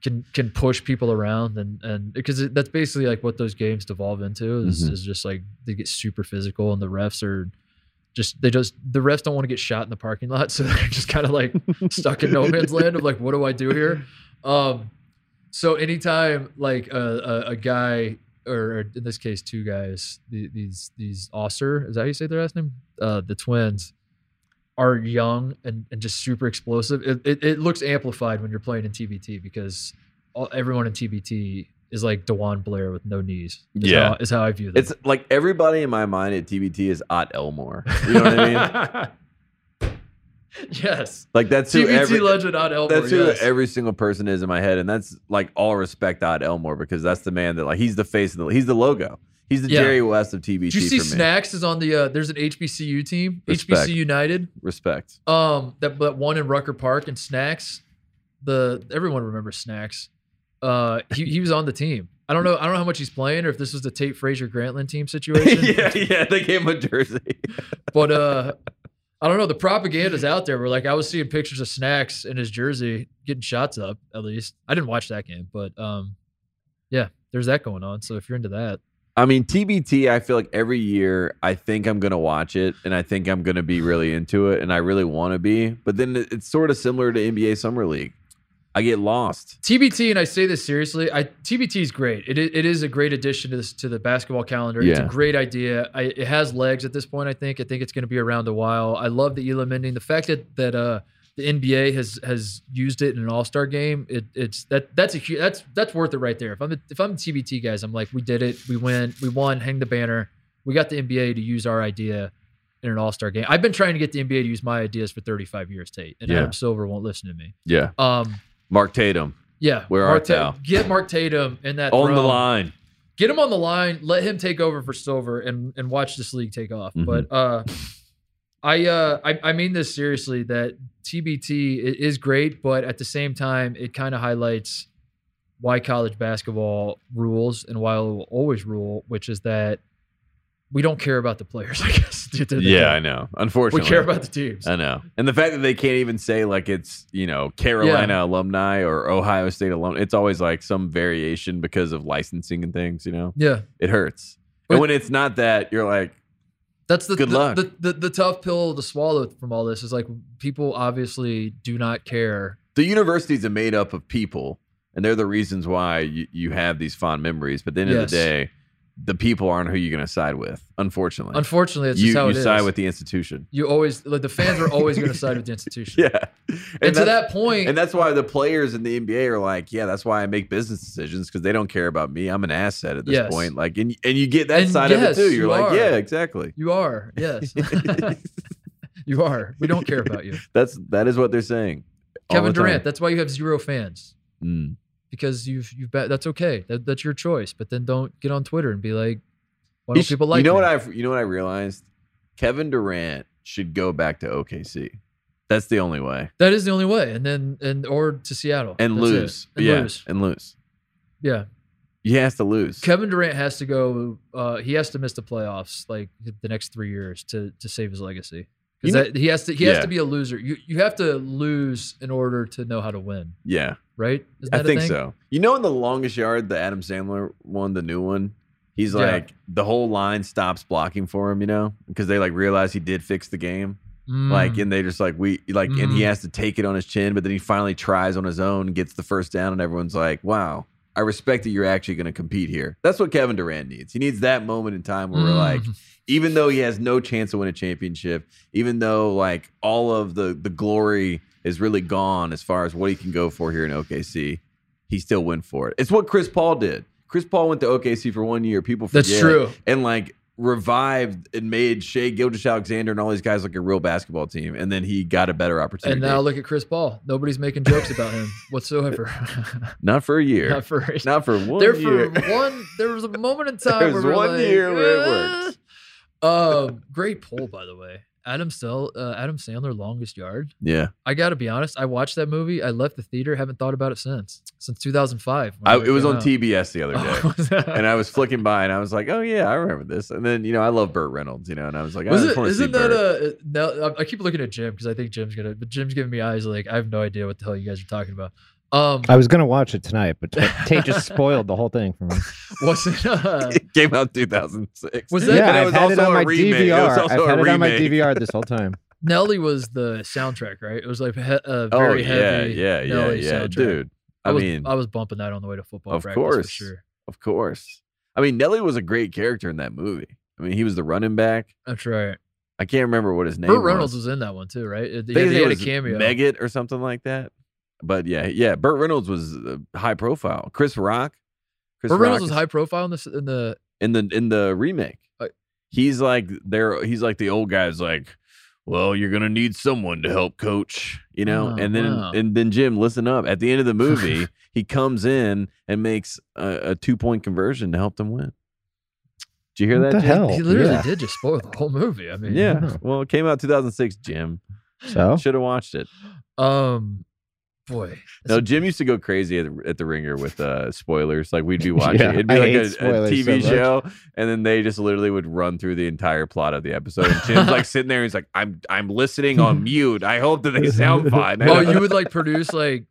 [SPEAKER 2] can can push people around and and because it- that's basically like what those games devolve into is,
[SPEAKER 1] Mhm.
[SPEAKER 2] is just like they get super physical and the refs are just they just the refs don't want to get shot in the parking lot, so they're just kind of like stuck in no man's land of like, what do I do here? Um, so anytime like a, a, a guy or in this case two guys, the, these these Osser is that how you say their last name? Uh, the twins are young and, and just super explosive. It, it, it looks amplified when you're playing in TBT because all, everyone in TBT is like Dewan Blair with no knees. Is
[SPEAKER 1] Yeah.
[SPEAKER 2] how, is how I view them.
[SPEAKER 1] It's like everybody in my mind at TBT is Ott Elmore. You know what I mean?
[SPEAKER 2] yes.
[SPEAKER 1] Like that's who
[SPEAKER 2] TBT
[SPEAKER 1] every,
[SPEAKER 2] legend on Elmore.
[SPEAKER 1] That's who
[SPEAKER 2] yes.
[SPEAKER 1] every single person is in my head, and that's like all respect out Elmore because that's the man that like he's the face of the he's the logo. He's the
[SPEAKER 2] Yeah.
[SPEAKER 1] Jerry West of TBT
[SPEAKER 2] Did you see
[SPEAKER 1] for me.
[SPEAKER 2] Snacks is on the uh, there's an HBCU team,
[SPEAKER 1] Respect.
[SPEAKER 2] HBC United,
[SPEAKER 1] Respect.
[SPEAKER 2] um that that one in Rucker Park and Snacks. The everyone remembers Snacks. Uh he, he was on the team. I don't know I don't know how much he's playing or if this was the Tate Frazier Grantland team situation.
[SPEAKER 1] yeah, yeah, they gave him a jersey.
[SPEAKER 2] But uh I don't know, the propaganda's out there where like I was seeing pictures of Snacks in his jersey getting shots up at least. I didn't watch that game, but um yeah, there's that going on. So if you're into that,
[SPEAKER 1] I mean, TBT, I feel like every year I think I'm going to watch it and I think I'm going to be really into it and I really want to be. But then it- it's sort of similar to NBA Summer League. I get lost.
[SPEAKER 2] TBT, and I say this seriously, I TBT is great. It, i- it is a great addition to, this, to the basketball calendar. It's a
[SPEAKER 1] Yeah.
[SPEAKER 2] great idea. I, it has legs at this point. I think. I think it's going to be around a while. I love the Elam ending. The fact that that uh, the NBA has has used it in an All Star game. It, it's that that's a hu- that's that's worth it right there. If I'm the, if I'm the TBT guys, I'm like, we did it. We win. We won. Hang the banner. We got the NBA to use our idea in an All Star game. I've been trying to get the NBA to use my ideas for 35 years, Tate, and
[SPEAKER 1] Yeah.
[SPEAKER 2] Adam Silver won't listen to me.
[SPEAKER 1] Yeah.
[SPEAKER 2] Um.
[SPEAKER 1] Mark Tatum
[SPEAKER 2] Yeah,
[SPEAKER 1] Where
[SPEAKER 2] Mark
[SPEAKER 1] art
[SPEAKER 2] Ta-
[SPEAKER 1] thou?
[SPEAKER 2] Get Mark Tatum in that
[SPEAKER 1] on the
[SPEAKER 2] throne.
[SPEAKER 1] line.
[SPEAKER 2] Get him on
[SPEAKER 1] Mm-hmm.
[SPEAKER 2] the line. Let him take over for Silver and and watch this league take off. But uh, I, uh, I I mean this seriously that TBT i- is great, but at the same time, it kind of highlights why college basketball rules and why it will always rule, which is that we don't care about the players. I guess. at the end of the
[SPEAKER 1] yeah,
[SPEAKER 2] day.
[SPEAKER 1] I know.
[SPEAKER 2] we
[SPEAKER 1] Unfortunately,
[SPEAKER 2] care about the teams.
[SPEAKER 1] I know, and the fact that they can't even say like it's you know Carolina alumni or Ohio State alumni. It's always like some variation because of licensing and things. You know,
[SPEAKER 2] yeah,
[SPEAKER 1] it hurts.
[SPEAKER 2] But-
[SPEAKER 1] and when it's not that, you're like,
[SPEAKER 2] that's the
[SPEAKER 1] Good
[SPEAKER 2] the,
[SPEAKER 1] luck.
[SPEAKER 2] The, the the tough pill to swallow from all this is like people obviously do not care.
[SPEAKER 1] the universities are made up of people and they're the reasons why you, you have these fond memories but at the end of
[SPEAKER 2] Yes.
[SPEAKER 1] the day the people aren't who you're going to side with unfortunately
[SPEAKER 2] Unfortunately, it's
[SPEAKER 1] you,
[SPEAKER 2] just how
[SPEAKER 1] you
[SPEAKER 2] it is.
[SPEAKER 1] side with the institution
[SPEAKER 2] you always like the fans are always going to side with the institution.
[SPEAKER 1] yeah
[SPEAKER 2] and, to
[SPEAKER 1] that's-
[SPEAKER 2] that point,
[SPEAKER 1] and that's why the players in the NBA are like, yeah, that's why I make business decisions because they don't care about me. I'm an asset at this
[SPEAKER 2] Yes.
[SPEAKER 1] point. Like, and and you get that
[SPEAKER 2] And
[SPEAKER 1] side
[SPEAKER 2] yes,
[SPEAKER 1] of it too. You're
[SPEAKER 2] you
[SPEAKER 1] like,
[SPEAKER 2] are.
[SPEAKER 1] yeah, exactly.
[SPEAKER 2] You are, yes. you are. We don't care about you.
[SPEAKER 1] That's that is what they're saying. all
[SPEAKER 2] Kevin
[SPEAKER 1] the time.
[SPEAKER 2] Durant, that's why you have zero fans.
[SPEAKER 1] Mm.
[SPEAKER 2] Because you've you've bet that's okay. That, that's your choice. But then don't get on Twitter and be like, why
[SPEAKER 1] He
[SPEAKER 2] don't
[SPEAKER 1] sh-
[SPEAKER 2] people like
[SPEAKER 1] you know
[SPEAKER 2] me?
[SPEAKER 1] what I've you know what I realized? Kevin Durant should go back to OKC. That's the only way.
[SPEAKER 2] that is the only way. And then and or to Seattle.
[SPEAKER 1] and
[SPEAKER 2] That's it.
[SPEAKER 1] lose.
[SPEAKER 2] And
[SPEAKER 1] yeah,
[SPEAKER 2] lose.
[SPEAKER 1] and lose.
[SPEAKER 2] Yeah.
[SPEAKER 1] He has to lose.
[SPEAKER 2] Kevin Durant has to go uh he has to miss the playoffs like the next three years to to save his legacy.
[SPEAKER 1] You
[SPEAKER 2] Because
[SPEAKER 1] know-
[SPEAKER 2] that he has to he
[SPEAKER 1] Yeah.
[SPEAKER 2] has to be a loser. You you have to lose in order to know how to win,
[SPEAKER 1] yeah,
[SPEAKER 2] right? Isn't
[SPEAKER 1] I
[SPEAKER 2] that a
[SPEAKER 1] think
[SPEAKER 2] thing?
[SPEAKER 1] so. You know, in the longest yard, the Adam Sandler one, the new one, he's
[SPEAKER 2] Yeah.
[SPEAKER 1] like the whole line stops blocking for him. You know, because they like realize he did fix the game. Like,
[SPEAKER 2] Mm.
[SPEAKER 1] and they just like we like, and he
[SPEAKER 2] Mm.
[SPEAKER 1] has to take it on his chin, but then he finally tries on his own, gets the first down, and everyone's like, "Wow." I respect that you're actually going to compete here. That's what Kevin Durant needs. He needs that moment in time where we're like,
[SPEAKER 2] Mm.
[SPEAKER 1] even though he has no chance to win a championship, even though like all of the the glory is really gone as far as what he can go for here in OKC, he still went for it. It's what Chris Paul did. Chris Paul went to OKC for one year. People forget
[SPEAKER 2] that's true.
[SPEAKER 1] and like revived and made Shea Gilgis Alexander and all these guys like a real basketball team, and then he got a better opportunity.
[SPEAKER 2] And now look at Chris Paul. Nobody's making jokes about him whatsoever.
[SPEAKER 1] not for a year,
[SPEAKER 2] Not
[SPEAKER 1] not for,
[SPEAKER 2] for
[SPEAKER 1] one
[SPEAKER 2] there
[SPEAKER 1] year.
[SPEAKER 2] for one. There was a moment in
[SPEAKER 1] There
[SPEAKER 2] time
[SPEAKER 1] was
[SPEAKER 2] where we're
[SPEAKER 1] one
[SPEAKER 2] like,
[SPEAKER 1] year where it
[SPEAKER 2] "Eh."
[SPEAKER 1] works.
[SPEAKER 2] Um, great poll by the way. Adam Sel- uh, Adam Sandler longest yard.
[SPEAKER 1] yeah,
[SPEAKER 2] I got to be honest. I watched that movie. I left the theater. Haven't thought about it since since 2005.
[SPEAKER 1] I, it was on TBS the other day.
[SPEAKER 2] day.
[SPEAKER 1] and I was flicking by, and I was like, "Oh yeah, I remember this." And then you know, I love Burt Reynolds, you know, and I was like, "Oh,
[SPEAKER 2] Was
[SPEAKER 1] I
[SPEAKER 2] it,
[SPEAKER 1] just want to see
[SPEAKER 2] isn't that
[SPEAKER 1] Burt.
[SPEAKER 2] a no? I- I keep looking at Jim because I think Jim's gonna, but Jim's giving me eyes like I have no idea what the hell you guys are talking about. Um,
[SPEAKER 3] I was gonna watch it tonight, but T- Tate just spoiled the whole thing for me.
[SPEAKER 2] was it? Uh,
[SPEAKER 1] It came out 2006.
[SPEAKER 2] Was that-
[SPEAKER 1] And
[SPEAKER 3] Yeah,
[SPEAKER 1] it
[SPEAKER 3] I've
[SPEAKER 1] was
[SPEAKER 3] had it
[SPEAKER 1] also
[SPEAKER 3] on
[SPEAKER 1] a
[SPEAKER 3] my
[SPEAKER 1] remake. It was
[SPEAKER 3] DVR.
[SPEAKER 1] also
[SPEAKER 3] I've
[SPEAKER 1] a
[SPEAKER 3] had it on my
[SPEAKER 1] remake.
[SPEAKER 3] DVR this whole time.
[SPEAKER 2] Nelly was the soundtrack, right? It was like he- a
[SPEAKER 1] Oh
[SPEAKER 2] very
[SPEAKER 1] yeah,
[SPEAKER 2] heavy.
[SPEAKER 1] yeah, yeah,
[SPEAKER 2] Nelly
[SPEAKER 1] yeah,
[SPEAKER 2] soundtrack.
[SPEAKER 1] dude. I,
[SPEAKER 2] I, was,
[SPEAKER 1] mean,
[SPEAKER 2] I was bumping that on the way to football.
[SPEAKER 1] Of
[SPEAKER 2] practice
[SPEAKER 1] course.
[SPEAKER 2] for sure.
[SPEAKER 1] of course. I mean, Nelly was a great character in that movie. I mean, he was the running back.
[SPEAKER 2] That's right.
[SPEAKER 1] I can't remember what his name.
[SPEAKER 2] Burt Reynolds
[SPEAKER 1] was.
[SPEAKER 2] was in that one too, right? It-
[SPEAKER 1] I
[SPEAKER 2] He
[SPEAKER 1] think
[SPEAKER 2] had,
[SPEAKER 1] his
[SPEAKER 2] he
[SPEAKER 1] name
[SPEAKER 2] had a
[SPEAKER 1] was
[SPEAKER 2] cameo.
[SPEAKER 1] Meggett or something like that. But yeah, yeah, Burt Reynolds was uh, high profile. Chris Rock. Chris
[SPEAKER 2] Burt
[SPEAKER 1] Rock
[SPEAKER 2] Reynolds was
[SPEAKER 1] is-
[SPEAKER 2] high profile in the in the.
[SPEAKER 1] in the in the remake.
[SPEAKER 2] Uh,
[SPEAKER 1] He's like there. He's like the old guy's like, well, you're gonna need someone to help coach, you know.
[SPEAKER 2] Oh,
[SPEAKER 1] and then
[SPEAKER 2] wow.
[SPEAKER 1] and then Jim, listen up. At the end of the movie, he comes in and makes a, a two point conversion to help them win. Did you hear
[SPEAKER 3] What
[SPEAKER 1] that?
[SPEAKER 3] the
[SPEAKER 1] Jim?
[SPEAKER 3] hell?
[SPEAKER 2] he literally
[SPEAKER 3] yeah.
[SPEAKER 2] did just spoil the whole movie. I mean,
[SPEAKER 1] Oh, Yeah.
[SPEAKER 3] Wow.
[SPEAKER 1] Well, it came out 2006. Jim
[SPEAKER 3] So
[SPEAKER 1] should have watched it.
[SPEAKER 2] Um, boy,
[SPEAKER 1] No, Jim used to go crazy at, at the ringer with uh, spoilers. Like we'd be watching,
[SPEAKER 3] Yeah,
[SPEAKER 1] it'd be
[SPEAKER 3] I
[SPEAKER 1] like
[SPEAKER 3] hate
[SPEAKER 1] a, a
[SPEAKER 3] spoilers so
[SPEAKER 1] TV
[SPEAKER 3] much.
[SPEAKER 1] show, and then they just literally would run through the entire plot of the episode. And Jim's like sitting there, he's like, "I'm I'm listening on mute. I hope that they sound fine."
[SPEAKER 2] oh, you would like produce like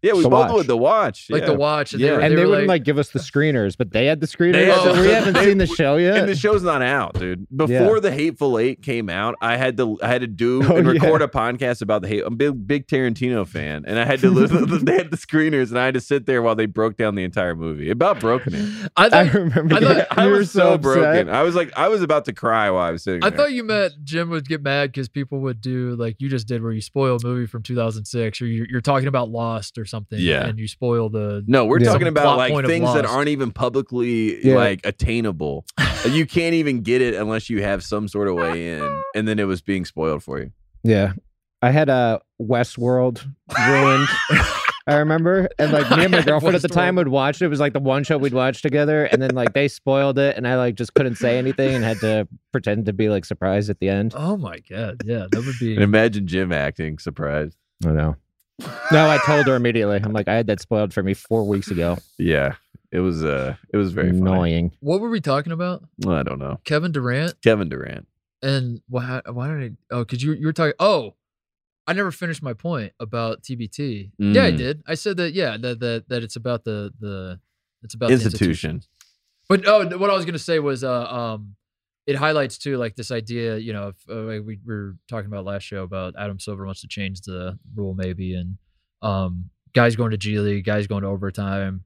[SPEAKER 1] yeah, we
[SPEAKER 3] The
[SPEAKER 1] both
[SPEAKER 3] watch.
[SPEAKER 1] would the watch,
[SPEAKER 2] like
[SPEAKER 1] yeah.
[SPEAKER 2] the watch, and
[SPEAKER 1] Yeah.
[SPEAKER 2] they, were,
[SPEAKER 3] and they,
[SPEAKER 2] were
[SPEAKER 3] wouldn't like, give us the screeners, but they had the screeners.
[SPEAKER 1] had
[SPEAKER 3] so
[SPEAKER 2] the-
[SPEAKER 3] we haven't
[SPEAKER 1] they-
[SPEAKER 3] seen the show yet.
[SPEAKER 1] And the show's not out, dude. Before the Hateful Eight came out, I had to I had to do
[SPEAKER 3] Oh,
[SPEAKER 1] and
[SPEAKER 3] yeah.
[SPEAKER 1] record a podcast about the hate. I'm a big big Tarantino fan, and I had to listen. they had the screeners, and I had to sit there while they broke down the entire movie. About broken it.
[SPEAKER 2] I
[SPEAKER 3] I
[SPEAKER 2] thought
[SPEAKER 3] remember.
[SPEAKER 2] I
[SPEAKER 3] you-
[SPEAKER 2] thought-
[SPEAKER 1] I
[SPEAKER 3] you were
[SPEAKER 1] was so,
[SPEAKER 3] upset.
[SPEAKER 1] broken. I was like, I was about to cry while I was sitting.
[SPEAKER 2] I
[SPEAKER 1] there.
[SPEAKER 2] thought you meant Jim would get mad because people would do like you just did, where you spoil a movie from 2006, or you're, you're talking about Lost or something,
[SPEAKER 1] Yeah.
[SPEAKER 2] and you spoil the.
[SPEAKER 1] No, we're
[SPEAKER 3] Yeah.
[SPEAKER 1] talking
[SPEAKER 2] Some
[SPEAKER 1] about
[SPEAKER 2] plot
[SPEAKER 1] like
[SPEAKER 2] point of
[SPEAKER 1] things that
[SPEAKER 2] Lost.
[SPEAKER 1] aren't even publicly
[SPEAKER 3] Yeah.
[SPEAKER 1] like attainable. you can't even get it unless you have some sort of way in, and then it was being spoiled for you.
[SPEAKER 3] Yeah, I had a Westworld uh, ruined. I remember, and like me and my
[SPEAKER 2] Yeah,
[SPEAKER 3] girlfriend at the
[SPEAKER 2] Westworld.
[SPEAKER 3] time would watch it. It was like the one show we'd watch together, and then like they spoiled it, and I like just couldn't say anything and had to pretend to be like surprised at the end.
[SPEAKER 2] Oh my god, yeah, that would be.
[SPEAKER 1] And imagine Jim acting surprised.
[SPEAKER 3] I know. No, I told her immediately. I'm like, I had that spoiled for me four weeks ago.
[SPEAKER 1] Yeah, it was uh, it was very funny.
[SPEAKER 3] Annoying.
[SPEAKER 2] What were we talking about?
[SPEAKER 1] I don't know.
[SPEAKER 2] Kevin Durant
[SPEAKER 1] Kevin Durant.
[SPEAKER 2] and why? Why did I? Oh, because you you were talking. Oh, I never finished my point about TBT. Yeah, I
[SPEAKER 1] Mm.
[SPEAKER 2] did. I said that. Yeah, that that that it's about the the it's about The institution.
[SPEAKER 1] institution.
[SPEAKER 2] But oh, th- what I was gonna say was, uh, um, it highlights too, like this idea, you know, if, uh, like we, we were talking about last show about Adam Silver wants to change the rule maybe, and um, guys going to G League, guys going to overtime,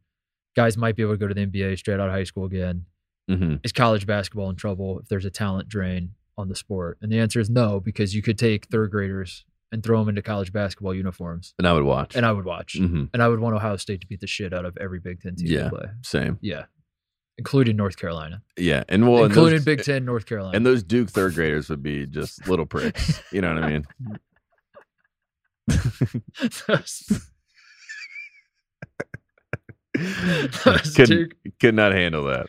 [SPEAKER 2] guys might be able to go to the NBA straight out of high school again.
[SPEAKER 1] hmm
[SPEAKER 2] Is college basketball in trouble if there's a talent drain on the sport? And the answer is no, because you could take third graders and throw them into college basketball uniforms,
[SPEAKER 1] And I would watch.
[SPEAKER 2] and I would watch,
[SPEAKER 1] hmm
[SPEAKER 2] and I would want Ohio State to beat the shit out of every Big Ten team they play.
[SPEAKER 1] Same.
[SPEAKER 2] Yeah. Including North Carolina.
[SPEAKER 1] Yeah, and well, and
[SPEAKER 2] Including
[SPEAKER 1] those-
[SPEAKER 2] Big Ten, North Carolina.
[SPEAKER 1] And those Duke third graders would be just little pricks. You know what I mean?
[SPEAKER 2] those,
[SPEAKER 1] Couldn't-
[SPEAKER 2] Duke,
[SPEAKER 1] Could not handle that.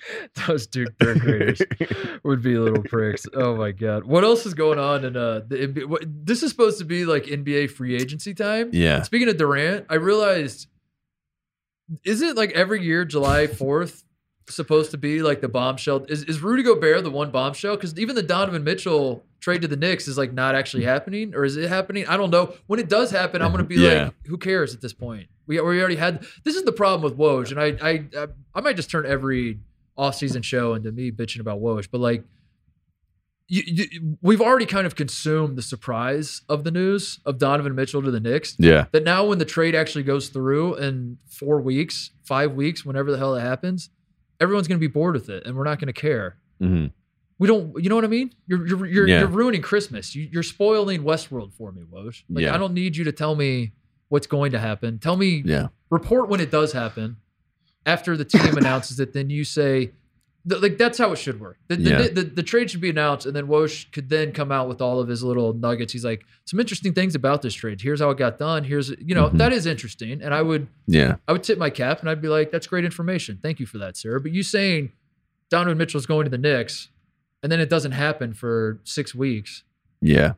[SPEAKER 2] those Duke third graders would be little pricks. Oh my God. What else is going on in uh, the NBA? What, this is supposed to be like NBA free agency time.
[SPEAKER 1] yeah.
[SPEAKER 2] Speaking of Durant, I realized is it like every year July 4th supposed to be like the bombshell? Is is Rudy Gobert the one bombshell? Because even the Donovan Mitchell trade to the Knicks is like not actually happening, or is it happening? I don't know. When it does happen, I'm gonna be
[SPEAKER 1] Yeah.
[SPEAKER 2] like, who cares at this point? We we already had this is the problem with Woj, and I I I, I might just turn every offseason show into me bitching about Woj, but like you, you, we've already kind of consumed the surprise of the news of Donovan Mitchell to the Knicks
[SPEAKER 1] Yeah.
[SPEAKER 2] that now when the trade actually goes through in four weeks, five weeks, whenever the hell it happens, everyone's going to be bored with it, and we're not going to care.
[SPEAKER 1] hmm
[SPEAKER 2] We don't, you know what I mean? You're you're you're,
[SPEAKER 1] Yeah.
[SPEAKER 2] you're ruining Christmas. You, you're spoiling Westworld for me, Woj. Like
[SPEAKER 1] Yeah.
[SPEAKER 2] I don't need you to tell me what's going to happen. Tell me,
[SPEAKER 1] Yeah.
[SPEAKER 2] report when it does happen. After the team announces it, then you say, th- like that's how it should work. The, the,
[SPEAKER 1] Yeah.
[SPEAKER 2] the, the, trade should be announced, and then Woj could then come out with all of his little nuggets. He's like, some interesting things about this trade. Here's how it got done. Here's you know
[SPEAKER 1] Mhm.
[SPEAKER 2] that is interesting, and I would
[SPEAKER 1] Yeah.
[SPEAKER 2] I would tip my cap and I'd be like, that's great information. Thank you for that, sir. But you saying Donovan Mitchell's going to the Knicks and then it doesn't happen for six weeks.
[SPEAKER 1] Yeah.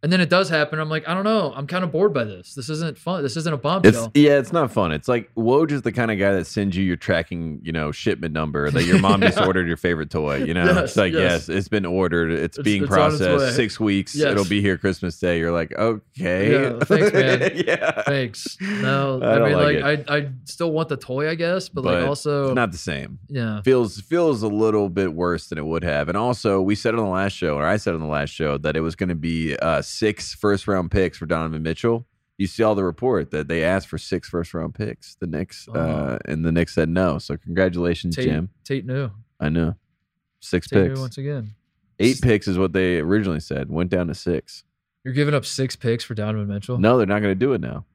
[SPEAKER 2] And then it does happen. I'm like, I don't know. I'm kind of bored by this. This isn't fun. This isn't a
[SPEAKER 1] It's
[SPEAKER 2] bombshell.
[SPEAKER 1] yeah, it's not fun. It's like Woj is the kind of guy that sends you your tracking, you know, shipment number that your mom just
[SPEAKER 2] Yeah.
[SPEAKER 1] ordered your favorite toy. You know,
[SPEAKER 2] Yes,
[SPEAKER 1] it's like yes.
[SPEAKER 2] yes.
[SPEAKER 1] it's been ordered. It's,
[SPEAKER 2] It's-
[SPEAKER 1] being
[SPEAKER 2] it's on its way.
[SPEAKER 1] processed. Six weeks.
[SPEAKER 2] Yes.
[SPEAKER 1] It'll be here Christmas Day. You're like, okay,
[SPEAKER 2] Yeah, thanks, man.
[SPEAKER 1] yeah,
[SPEAKER 2] Thanks. No,
[SPEAKER 1] I
[SPEAKER 2] I,
[SPEAKER 1] don't
[SPEAKER 2] mean,
[SPEAKER 1] like
[SPEAKER 2] like, I, I still want the toy, I guess, but,
[SPEAKER 1] But
[SPEAKER 2] like also,
[SPEAKER 1] it's not the same.
[SPEAKER 2] yeah,
[SPEAKER 1] feels feels a little bit worse than it would have. And also, we said on the last show, or I said on the last show, that it was going to be uh, six first round picks for Donovan Mitchell. You see all the report that they asked for six first round picks. The Knicks uh,
[SPEAKER 2] Oh.
[SPEAKER 1] and the Knicks said no. So congratulations,
[SPEAKER 2] Tate,
[SPEAKER 1] Jim.
[SPEAKER 2] Tate knew.
[SPEAKER 1] I know six
[SPEAKER 2] Tate
[SPEAKER 1] picks,
[SPEAKER 2] knew once again.
[SPEAKER 1] eight picks is what they originally said. Went down to six.
[SPEAKER 2] You're giving up six picks for Donovan Mitchell?
[SPEAKER 1] No, they're not going to do it now.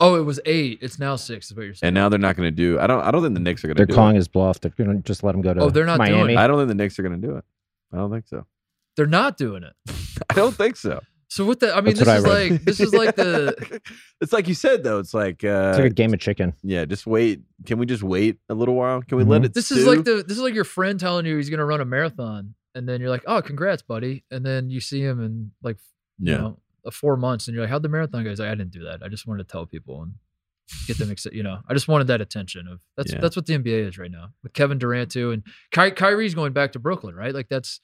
[SPEAKER 2] Oh, it was eight. It's now six, is what you're saying.
[SPEAKER 1] And now they're not going to do. I don't. I don't think the Knicks are going to.
[SPEAKER 3] They're
[SPEAKER 1] do
[SPEAKER 3] calling
[SPEAKER 1] It.
[SPEAKER 3] his bluff. They're gonna just let him go to
[SPEAKER 2] Oh, they're not doing
[SPEAKER 3] Miami.
[SPEAKER 2] it.
[SPEAKER 1] I don't think the Knicks are going to do it. I don't think so.
[SPEAKER 2] They're not doing it.
[SPEAKER 1] I don't think so.
[SPEAKER 2] So what the, I mean,
[SPEAKER 3] That's
[SPEAKER 2] this
[SPEAKER 3] what
[SPEAKER 2] is
[SPEAKER 3] I read.
[SPEAKER 2] like, this is like the,
[SPEAKER 1] it's like you said though. It's like uh,
[SPEAKER 3] it's like a game of chicken.
[SPEAKER 1] yeah. Just wait. Can we just wait a little while? Can we let
[SPEAKER 3] Mhm.
[SPEAKER 1] it?
[SPEAKER 2] This
[SPEAKER 1] stew?
[SPEAKER 2] is like the this is like your friend telling you he's gonna run a marathon, and then you're like, "Oh, congrats, buddy!" And then you see him in like
[SPEAKER 1] yeah.
[SPEAKER 2] you know uh, four months, and you're like, "How'd the marathon go?" He's like, "I didn't do that. I just wanted to tell people and get them excited." You know, I just wanted that attention of that's
[SPEAKER 1] Yeah.
[SPEAKER 2] that's what the NBA is right now with Kevin Durant too, and Ky- Kyrie's going back to Brooklyn, right? Like that's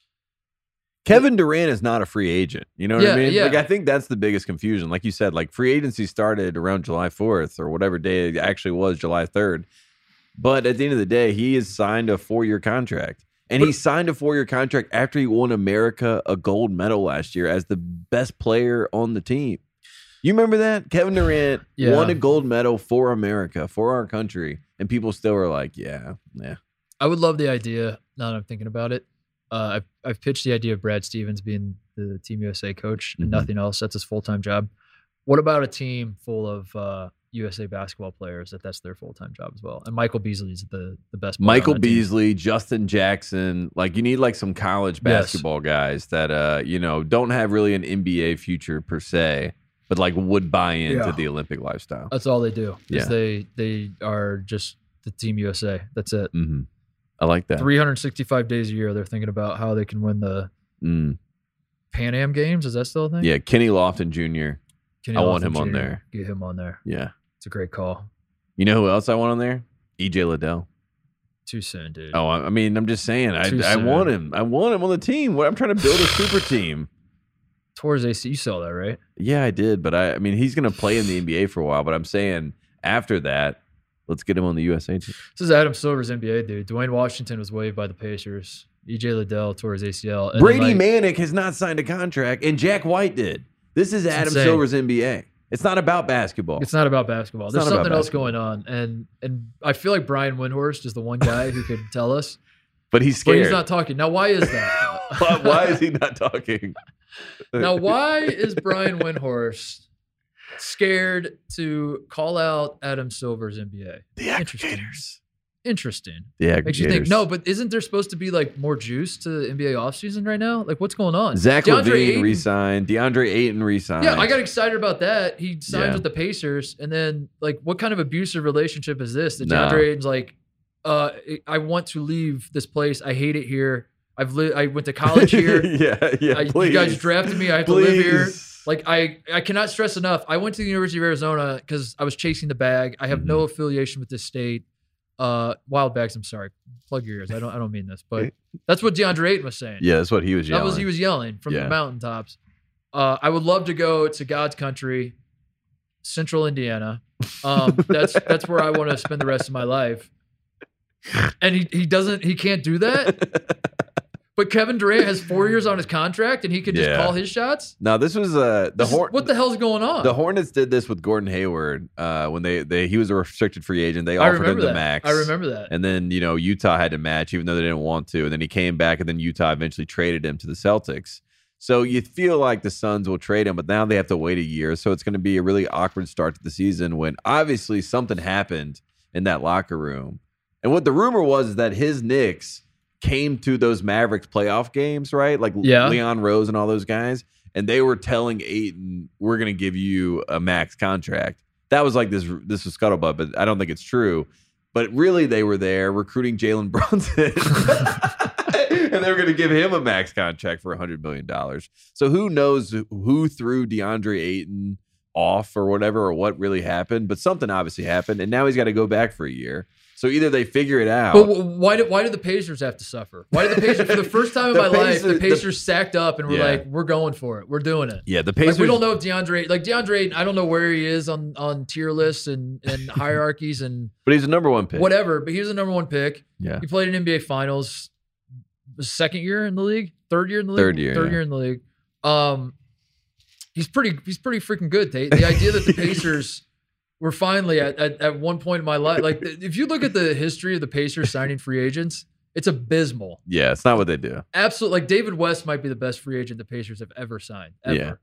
[SPEAKER 1] Kevin Durant is not a free agent. You know what I
[SPEAKER 2] Yeah,
[SPEAKER 1] mean?
[SPEAKER 2] yeah.
[SPEAKER 1] Like I think that's the biggest confusion. Like you said, like free agency started around July 4th or whatever day it actually was, July 3rd. But at the end of the day, he has signed a four-year contract. And he signed a four-year contract after he won America a gold medal last year as the best player on the team. You remember that? Kevin Durant
[SPEAKER 2] Yeah.
[SPEAKER 1] won a gold medal for America, for our country, and people still are like, yeah, yeah.
[SPEAKER 2] I would love the idea. Now that I'm thinking about it, uh, I've I've pitched the idea of Brad Stevens being the Team USA coach and
[SPEAKER 1] Mhm.
[SPEAKER 2] nothing else. That's his full time job. What about a team full of uh, USA basketball players that that's their full time job as well? And Michael Beasley's the the best. player on
[SPEAKER 1] Michael
[SPEAKER 2] that team.
[SPEAKER 1] Beasley, Justin Jackson, like you need like some college
[SPEAKER 2] Yes.
[SPEAKER 1] basketball guys that uh, you know, don't have really an NBA future per se, but like would buy into
[SPEAKER 2] Yeah.
[SPEAKER 1] the Olympic lifestyle.
[SPEAKER 2] That's all they do. Is
[SPEAKER 1] Yeah.
[SPEAKER 2] they they are just the Team USA. That's it.
[SPEAKER 1] hmm I like that.
[SPEAKER 2] 365 days a year, they're thinking about how they can win the
[SPEAKER 1] Mm.
[SPEAKER 2] Pan Am Games. Is that still a thing?
[SPEAKER 1] Yeah, Kenny Lofton Jr.
[SPEAKER 2] Kenny
[SPEAKER 1] I want
[SPEAKER 2] Lofton
[SPEAKER 1] him on
[SPEAKER 2] Jr.,
[SPEAKER 1] there.
[SPEAKER 2] Get him on there.
[SPEAKER 1] Yeah,
[SPEAKER 2] It's a great call.
[SPEAKER 1] you know who else I want on there? EJ Liddell.
[SPEAKER 2] Too soon, dude.
[SPEAKER 1] Oh, I I mean, I'm just saying, I,
[SPEAKER 2] Too
[SPEAKER 1] I
[SPEAKER 2] soon.
[SPEAKER 1] want him. I want him on the team. What I'm trying to build a super team.
[SPEAKER 2] Torres AC, you saw that, right?
[SPEAKER 1] Yeah, I did, but I, I mean, he's going to play in the NBA for a while. But I'm saying after that, let's get him on the USA team.
[SPEAKER 2] This is Adam Silver's NBA, dude. Dwayne Washington was waived by the Pacers. EJ Liddell tore his ACL. And then,
[SPEAKER 1] Brady
[SPEAKER 2] like,
[SPEAKER 1] Manic has not signed a contract, and Jack White did. This is Adam
[SPEAKER 2] insane.
[SPEAKER 1] Silver's NBA. It's not about basketball.
[SPEAKER 2] It's not about basketball.
[SPEAKER 1] It's
[SPEAKER 2] There's
[SPEAKER 1] not about
[SPEAKER 2] something else going on, and and I feel like Brian Windhorst is the one guy who could tell us,
[SPEAKER 1] but he's
[SPEAKER 2] but
[SPEAKER 1] scared.
[SPEAKER 2] he's not talking. Now, why is that?
[SPEAKER 1] why, why is he not talking?
[SPEAKER 2] now, why is Brian Windhorst scared to call out Adam Silver's NBA?
[SPEAKER 1] The
[SPEAKER 2] Interesting.
[SPEAKER 1] aggregators.
[SPEAKER 2] Interesting.
[SPEAKER 1] The aggregators.
[SPEAKER 2] Makes you think. No, but isn't there supposed to be like more juice to NBA offseason right now? Like, what's going on?
[SPEAKER 1] Zach
[SPEAKER 2] DeAndre
[SPEAKER 1] Levine
[SPEAKER 2] Ayton-
[SPEAKER 1] resigned. DeAndre Ayton resigned.
[SPEAKER 2] Yeah, I got excited about that. He signed
[SPEAKER 1] Yeah.
[SPEAKER 2] with the Pacers, and then like, what kind of abusive relationship is this? That
[SPEAKER 1] Nah.
[SPEAKER 2] DeAndre Ayton's like, uh, I want to leave this place. I hate it here. I've li- I went to college here.
[SPEAKER 1] yeah, yeah.
[SPEAKER 2] I, you
[SPEAKER 1] please.
[SPEAKER 2] guys drafted me. I have to live here.
[SPEAKER 1] Please.
[SPEAKER 2] Like I, I cannot stress enough. I went to the University of Arizona because I was chasing the bag. I have no
[SPEAKER 1] Mm-hmm.
[SPEAKER 2] affiliation with this state. Uh, wild bags. I'm sorry. Plug your ears. I don't. I don't mean this, but that's what DeAndre Ayton was saying.
[SPEAKER 1] Yeah, that's what he was
[SPEAKER 2] That
[SPEAKER 1] yelling.
[SPEAKER 2] was he was yelling from
[SPEAKER 1] Yeah.
[SPEAKER 2] the mountaintops. Uh, I would love to go to God's country, Central Indiana. Um, that's that's where I want to spend the rest of my life. And he, he doesn't he can't do that. But Kevin Durant has four years on his contract, and he can just
[SPEAKER 1] Yeah.
[SPEAKER 2] call his shots.
[SPEAKER 1] no, this was uh, the
[SPEAKER 2] This is-
[SPEAKER 1] horn.
[SPEAKER 2] what the hell's going on?
[SPEAKER 1] The Hornets did this with Gordon Hayward uh, when they, they he was a restricted free agent. They
[SPEAKER 2] I
[SPEAKER 1] offered him
[SPEAKER 2] remember
[SPEAKER 1] the
[SPEAKER 2] that.
[SPEAKER 1] max.
[SPEAKER 2] I remember that.
[SPEAKER 1] And then you know Utah had to match, even though they didn't want to. And then he came back, and then Utah eventually traded him to the Celtics. So you feel like the Suns will trade him, but now they have to wait a year. So it's going to be a really awkward start to the season when obviously something happened in that locker room. And what the rumor was is that his Knicks came to those Mavericks playoff games, right? Like
[SPEAKER 2] Yeah.
[SPEAKER 1] Leon Rose and all those guys. And they were telling Aiton, we're going to give you a max contract. That was like this, this was scuttlebutt, but I don't think it's true. But really, they were there recruiting Jalen Brunson. and they were going to give him a max contract for $100 million. So who knows who threw DeAndre Ayton off or whatever, or what really happened. But something obviously happened. And now he's got to go back for a year. So either they figure it out.
[SPEAKER 2] But wh- why do why do the Pacers have to suffer? Why do the Pacers for the first time in
[SPEAKER 1] The
[SPEAKER 2] my life
[SPEAKER 1] Pacers-
[SPEAKER 2] the
[SPEAKER 1] the-
[SPEAKER 2] Pacers sacked up and were
[SPEAKER 1] Yeah.
[SPEAKER 2] like, we're going for it, we're doing it.
[SPEAKER 1] yeah, the
[SPEAKER 2] Like,
[SPEAKER 1] Pacers.
[SPEAKER 2] we don't know if DeAndre, like DeAndre, I don't know where he is on on tier lists and and hierarchies and
[SPEAKER 1] But he's the number one pick.
[SPEAKER 2] whatever. But he was the number one pick.
[SPEAKER 1] Yeah.
[SPEAKER 2] He played in NBA Finals, second year in the league, third year in the league,
[SPEAKER 1] Third year,
[SPEAKER 2] third
[SPEAKER 1] yeah.
[SPEAKER 2] year in the league. Um, he's pretty, he's pretty freaking good. Tate. The idea that the Pacers were finally at, at at one point in my life, like if you look at the history of the Pacers signing free agents, it's abysmal.
[SPEAKER 1] Yeah, it's not what they do.
[SPEAKER 2] Absolutely, like David West might be the best free agent the Pacers have ever signed, ever,
[SPEAKER 1] Yeah.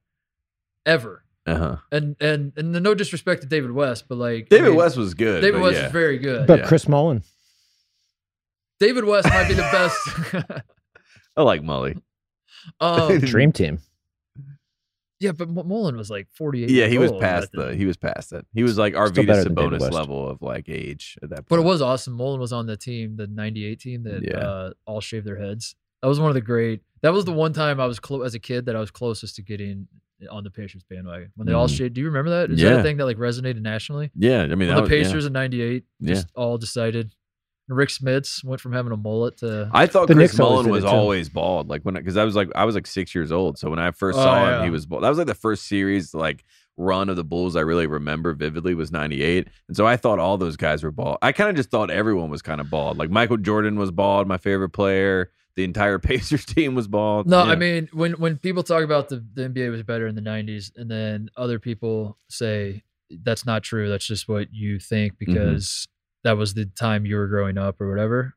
[SPEAKER 2] ever
[SPEAKER 1] Uh huh.
[SPEAKER 2] and and and no disrespect to David West, but like I
[SPEAKER 1] David
[SPEAKER 2] mean,
[SPEAKER 1] West was good.
[SPEAKER 2] David
[SPEAKER 1] but
[SPEAKER 2] West
[SPEAKER 1] yeah.
[SPEAKER 2] is very good.
[SPEAKER 3] But
[SPEAKER 1] Yeah.
[SPEAKER 3] Chris Mullen,
[SPEAKER 2] David West might be the best.
[SPEAKER 1] I like Molly.
[SPEAKER 2] um,
[SPEAKER 3] dream team.
[SPEAKER 2] yeah, but Mo- Mullen was like forty eight.
[SPEAKER 1] Yeah, he was
[SPEAKER 2] old
[SPEAKER 1] past
[SPEAKER 2] at the-
[SPEAKER 1] the. He was past it. He was like
[SPEAKER 3] Still better
[SPEAKER 1] Arvidas
[SPEAKER 3] than David
[SPEAKER 1] Sabonis
[SPEAKER 3] West.
[SPEAKER 1] level of like age at that point.
[SPEAKER 2] But it was awesome. Mullen was on the team, the '98 team that
[SPEAKER 1] Yeah.
[SPEAKER 2] uh, all shaved their heads. That was one of the great. That was the one time I was close as a kid that I was closest to getting on the Pacers bandwagon when they all
[SPEAKER 1] Mhm.
[SPEAKER 2] shaved. Do you remember that? Is that
[SPEAKER 1] Yeah.
[SPEAKER 2] a thing that like resonated nationally?
[SPEAKER 1] Yeah, I mean
[SPEAKER 2] When
[SPEAKER 1] that
[SPEAKER 2] the
[SPEAKER 1] was- yeah.
[SPEAKER 2] Pacers in '98 just all decided. Rick Smits went from having a mullet to
[SPEAKER 1] I thought
[SPEAKER 3] The
[SPEAKER 1] Chris
[SPEAKER 3] Knicks always
[SPEAKER 1] Mullen
[SPEAKER 3] did
[SPEAKER 1] was
[SPEAKER 3] it, too.
[SPEAKER 1] always bald, like when because I was like I was like six years old, so when I first
[SPEAKER 2] Oh,
[SPEAKER 1] saw him,
[SPEAKER 2] yeah.
[SPEAKER 1] he was bald. That was like the first series like run of the Bulls I really remember vividly was '98, and so I thought all those guys were bald. I kind of just thought everyone was kind of bald. Like Michael Jordan was bald, my favorite player. The entire Pacers team was bald.
[SPEAKER 2] No,
[SPEAKER 1] Yeah.
[SPEAKER 2] I mean when when people talk about the, the NBA was better in the '90s, and then other people say that's not true. That's just what you think
[SPEAKER 1] Mm-hmm.
[SPEAKER 2] because that was the time you were growing up or whatever.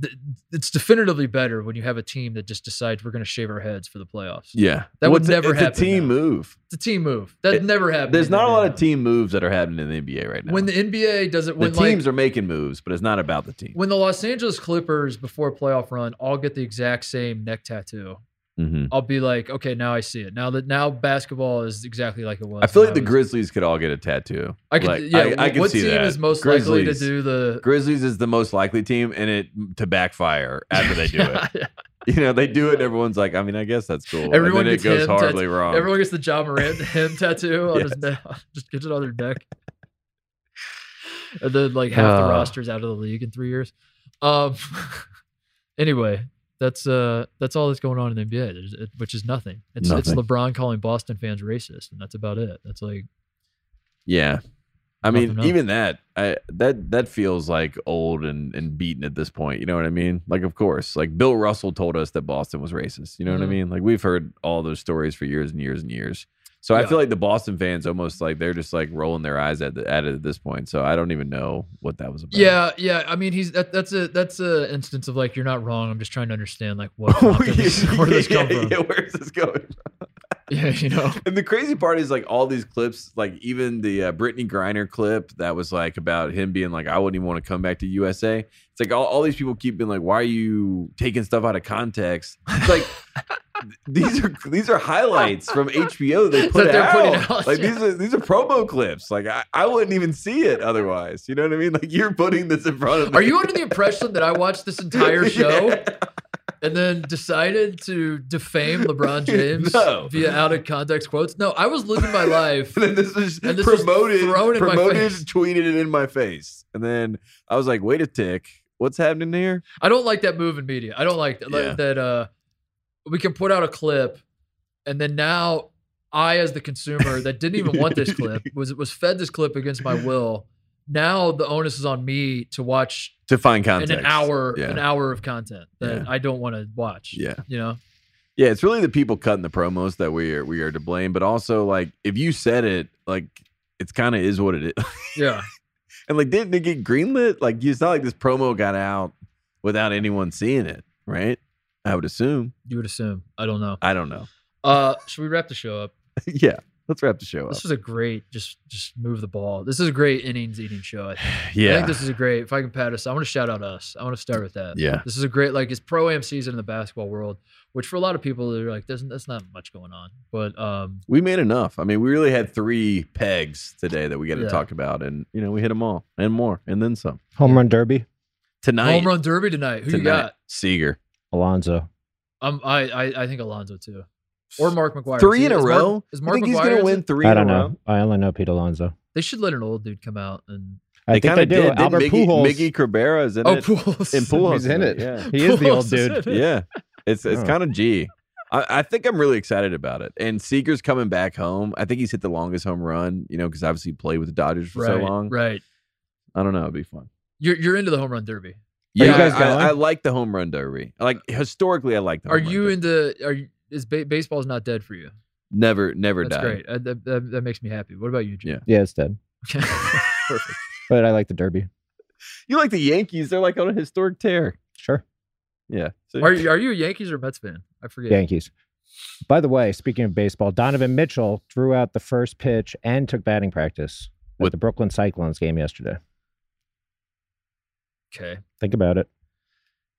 [SPEAKER 2] Th- It's definitively better when you have a team that just decides we're going to shave our heads for the playoffs.
[SPEAKER 1] yeah,
[SPEAKER 2] That would
[SPEAKER 1] What's-
[SPEAKER 2] never
[SPEAKER 1] it's
[SPEAKER 2] happen
[SPEAKER 1] a team
[SPEAKER 2] now.
[SPEAKER 1] move.
[SPEAKER 2] It's a team move that
[SPEAKER 1] It-
[SPEAKER 2] never happened.
[SPEAKER 1] There's
[SPEAKER 2] in the
[SPEAKER 1] not a lot of
[SPEAKER 2] NBA.
[SPEAKER 1] team moves that are happening in the NBA right now.
[SPEAKER 2] When the NBA doesn't,
[SPEAKER 1] the
[SPEAKER 2] when like,
[SPEAKER 1] teams are making moves, but it's not about the team.
[SPEAKER 2] when the Los Angeles Clippers before a playoff run all get the exact same neck tattoo
[SPEAKER 1] hmm
[SPEAKER 2] I'll be like, okay, now I see it. Now that now basketball is exactly like it was.
[SPEAKER 1] I feel
[SPEAKER 2] when
[SPEAKER 1] like the
[SPEAKER 2] was-
[SPEAKER 1] Grizzlies could all get a tattoo.
[SPEAKER 2] I could,
[SPEAKER 1] Like,
[SPEAKER 2] yeah.
[SPEAKER 1] I, I could
[SPEAKER 2] what
[SPEAKER 1] see
[SPEAKER 2] team
[SPEAKER 1] that.
[SPEAKER 2] is most likely to
[SPEAKER 1] Grizzlies.
[SPEAKER 2] do the?
[SPEAKER 1] Grizzlies is the most likely team, and it to backfire after they do it.
[SPEAKER 2] Yeah.
[SPEAKER 1] You know, they do it, and everyone's like, I mean, I guess that's cool.
[SPEAKER 2] Everyone
[SPEAKER 1] and then it
[SPEAKER 2] gets
[SPEAKER 1] goes
[SPEAKER 2] him
[SPEAKER 1] horribly wrong.
[SPEAKER 2] Everyone gets the John Morant him tattoo on his neck. Just gets it on their neck. and then like half the
[SPEAKER 1] Uh.
[SPEAKER 2] roster's out of the league in three years. Um. anyway, that's uh that's all that's going on in the NBA, There's- it- which is nothing. It's it's
[SPEAKER 1] Nothing.
[SPEAKER 2] LeBron calling Boston fans racist, and that's about it. That's like
[SPEAKER 1] yeah. I mean,
[SPEAKER 2] Nothing else.
[SPEAKER 1] even that, I, that that feels like old and, and beaten at this point. You know what I mean? Like, of course, like Bill Russell told us that Boston was racist. You know what I
[SPEAKER 2] Mhm.
[SPEAKER 1] mean? Like, we've heard all those stories for years and years and years. So I
[SPEAKER 2] Yeah.
[SPEAKER 1] feel like the Boston fans almost like they're just like rolling their eyes at, the, at it at this point. So I don't even know what that was about.
[SPEAKER 2] yeah, yeah. I mean, he's that, that's a that's a instance of like you're not wrong. I'm just trying to understand like what
[SPEAKER 1] yeah,
[SPEAKER 2] where did this, where did this come
[SPEAKER 1] yeah,
[SPEAKER 2] from?
[SPEAKER 1] yeah, where's this going?
[SPEAKER 2] yeah, you know.
[SPEAKER 1] And the crazy part is like all these clips, like even the uh, Brittany Griner clip that was like about him being like, I wouldn't even want to come back to USA. It's like all, all these people keep being like, why are you taking stuff out of context? It's like these are these are highlights from HBO they put
[SPEAKER 2] they're
[SPEAKER 1] out.
[SPEAKER 2] putting out,
[SPEAKER 1] Like
[SPEAKER 2] yeah.
[SPEAKER 1] these are these are promo clips. Like I, I wouldn't even see it otherwise. You know what I mean? Like you're putting this in front of me.
[SPEAKER 2] Are you under the impression that I watched this entire show
[SPEAKER 1] Yeah.
[SPEAKER 2] and then decided to defame LeBron James
[SPEAKER 1] No.
[SPEAKER 2] via out of context quotes? No, I was living my life.
[SPEAKER 1] And then this is
[SPEAKER 2] And this was
[SPEAKER 1] promoted,
[SPEAKER 2] thrown in my
[SPEAKER 1] promoted,
[SPEAKER 2] face.
[SPEAKER 1] tweeted it in my face. And then I was like, wait a tick. What's happening here?
[SPEAKER 2] I don't like that move in media. I don't like that, like
[SPEAKER 1] Yeah.
[SPEAKER 2] that uh we can put out a clip and then now I as the consumer that didn't even want this clip was was fed this clip against my will. Now the onus is on me to watch
[SPEAKER 1] To find
[SPEAKER 2] in
[SPEAKER 1] context.
[SPEAKER 2] an hour
[SPEAKER 1] Yeah.
[SPEAKER 2] an hour of content that
[SPEAKER 1] Yeah.
[SPEAKER 2] I don't want to watch.
[SPEAKER 1] Yeah.
[SPEAKER 2] You know?
[SPEAKER 1] Yeah, it's really the people cutting the promos that we are we are to blame. But also like if you said it, like it's kind of is what it is.
[SPEAKER 2] Yeah.
[SPEAKER 1] And like didn't it get greenlit? Like it's not like this promo got out without anyone seeing it, right? I would assume.
[SPEAKER 2] You would assume. I don't know.
[SPEAKER 1] I don't know.
[SPEAKER 2] Uh should we wrap the show up?
[SPEAKER 1] yeah. Let's wrap the show up.
[SPEAKER 2] This was a great just just move the ball. This is a great innings eating show. I think. I
[SPEAKER 1] Yeah.
[SPEAKER 2] think this is a great. If I can pat us, I want to shout out us. I want to start with that.
[SPEAKER 1] Yeah.
[SPEAKER 2] This is a great like it's pro am season in the basketball world, which for a lot of people they're like, doesn't that's not much going on. But um
[SPEAKER 1] we made enough. I mean, we really had three pegs today that we got to
[SPEAKER 2] Yeah.
[SPEAKER 1] talk about, and you know, we hit them all and more, and then some
[SPEAKER 3] Home run derby,
[SPEAKER 1] tonight.
[SPEAKER 2] home run derby tonight. Who
[SPEAKER 1] tonight,
[SPEAKER 2] you got?
[SPEAKER 1] Seager.
[SPEAKER 3] Alonzo.
[SPEAKER 2] Um I, I I think Alonzo too. Or Mark McGuire.
[SPEAKER 1] Three
[SPEAKER 2] Is-
[SPEAKER 1] in a
[SPEAKER 2] is Mark-
[SPEAKER 1] row.
[SPEAKER 2] is Mark
[SPEAKER 1] you think he's
[SPEAKER 2] McGuire
[SPEAKER 1] gonna
[SPEAKER 2] is
[SPEAKER 1] win
[SPEAKER 2] it?
[SPEAKER 1] three?
[SPEAKER 3] I
[SPEAKER 1] in
[SPEAKER 3] don't
[SPEAKER 1] a
[SPEAKER 3] know.
[SPEAKER 1] row?
[SPEAKER 3] I only know Pete Alonzo.
[SPEAKER 2] They should let an old dude come out and
[SPEAKER 3] I think
[SPEAKER 1] kinda
[SPEAKER 3] they do.
[SPEAKER 1] Didn't
[SPEAKER 3] Albert
[SPEAKER 1] Miggy-
[SPEAKER 3] Pujols.
[SPEAKER 1] Miggy Cabrera is in
[SPEAKER 2] Oh
[SPEAKER 1] it.
[SPEAKER 2] pools.
[SPEAKER 1] and Pujols
[SPEAKER 3] He's
[SPEAKER 1] is
[SPEAKER 3] in it.
[SPEAKER 1] Yeah,
[SPEAKER 3] He is the
[SPEAKER 2] Pujols
[SPEAKER 3] old
[SPEAKER 2] is
[SPEAKER 3] dude.
[SPEAKER 2] in it.
[SPEAKER 1] yeah. It's it's
[SPEAKER 3] Oh.
[SPEAKER 1] kind of G. I, I think I'm really excited about it. And Seager's coming back home. I think he's hit the longest home run. You know, because obviously he played with the Dodgers for
[SPEAKER 2] Right,
[SPEAKER 1] so long.
[SPEAKER 2] Right.
[SPEAKER 1] I don't know. It'd be fun.
[SPEAKER 2] You're you're into the home run derby.
[SPEAKER 3] you
[SPEAKER 1] Yeah,
[SPEAKER 3] guys
[SPEAKER 1] I,
[SPEAKER 3] going?
[SPEAKER 1] I, I like the home run derby. Like historically, I like the.
[SPEAKER 2] are
[SPEAKER 1] home run
[SPEAKER 2] you
[SPEAKER 1] derby.
[SPEAKER 2] into are you is ba- baseball's not dead for you?
[SPEAKER 1] Never, never
[SPEAKER 2] That's
[SPEAKER 1] die.
[SPEAKER 2] great. Uh, that, that, that makes me happy. What about you, Jim?
[SPEAKER 3] Yeah, it's dead.
[SPEAKER 2] Perfect.
[SPEAKER 3] But I like the derby.
[SPEAKER 1] You like the Yankees? They're like on a historic tear.
[SPEAKER 3] Sure.
[SPEAKER 1] Yeah. See?
[SPEAKER 2] Are you are you a Yankees or Mets fan? I forget.
[SPEAKER 3] Yankees. By the way, speaking of baseball, Donovan Mitchell threw out the first pitch and took batting practice at
[SPEAKER 1] With-
[SPEAKER 3] the Brooklyn Cyclones game yesterday.
[SPEAKER 2] Okay.
[SPEAKER 3] Think about it.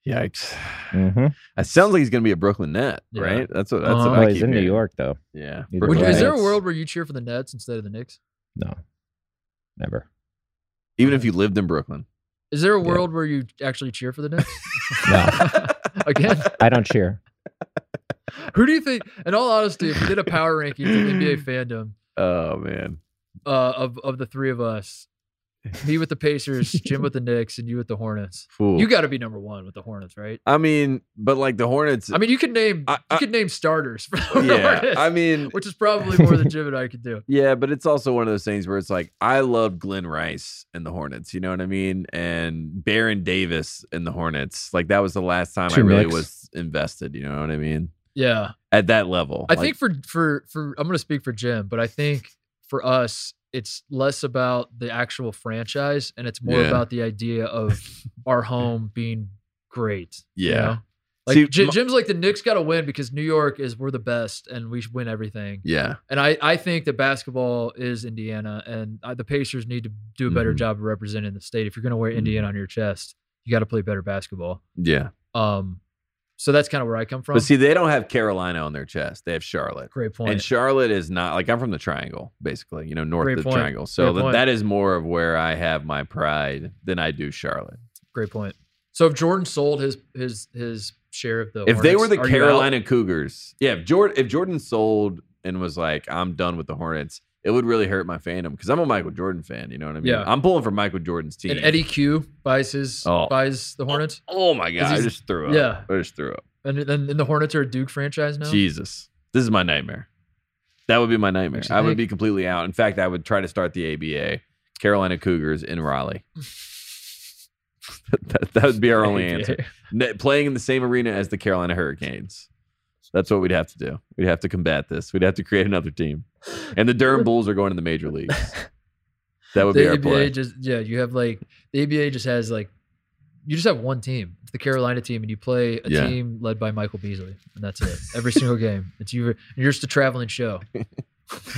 [SPEAKER 1] Yikes!
[SPEAKER 3] Mm-hmm.
[SPEAKER 1] It sounds like he's going to be a Brooklyn Net,
[SPEAKER 2] Yeah.
[SPEAKER 1] right? That's what. That's
[SPEAKER 2] Uh-huh.
[SPEAKER 1] what
[SPEAKER 3] Well,
[SPEAKER 1] I
[SPEAKER 3] Oh, he's
[SPEAKER 1] keep
[SPEAKER 3] in New
[SPEAKER 1] hearing.
[SPEAKER 3] York, though.
[SPEAKER 1] Yeah.
[SPEAKER 3] Either
[SPEAKER 2] Would you-
[SPEAKER 1] Brooklyn
[SPEAKER 2] is there a
[SPEAKER 1] Nets.
[SPEAKER 2] world where you cheer for the Nets instead of the Knicks?
[SPEAKER 3] No, never.
[SPEAKER 1] Even if you lived in Brooklyn.
[SPEAKER 2] Is there a
[SPEAKER 3] Yeah.
[SPEAKER 2] world where you actually cheer for the Knicks?
[SPEAKER 3] No,
[SPEAKER 2] Again,
[SPEAKER 3] I don't cheer.
[SPEAKER 2] who do you think? In all honesty, if we did a power ranking of NBA fandom
[SPEAKER 1] Oh man.
[SPEAKER 2] uh, of of the three of us, me with the Pacers, Jim with the Knicks, and you with the Hornets,
[SPEAKER 1] Fool.
[SPEAKER 2] you got to be number one with the Hornets, right?
[SPEAKER 1] I mean, but like the Hornets.
[SPEAKER 2] I mean, you could name
[SPEAKER 1] I- I-
[SPEAKER 2] you could name starters for the
[SPEAKER 1] yeah.
[SPEAKER 2] Hornets,
[SPEAKER 1] I mean,
[SPEAKER 2] which is probably more than Jim and I could do.
[SPEAKER 1] yeah, but it's also one of those things where it's like I love Glenn Rice and the Hornets. You know what I mean? And Baron Davis and the Hornets. Like that was the last time I
[SPEAKER 3] Two
[SPEAKER 1] really
[SPEAKER 3] Knicks.
[SPEAKER 1] was invested. You know what I mean?
[SPEAKER 2] Yeah.
[SPEAKER 1] At that level,
[SPEAKER 2] I
[SPEAKER 1] Like,
[SPEAKER 2] think for for for I'm going to speak for Jim, but I think for us it's less about the actual franchise and it's more
[SPEAKER 1] Yeah.
[SPEAKER 2] about the idea of our home being great. you
[SPEAKER 1] Yeah.
[SPEAKER 2] know? Like
[SPEAKER 1] See,
[SPEAKER 2] Ji-
[SPEAKER 1] my-
[SPEAKER 2] Jim's like the Knicks got to win because New York is we're the best and we should win everything.
[SPEAKER 1] Yeah.
[SPEAKER 2] And I I think that basketball is Indiana and I, the Pacers need to do a better
[SPEAKER 1] Mhm.
[SPEAKER 2] job of
[SPEAKER 1] Mm-hmm.
[SPEAKER 2] representing the state. If you're going to wear
[SPEAKER 1] Mhm.
[SPEAKER 2] Indiana on your chest, you got to play better basketball.
[SPEAKER 1] Yeah.
[SPEAKER 2] Um, So that's kind of where I come from.
[SPEAKER 1] But see, they don't have Carolina on their chest. They have Charlotte.
[SPEAKER 2] Great point.
[SPEAKER 1] And Charlotte is not like I'm from the triangle, basically, you know, north
[SPEAKER 2] Great
[SPEAKER 1] of the
[SPEAKER 2] point.
[SPEAKER 1] triangle. So
[SPEAKER 2] Great
[SPEAKER 1] th-
[SPEAKER 2] point.
[SPEAKER 1] that is more of where I have my pride than I do Charlotte.
[SPEAKER 2] Great point. So if Jordan sold his his his share of the
[SPEAKER 1] if they were
[SPEAKER 2] Hornets,
[SPEAKER 1] the
[SPEAKER 2] are you out?
[SPEAKER 1] Carolina Cougars, yeah, if Jordan if Jordan sold and was like, I'm done with the Hornets, it would really hurt my fandom because I'm a Michael Jordan fan. You know what I mean?
[SPEAKER 2] Yeah.
[SPEAKER 1] I'm pulling for Michael Jordan's team.
[SPEAKER 2] and Eddie Q buys his
[SPEAKER 1] Oh.
[SPEAKER 2] buys the Hornets,
[SPEAKER 1] Oh my god, I
[SPEAKER 2] he's-
[SPEAKER 1] just threw up.
[SPEAKER 2] yeah.
[SPEAKER 1] I just threw up.
[SPEAKER 2] and then and the Hornets are a Duke franchise now.
[SPEAKER 1] Jesus, this is my nightmare. That would be my nightmare.
[SPEAKER 2] Makes you
[SPEAKER 1] I would
[SPEAKER 2] think.
[SPEAKER 1] be completely out. In fact, I would try to start the ABA, Carolina Cougars in Raleigh. that, that would be our only
[SPEAKER 2] Okay.
[SPEAKER 1] answer. Ne- playing in the same arena as the Carolina Hurricanes. That's what we'd have to do. We'd have to combat this. We'd have to create another team. And the Durham Bulls are going to the major leagues. That would be
[SPEAKER 2] The
[SPEAKER 1] our
[SPEAKER 2] ABA
[SPEAKER 1] play.
[SPEAKER 2] just yeah, you have like the ABA just has like you just have one team, it's the Carolina team, and you play a
[SPEAKER 1] Yeah.
[SPEAKER 2] team led by Michael Beasley, and that's it. Every single game, it's you. You're just a traveling show.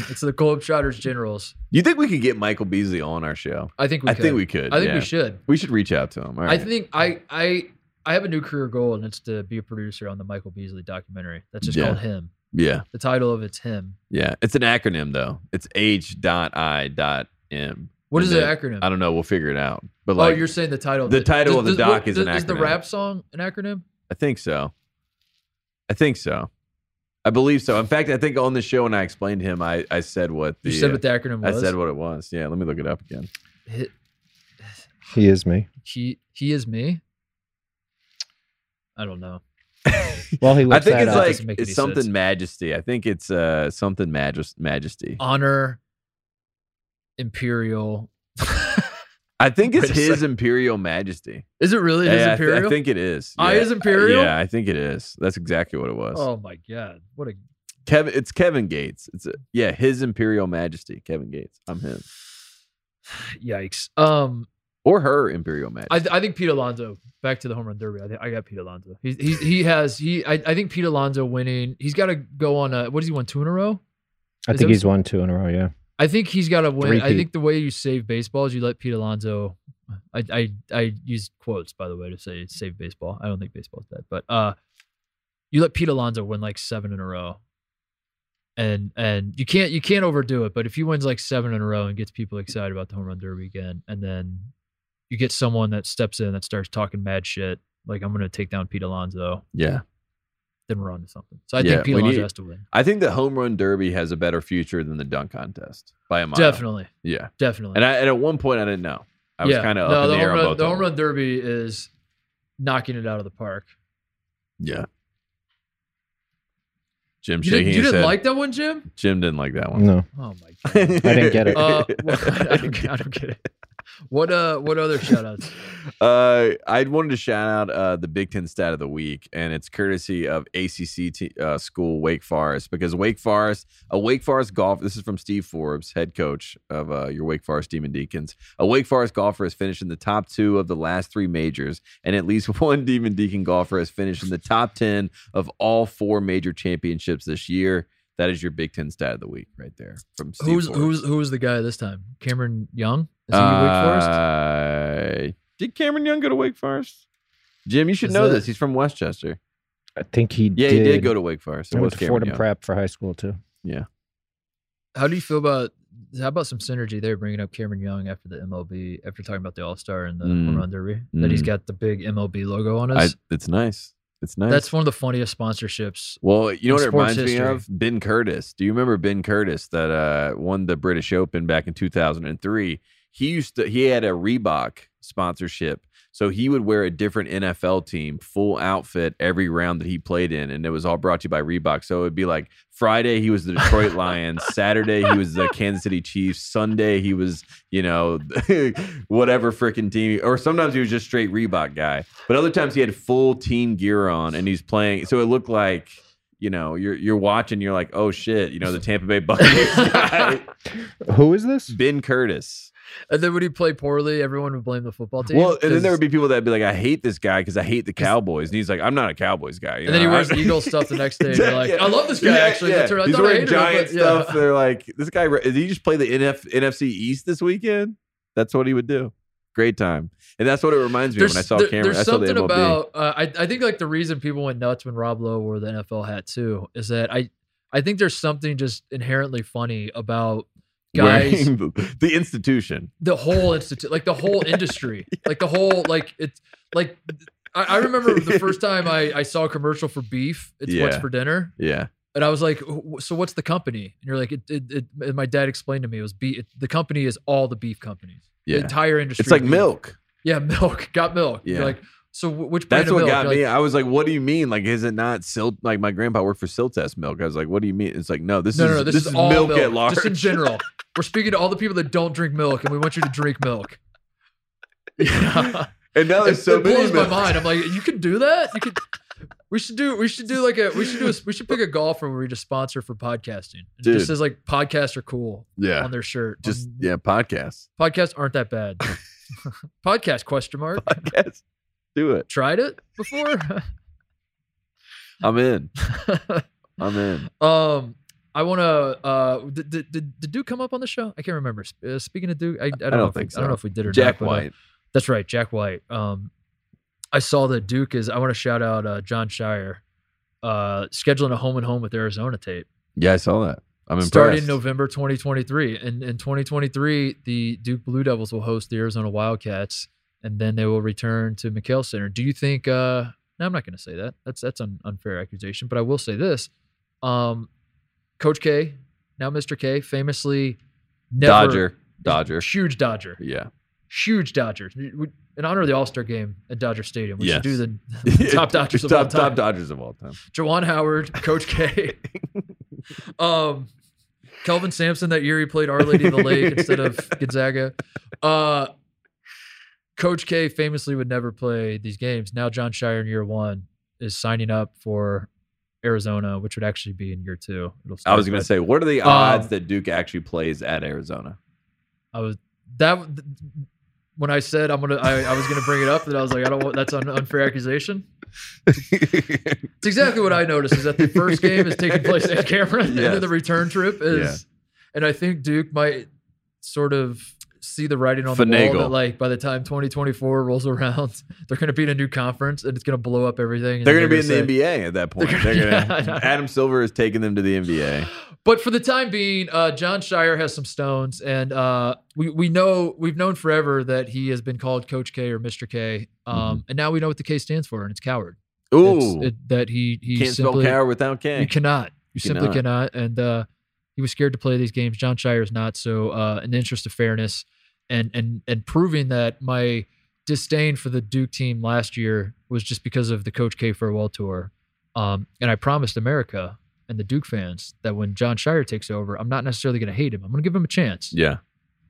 [SPEAKER 2] it's the Globetrotters Generals.
[SPEAKER 1] You think we could get Michael Beasley on our show?
[SPEAKER 2] I think we.
[SPEAKER 1] I
[SPEAKER 2] could.
[SPEAKER 1] think we could.
[SPEAKER 2] I think
[SPEAKER 1] yeah.
[SPEAKER 2] we should.
[SPEAKER 1] We should reach out to him. All
[SPEAKER 2] I
[SPEAKER 1] right.
[SPEAKER 2] think I I I have a new career goal, and it's to be a producer on the Michael Beasley documentary. That's just
[SPEAKER 1] Yeah.
[SPEAKER 2] called him.
[SPEAKER 1] yeah.
[SPEAKER 2] The title of it's him.
[SPEAKER 1] Yeah. It's an acronym though. It's H dot I dot M.
[SPEAKER 2] What
[SPEAKER 1] And
[SPEAKER 2] is the
[SPEAKER 1] then-
[SPEAKER 2] acronym?
[SPEAKER 1] I don't know. We'll figure it out. But
[SPEAKER 2] oh,
[SPEAKER 1] like,
[SPEAKER 2] you're saying the title. of
[SPEAKER 1] the title of the
[SPEAKER 2] does-
[SPEAKER 1] doc is
[SPEAKER 2] does-
[SPEAKER 1] an
[SPEAKER 2] Is the
[SPEAKER 1] acronym.
[SPEAKER 2] rap song an acronym?
[SPEAKER 1] I think so. I think so. I believe so. In fact, I think on the show when I explained to him, I, I said what the uh,
[SPEAKER 2] You said what the acronym
[SPEAKER 1] I
[SPEAKER 2] was.
[SPEAKER 1] said what it was. Yeah, let me look it up again.
[SPEAKER 2] Hi-
[SPEAKER 3] He is me.
[SPEAKER 2] he he is me. I don't know.
[SPEAKER 3] Well, he
[SPEAKER 1] I
[SPEAKER 3] looks
[SPEAKER 1] think
[SPEAKER 3] that
[SPEAKER 1] it's
[SPEAKER 3] up.
[SPEAKER 2] doesn't
[SPEAKER 1] like
[SPEAKER 2] make
[SPEAKER 1] it's
[SPEAKER 2] any
[SPEAKER 1] something
[SPEAKER 2] sense.
[SPEAKER 1] majesty. I think it's uh something majest majesty.
[SPEAKER 2] Oh, Honor, imperial.
[SPEAKER 1] I think it's
[SPEAKER 2] Wait a
[SPEAKER 1] his imperial majesty.
[SPEAKER 2] Is it really his
[SPEAKER 1] Yeah, I thi-
[SPEAKER 2] imperial?
[SPEAKER 1] I, think it is.
[SPEAKER 2] I
[SPEAKER 1] Yeah.
[SPEAKER 2] is imperial.
[SPEAKER 1] Yeah, I think it is. That's exactly what it was.
[SPEAKER 2] Oh my god! What a
[SPEAKER 1] Kevin it's Kevin Gates. It's a, yeah, his imperial majesty, Kevin Gates. I'm him.
[SPEAKER 2] yikes. Um,
[SPEAKER 1] Or her imperial majesty.
[SPEAKER 2] I, th- I think Pete Alonso back to the home run derby. I think I got Pete Alonso. He he, he has he. I, I think Pete Alonso winning. He's got to go on a what does he won two in a row?
[SPEAKER 3] I
[SPEAKER 2] is
[SPEAKER 3] think
[SPEAKER 2] it-
[SPEAKER 3] he's won two in a row. Yeah.
[SPEAKER 2] I think he's got to win. I
[SPEAKER 3] Three-peat.
[SPEAKER 2] think the way you save baseball is you let Pete Alonso. I, I I use quotes by the way to say save baseball. I don't think baseball's dead, but uh, you let Pete Alonso win like seven in a row, and and you can't you can't overdo it. But if he wins like seven in a row and gets people excited about the home run derby again, and then you get someone that steps in that starts talking mad shit like I'm gonna take down Pete Alonso,
[SPEAKER 1] yeah.
[SPEAKER 2] then we're on to something. So I
[SPEAKER 1] Yeah,
[SPEAKER 2] think Pete
[SPEAKER 1] we
[SPEAKER 2] Alonso
[SPEAKER 1] need-
[SPEAKER 2] has to win.
[SPEAKER 1] I think the home run derby has a better future than the dunk contest by a mile.
[SPEAKER 2] Definitely,
[SPEAKER 1] Yeah.
[SPEAKER 2] definitely.
[SPEAKER 1] And I and at one point I didn't know. I was kind of
[SPEAKER 2] no,
[SPEAKER 1] up in the,
[SPEAKER 2] home
[SPEAKER 1] air on
[SPEAKER 2] run,
[SPEAKER 1] both
[SPEAKER 2] the
[SPEAKER 1] of
[SPEAKER 2] home
[SPEAKER 1] them.
[SPEAKER 2] run derby is knocking it out of the park.
[SPEAKER 1] Yeah. Jim
[SPEAKER 2] You,
[SPEAKER 1] shaking
[SPEAKER 2] didn't, you
[SPEAKER 1] his
[SPEAKER 2] didn't
[SPEAKER 1] head.
[SPEAKER 2] like that one, Jim?
[SPEAKER 1] Jim didn't like that one.
[SPEAKER 3] No.
[SPEAKER 2] Oh my
[SPEAKER 1] I
[SPEAKER 2] god.
[SPEAKER 3] didn't get it.
[SPEAKER 2] Uh, well, I, don't, get- I don't get it. What uh? What other shout outs?
[SPEAKER 1] Uh, I wanted to shout out uh, the Big Ten stat of the week, and it's courtesy of ACC te- uh, school Wake Forest because Wake Forest, a Wake Forest golf. This is from Steve Forbes, head coach of uh, your Wake Forest Demon Deacons. A Wake Forest golfer has finished in the top two of the last three majors, and at least one Demon Deacon golfer has finished in the top ten of all four major championships this year. That is your Big Ten stat of the week, right there from Steve
[SPEAKER 2] Who's
[SPEAKER 1] Forbes.
[SPEAKER 2] who's who's the guy this time? Cameron Young? Is he Wake Forest?
[SPEAKER 1] Uh, did Cameron Young go to Wake Forest? Jim, you should
[SPEAKER 2] Is
[SPEAKER 1] know
[SPEAKER 2] that-
[SPEAKER 1] this. He's from Westchester.
[SPEAKER 3] I think he
[SPEAKER 1] Yeah,
[SPEAKER 3] did.
[SPEAKER 1] he did go to Wake Forest. It
[SPEAKER 3] I
[SPEAKER 1] was
[SPEAKER 3] went to
[SPEAKER 1] Cameron
[SPEAKER 3] Fordham
[SPEAKER 1] Young.
[SPEAKER 3] Prep for high school too.
[SPEAKER 2] How do you feel about how about some synergy there? Bringing up Cameron Young after the MLB, after talking about the All Star and the
[SPEAKER 1] Mm.
[SPEAKER 2] home run derby, that he's
[SPEAKER 1] Mm.
[SPEAKER 2] got the big MLB logo on
[SPEAKER 1] I,
[SPEAKER 2] us.
[SPEAKER 1] it's nice. It's nice.
[SPEAKER 2] That's one of the funniest sponsorships.
[SPEAKER 1] well, you know what it
[SPEAKER 2] sports
[SPEAKER 1] reminds me
[SPEAKER 2] history.
[SPEAKER 1] of? Ben Curtis. Do you remember Ben Curtis that uh, won the British Open back in 2003? He used to he had a Reebok sponsorship. So he would wear a different NFL team, full outfit every round that he played in, and it was all brought to you by Reebok. So it would be like Friday he was the Detroit Lions, Saturday he was the Kansas City Chiefs, Sunday he was you know whatever freaking team, or sometimes he was just straight Reebok guy, but other times he had full team gear on and he's playing. So it looked like you know you're you're watching, you're like oh shit, you know the Tampa Bay Buccaneers guy,
[SPEAKER 3] Who is this?
[SPEAKER 1] Ben Curtis.
[SPEAKER 2] And then when he played poorly, everyone would blame the football team.
[SPEAKER 1] Well, and then there
[SPEAKER 2] 'cause-
[SPEAKER 1] would be people that'd be like, I hate this guy because I hate the Cowboys, and he's like, I'm not a Cowboys guy. you
[SPEAKER 2] and then he
[SPEAKER 1] know?
[SPEAKER 2] wears
[SPEAKER 1] I-
[SPEAKER 2] Eagle stuff the next day. And they're like,
[SPEAKER 1] Yeah.
[SPEAKER 2] I love this guy actually. That's right. I
[SPEAKER 1] He's
[SPEAKER 2] thought I
[SPEAKER 1] wearing
[SPEAKER 2] hated him,
[SPEAKER 1] giant
[SPEAKER 2] but- yeah.
[SPEAKER 1] stuff. They're like, this guy. Did he just play the NF, NFC East this weekend? That's what he would do. Great time. And that's what it reminds me of when I saw
[SPEAKER 2] there-
[SPEAKER 1] Cameron.
[SPEAKER 2] there's
[SPEAKER 1] I saw the
[SPEAKER 2] something
[SPEAKER 1] MLB.
[SPEAKER 2] about uh, I, I think like the reason people went nuts when Rob Lowe wore the NFL hat too is that I I think there's something just inherently funny about guys
[SPEAKER 1] wearing the, the institution.
[SPEAKER 2] the whole institute like the whole industry like the whole like it's like I, I remember the first time I, I saw a commercial for beef it's what's
[SPEAKER 1] Yeah.
[SPEAKER 2] for dinner
[SPEAKER 1] Yeah.
[SPEAKER 2] and I was like "Wh- so what's the company and you're like it, it, it and my dad explained to me it was beef it, the company is all the beef companies the
[SPEAKER 1] Yeah.
[SPEAKER 2] entire industry
[SPEAKER 1] It's like
[SPEAKER 2] of beef.
[SPEAKER 1] milk.
[SPEAKER 2] yeah milk got milk
[SPEAKER 1] Yeah.
[SPEAKER 2] you're like so wh- which brand
[SPEAKER 1] That's
[SPEAKER 2] of
[SPEAKER 1] what
[SPEAKER 2] milk?
[SPEAKER 1] got
[SPEAKER 2] You're like,
[SPEAKER 1] me. I was like, what do you mean? Like, is it not silt? Like, my grandpa worked for Siltest milk. I was like, what do you mean? It's like, no, this
[SPEAKER 2] no,
[SPEAKER 1] is
[SPEAKER 2] no, no, this, is, all
[SPEAKER 1] milk,
[SPEAKER 2] milk,
[SPEAKER 1] at large.
[SPEAKER 2] Just in general, we're speaking to all the people that don't drink milk, and we want you to drink milk. Yeah,
[SPEAKER 1] and now
[SPEAKER 2] it,
[SPEAKER 1] there's so
[SPEAKER 2] it
[SPEAKER 1] many
[SPEAKER 2] blows my
[SPEAKER 1] milk.
[SPEAKER 2] mind. I'm like, you could do that. You could. We should do. We should do like a. We should do. A, we should pick a golfer where we just sponsor for podcasting. It
[SPEAKER 1] Dude.
[SPEAKER 2] just says like podcasts are cool
[SPEAKER 1] Yeah.
[SPEAKER 2] on their shirt.
[SPEAKER 1] Just,
[SPEAKER 2] On-
[SPEAKER 1] yeah, podcasts.
[SPEAKER 2] podcasts aren't that bad. Podcast question mark.
[SPEAKER 1] Podcasts. Do it.
[SPEAKER 2] Tried it before.
[SPEAKER 1] I'm in. I'm in.
[SPEAKER 2] um. I want to. Uh, did, did, did did Duke come up on the show? I can't remember. Sp- Uh, speaking of Duke, I, I, don't, know
[SPEAKER 1] don't
[SPEAKER 2] if we-
[SPEAKER 1] think
[SPEAKER 2] I don't
[SPEAKER 1] so.
[SPEAKER 2] know if we did or
[SPEAKER 1] Jack
[SPEAKER 2] not. but, uh,
[SPEAKER 1] White.
[SPEAKER 2] That's right, Jack White. Um, I saw that Duke is. I want to shout out uh, John Shire, uh, scheduling a home and home with Arizona tape
[SPEAKER 1] Yeah, I saw that. I'm impressed.
[SPEAKER 2] starting November 2023. And in 2023, the Duke Blue Devils will host the Arizona Wildcats, and then they will return to McHale Center. Do you think? Uh, no, I'm not going to say that. That's that's an unfair accusation. But I will say this: um, Coach K, now Mr. K, famously never
[SPEAKER 1] Dodger. Dodger.
[SPEAKER 2] huge Dodger,
[SPEAKER 1] Yeah.
[SPEAKER 2] huge Dodgers. We- In honor of the All Star game at Dodger Stadium, we should do
[SPEAKER 1] Yes.
[SPEAKER 2] the, the top Dodgers of all
[SPEAKER 1] top,
[SPEAKER 2] time.
[SPEAKER 1] top Dodgers of all time.
[SPEAKER 2] Jawan Howard, Coach K. um, Kelvin Sampson that year he played Our Lady of the Lake instead of Gonzaga. Uh, Coach K famously would never play these games. Now John Shire in year one is signing up for Arizona, which would actually be in year two.
[SPEAKER 1] I
[SPEAKER 2] It'll
[SPEAKER 1] was
[SPEAKER 2] start
[SPEAKER 1] going to
[SPEAKER 2] with-
[SPEAKER 1] say, what are the
[SPEAKER 2] Um,
[SPEAKER 1] odds that Duke actually plays at Arizona?
[SPEAKER 2] I was that th- when I said I'm gonna I, I was gonna bring it up that I was like I don't want that's an unfair accusation. It's exactly what I noticed is that the first game is taking place at Cameron, and
[SPEAKER 1] Yes.
[SPEAKER 2] then the return trip is,
[SPEAKER 1] Yeah.
[SPEAKER 2] and I think Duke might sort of see the writing on the
[SPEAKER 1] Finagle.
[SPEAKER 2] wall that like by the time 2024 rolls around, they're going to be in a new conference and it's going to blow up everything. and
[SPEAKER 1] They're
[SPEAKER 2] then
[SPEAKER 1] going to be in the
[SPEAKER 2] gonna say-
[SPEAKER 1] NBA at that point.
[SPEAKER 2] They're
[SPEAKER 1] They're
[SPEAKER 2] gonna-
[SPEAKER 1] gonna,
[SPEAKER 2] Yeah, I know.
[SPEAKER 1] Adam Silver is taking them to the NBA.
[SPEAKER 2] But for the time being, uh, John Shire has some stones, and uh, we we know we've known forever that he has been called Coach K or Mister K, um, and now we know what the K stands for, and it's coward.
[SPEAKER 1] Mm-hmm. Ooh,
[SPEAKER 2] It's, it, that he he
[SPEAKER 1] can't spell
[SPEAKER 2] simply
[SPEAKER 1] coward without
[SPEAKER 2] you
[SPEAKER 1] K.
[SPEAKER 2] cannot you simply
[SPEAKER 1] Eh, cannot.
[SPEAKER 2] cannot, and uh, he was scared to play these games. John Shire is not, so uh, in the interest of fairness and and and proving that my disdain for the Duke team last year was just because of the Coach K farewell tour, um, and I promised America and the Duke fans that when John Shire takes over, I'm not necessarily going to hate him. I'm going to give him a chance.
[SPEAKER 1] Yeah, Oh,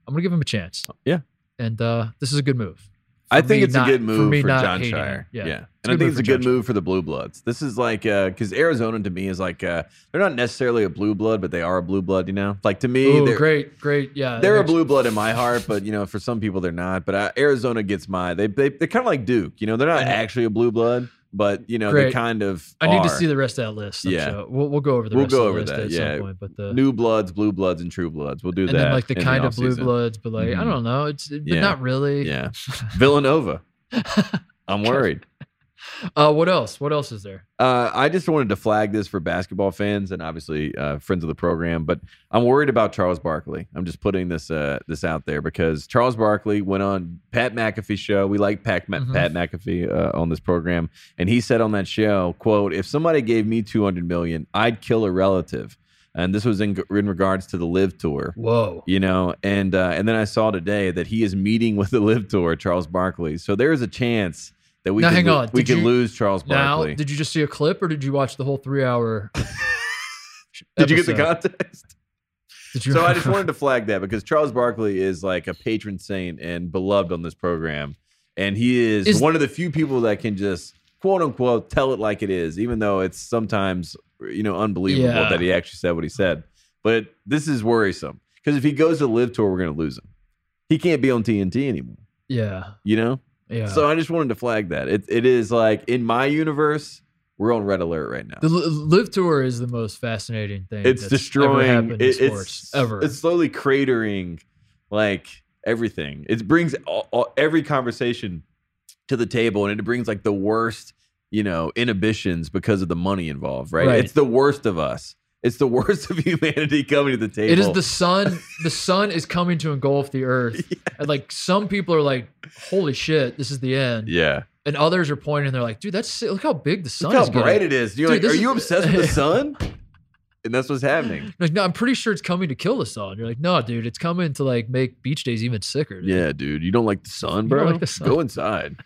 [SPEAKER 2] I'm going to give him a chance.
[SPEAKER 1] Yeah.
[SPEAKER 2] and uh, this is a good move.
[SPEAKER 1] I
[SPEAKER 2] For
[SPEAKER 1] think
[SPEAKER 2] me
[SPEAKER 1] it's
[SPEAKER 2] not-
[SPEAKER 1] a good
[SPEAKER 2] for
[SPEAKER 1] move for,
[SPEAKER 2] me not
[SPEAKER 1] John
[SPEAKER 2] hating him.
[SPEAKER 1] Shire.
[SPEAKER 2] Yeah.
[SPEAKER 1] and I
[SPEAKER 2] good move
[SPEAKER 1] think it's
[SPEAKER 2] for
[SPEAKER 1] a good
[SPEAKER 2] John
[SPEAKER 1] move for the Blue Bloods. This is like because Arizona to me is like uh, they're not necessarily a blue blood, but they are a blue blood. You know, like to me,
[SPEAKER 2] Oh,
[SPEAKER 1] they're,
[SPEAKER 2] great, great, yeah.
[SPEAKER 1] they're a
[SPEAKER 2] Next-
[SPEAKER 1] blue blood in my heart, but you know, for some people they're not. But uh, Arizona gets my they they they're kind of like Duke. You know, they're not
[SPEAKER 2] I know.
[SPEAKER 1] actually a blue blood, but you know, they
[SPEAKER 2] Great.
[SPEAKER 1] kind of.
[SPEAKER 2] I need
[SPEAKER 1] are.
[SPEAKER 2] to see the rest of that list. I'm
[SPEAKER 1] Yeah.
[SPEAKER 2] sure. we'll, we'll go over the
[SPEAKER 1] We'll
[SPEAKER 2] rest
[SPEAKER 1] go
[SPEAKER 2] of
[SPEAKER 1] over
[SPEAKER 2] the list
[SPEAKER 1] that,
[SPEAKER 2] at
[SPEAKER 1] yeah.
[SPEAKER 2] some point. But uh, the
[SPEAKER 1] New bloods, blue bloods, and true bloods. We'll do
[SPEAKER 2] and
[SPEAKER 1] that.
[SPEAKER 2] then like the
[SPEAKER 1] in
[SPEAKER 2] kind of blue
[SPEAKER 1] offseason.
[SPEAKER 2] bloods, but like I
[SPEAKER 1] Mhm.
[SPEAKER 2] don't know, it's but
[SPEAKER 1] Yeah.
[SPEAKER 2] not really.
[SPEAKER 1] Yeah. Villanova. I'm worried.
[SPEAKER 2] Uh, what else? What else is there?
[SPEAKER 1] Uh, I just wanted to flag this for basketball fans and obviously uh, friends of the program, but I'm worried about Charles Barkley. I'm just putting this uh, this out there because Charles Barkley went on Pat McAfee show. We like Pat, Ma-
[SPEAKER 2] Mhm.
[SPEAKER 1] Pat McAfee uh, on this program, and he said on that show, "quote If somebody gave me 200 million, I'd kill a relative." And this was in, in regards to the Live Tour.
[SPEAKER 2] Whoa.
[SPEAKER 1] you know and uh, and then i saw today that he is meeting with the live tour charles barkley so there is a chance that we
[SPEAKER 2] Now,
[SPEAKER 1] can
[SPEAKER 2] hang
[SPEAKER 1] lo-
[SPEAKER 2] on.
[SPEAKER 1] we
[SPEAKER 2] Did
[SPEAKER 1] can
[SPEAKER 2] you-
[SPEAKER 1] lose charles
[SPEAKER 2] Now,
[SPEAKER 1] barkley
[SPEAKER 2] did you just see a clip or did you watch the whole three hour?
[SPEAKER 1] did you get the
[SPEAKER 2] episode?
[SPEAKER 1] context
[SPEAKER 2] Did you-
[SPEAKER 1] so i just wanted to flag that because charles barkley is like a patron saint and beloved on this program and he is,
[SPEAKER 2] Is-
[SPEAKER 1] one of the few people that can just quote unquote tell it like it is even though it's sometimes you know unbelievable
[SPEAKER 2] Yeah.
[SPEAKER 1] that he actually said what he said but this is worrisome because if he goes to live tour we're going to lose him he can't be on tnt anymore
[SPEAKER 2] Yeah.
[SPEAKER 1] you know
[SPEAKER 2] Yeah.
[SPEAKER 1] So I just wanted to flag that. It, it is like in my universe, we're on red alert right now.
[SPEAKER 2] the Li- live tour is the most fascinating thing.
[SPEAKER 1] it's
[SPEAKER 2] that's
[SPEAKER 1] destroying.
[SPEAKER 2] Ever happened in
[SPEAKER 1] it-
[SPEAKER 2] sports,
[SPEAKER 1] it's
[SPEAKER 2] ever.
[SPEAKER 1] It's slowly cratering, like everything. It brings all, all, every conversation to the table, and it brings like the worst, you know, inhibitions because of the money involved. Right?
[SPEAKER 2] Right.
[SPEAKER 1] It's the worst of us. It's the worst of humanity coming to the table.
[SPEAKER 2] It is the sun. The sun is coming to engulf the earth. And like some people are like, "Holy shit, this is the end,"
[SPEAKER 1] yeah.
[SPEAKER 2] and others are pointing. They're like, "Dude, that's sick. look how big the sun
[SPEAKER 1] Look how
[SPEAKER 2] is." getting."
[SPEAKER 1] bright it is. You're
[SPEAKER 2] Dude,
[SPEAKER 1] like,
[SPEAKER 2] this
[SPEAKER 1] are
[SPEAKER 2] is-
[SPEAKER 1] you obsessed with the sun? And that's what's happening.
[SPEAKER 2] Like, no, I'm pretty sure it's coming to kill us all. And you're like, "No, dude, it's coming to like make beach days even sicker." dude."
[SPEAKER 1] Yeah, dude. You don't like the sun,
[SPEAKER 2] You don't
[SPEAKER 1] bro?
[SPEAKER 2] like the sun.
[SPEAKER 1] Go inside.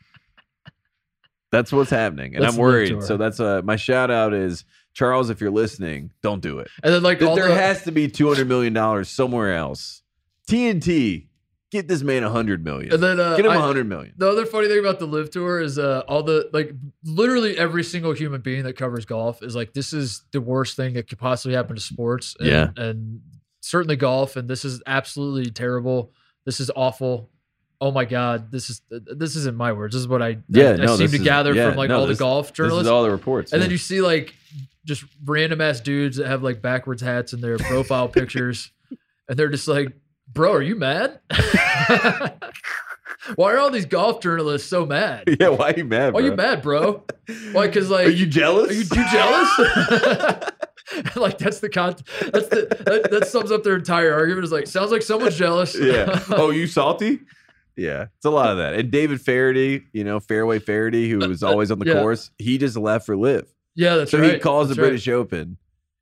[SPEAKER 1] That's what's happening. And
[SPEAKER 2] Let's
[SPEAKER 1] I'm
[SPEAKER 2] live
[SPEAKER 1] worried.
[SPEAKER 2] to
[SPEAKER 1] So
[SPEAKER 2] it.
[SPEAKER 1] that's uh my shout out is Charles, if you're listening, don't do it.
[SPEAKER 2] And then like
[SPEAKER 1] Th-
[SPEAKER 2] all
[SPEAKER 1] there
[SPEAKER 2] the
[SPEAKER 1] has to be two hundred million dollars somewhere else. TNT, get this man a hundred million.
[SPEAKER 2] and then uh,
[SPEAKER 1] get him
[SPEAKER 2] I-
[SPEAKER 1] a hundred million.
[SPEAKER 2] The other funny thing about the live tour is uh, all the like literally every single human being that covers golf is like this is the worst thing that could possibly happen to sports. And,
[SPEAKER 1] Yeah.
[SPEAKER 2] and certainly golf, and this is absolutely terrible. This is awful. Oh my god, this is this isn't my words. This is what I
[SPEAKER 1] Yeah,
[SPEAKER 2] I,
[SPEAKER 1] no,
[SPEAKER 2] seem
[SPEAKER 1] this
[SPEAKER 2] to
[SPEAKER 1] is-
[SPEAKER 2] gather
[SPEAKER 1] yeah,
[SPEAKER 2] from like
[SPEAKER 1] no,
[SPEAKER 2] all
[SPEAKER 1] this-
[SPEAKER 2] the golf
[SPEAKER 1] This
[SPEAKER 2] journalists.
[SPEAKER 1] is all the reports.
[SPEAKER 2] and then
[SPEAKER 1] yeah.
[SPEAKER 2] you see like just random ass dudes that have like backwards hats in their profile pictures, and they're just like, "Bro, are you mad? Why are all these golf journalists so mad?
[SPEAKER 1] yeah, why are you mad?
[SPEAKER 2] Why are
[SPEAKER 1] bro?
[SPEAKER 2] you mad, bro? Why? Because like,
[SPEAKER 1] are you jealous?
[SPEAKER 2] are you too jealous?" like that's the con. That's the that, that sums up their entire argument. Is like sounds like someone's jealous.
[SPEAKER 1] yeah. Oh, you salty? Yeah, it's a lot of that. And David Faraday, you know, Fairway Faraday, who was always on the
[SPEAKER 2] Yeah.
[SPEAKER 1] course, he just left for live.
[SPEAKER 2] yeah. That's
[SPEAKER 1] so
[SPEAKER 2] right.
[SPEAKER 1] he calls
[SPEAKER 2] That's
[SPEAKER 1] the
[SPEAKER 2] right.
[SPEAKER 1] British Open.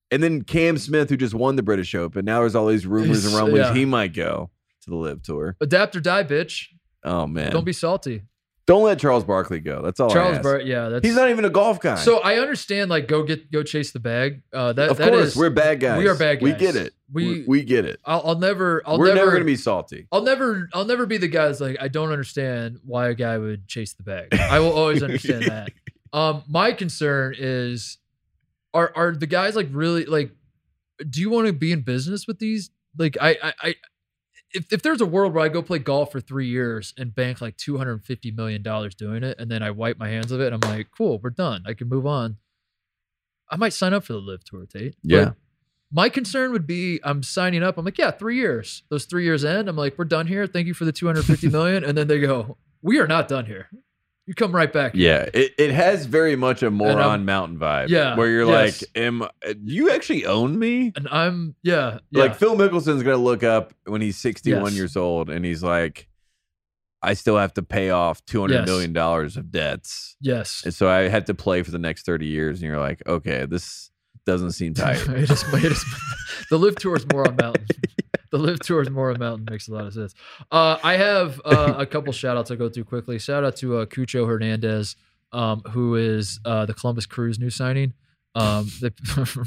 [SPEAKER 1] And then Cam Smith, who just won the British Open, now there's all these rumors and
[SPEAKER 2] He's-
[SPEAKER 1] rumblings
[SPEAKER 2] yeah.
[SPEAKER 1] he might go to the Live Tour.
[SPEAKER 2] Adapt or die, bitch.
[SPEAKER 1] Oh man,
[SPEAKER 2] Don't be salty.
[SPEAKER 1] Don't let Charles Barkley go. That's all. I
[SPEAKER 2] Charles
[SPEAKER 1] ask.
[SPEAKER 2] Burt. Yeah, that's
[SPEAKER 1] Oh, he's not even a golf guy.
[SPEAKER 2] So I understand, like, go get, go chase the bag. Uh, that,
[SPEAKER 1] of
[SPEAKER 2] that
[SPEAKER 1] course
[SPEAKER 2] is-
[SPEAKER 1] we're bad guys.
[SPEAKER 2] We are bad guys.
[SPEAKER 1] We get it.
[SPEAKER 2] We,
[SPEAKER 1] we get it.
[SPEAKER 2] I'll, I'll never, I'll
[SPEAKER 1] we're
[SPEAKER 2] never,
[SPEAKER 1] gonna be salty.
[SPEAKER 2] I'll never, I'll never be the guy that's like, I don't understand why a guy would chase the bag. I will always understand that. Um, my concern is, are are the guys like really like? Do you want to be in business with these? Like, I, I, I if if there's a world where I go play golf for three years and bank like two hundred and fifty million dollars doing it, and then I wipe my hands of it, and I'm like, cool, we're done. I can move on. I might sign up for the live tour, Tate. But
[SPEAKER 1] Yeah.
[SPEAKER 2] my concern would be I'm signing up. I'm like, yeah, three years. Those three years end. I'm like, we're done here. Thank you for the 250 million. and then they go, we are not done here. You come right back.
[SPEAKER 1] Yeah, it, it has very much a
[SPEAKER 2] I'm-
[SPEAKER 1] moron mountain vibe.
[SPEAKER 2] Yeah,
[SPEAKER 1] where you're
[SPEAKER 2] yes.
[SPEAKER 1] like, "Am uh, do you actually own me?"
[SPEAKER 2] And I'm, yeah. yeah.
[SPEAKER 1] Like Phil Mickelson's gonna look up when he's 61
[SPEAKER 2] Yes.
[SPEAKER 1] years old and he's like, "I still have to pay off 200 million
[SPEAKER 2] Yes.
[SPEAKER 1] dollars of debts,
[SPEAKER 2] yes.
[SPEAKER 1] and so I had to play for the next 30 years." And you're like, "Okay, this doesn't seem tight."
[SPEAKER 2] it is, it is, the live tour is more on mountain. The live tour is more on mountain makes a lot of sense. Uh, I have uh, a couple shout outs I'll go through quickly. Shout out to uh, Cucho Hernandez, um, who is uh, the Columbus Crews new signing. Um, the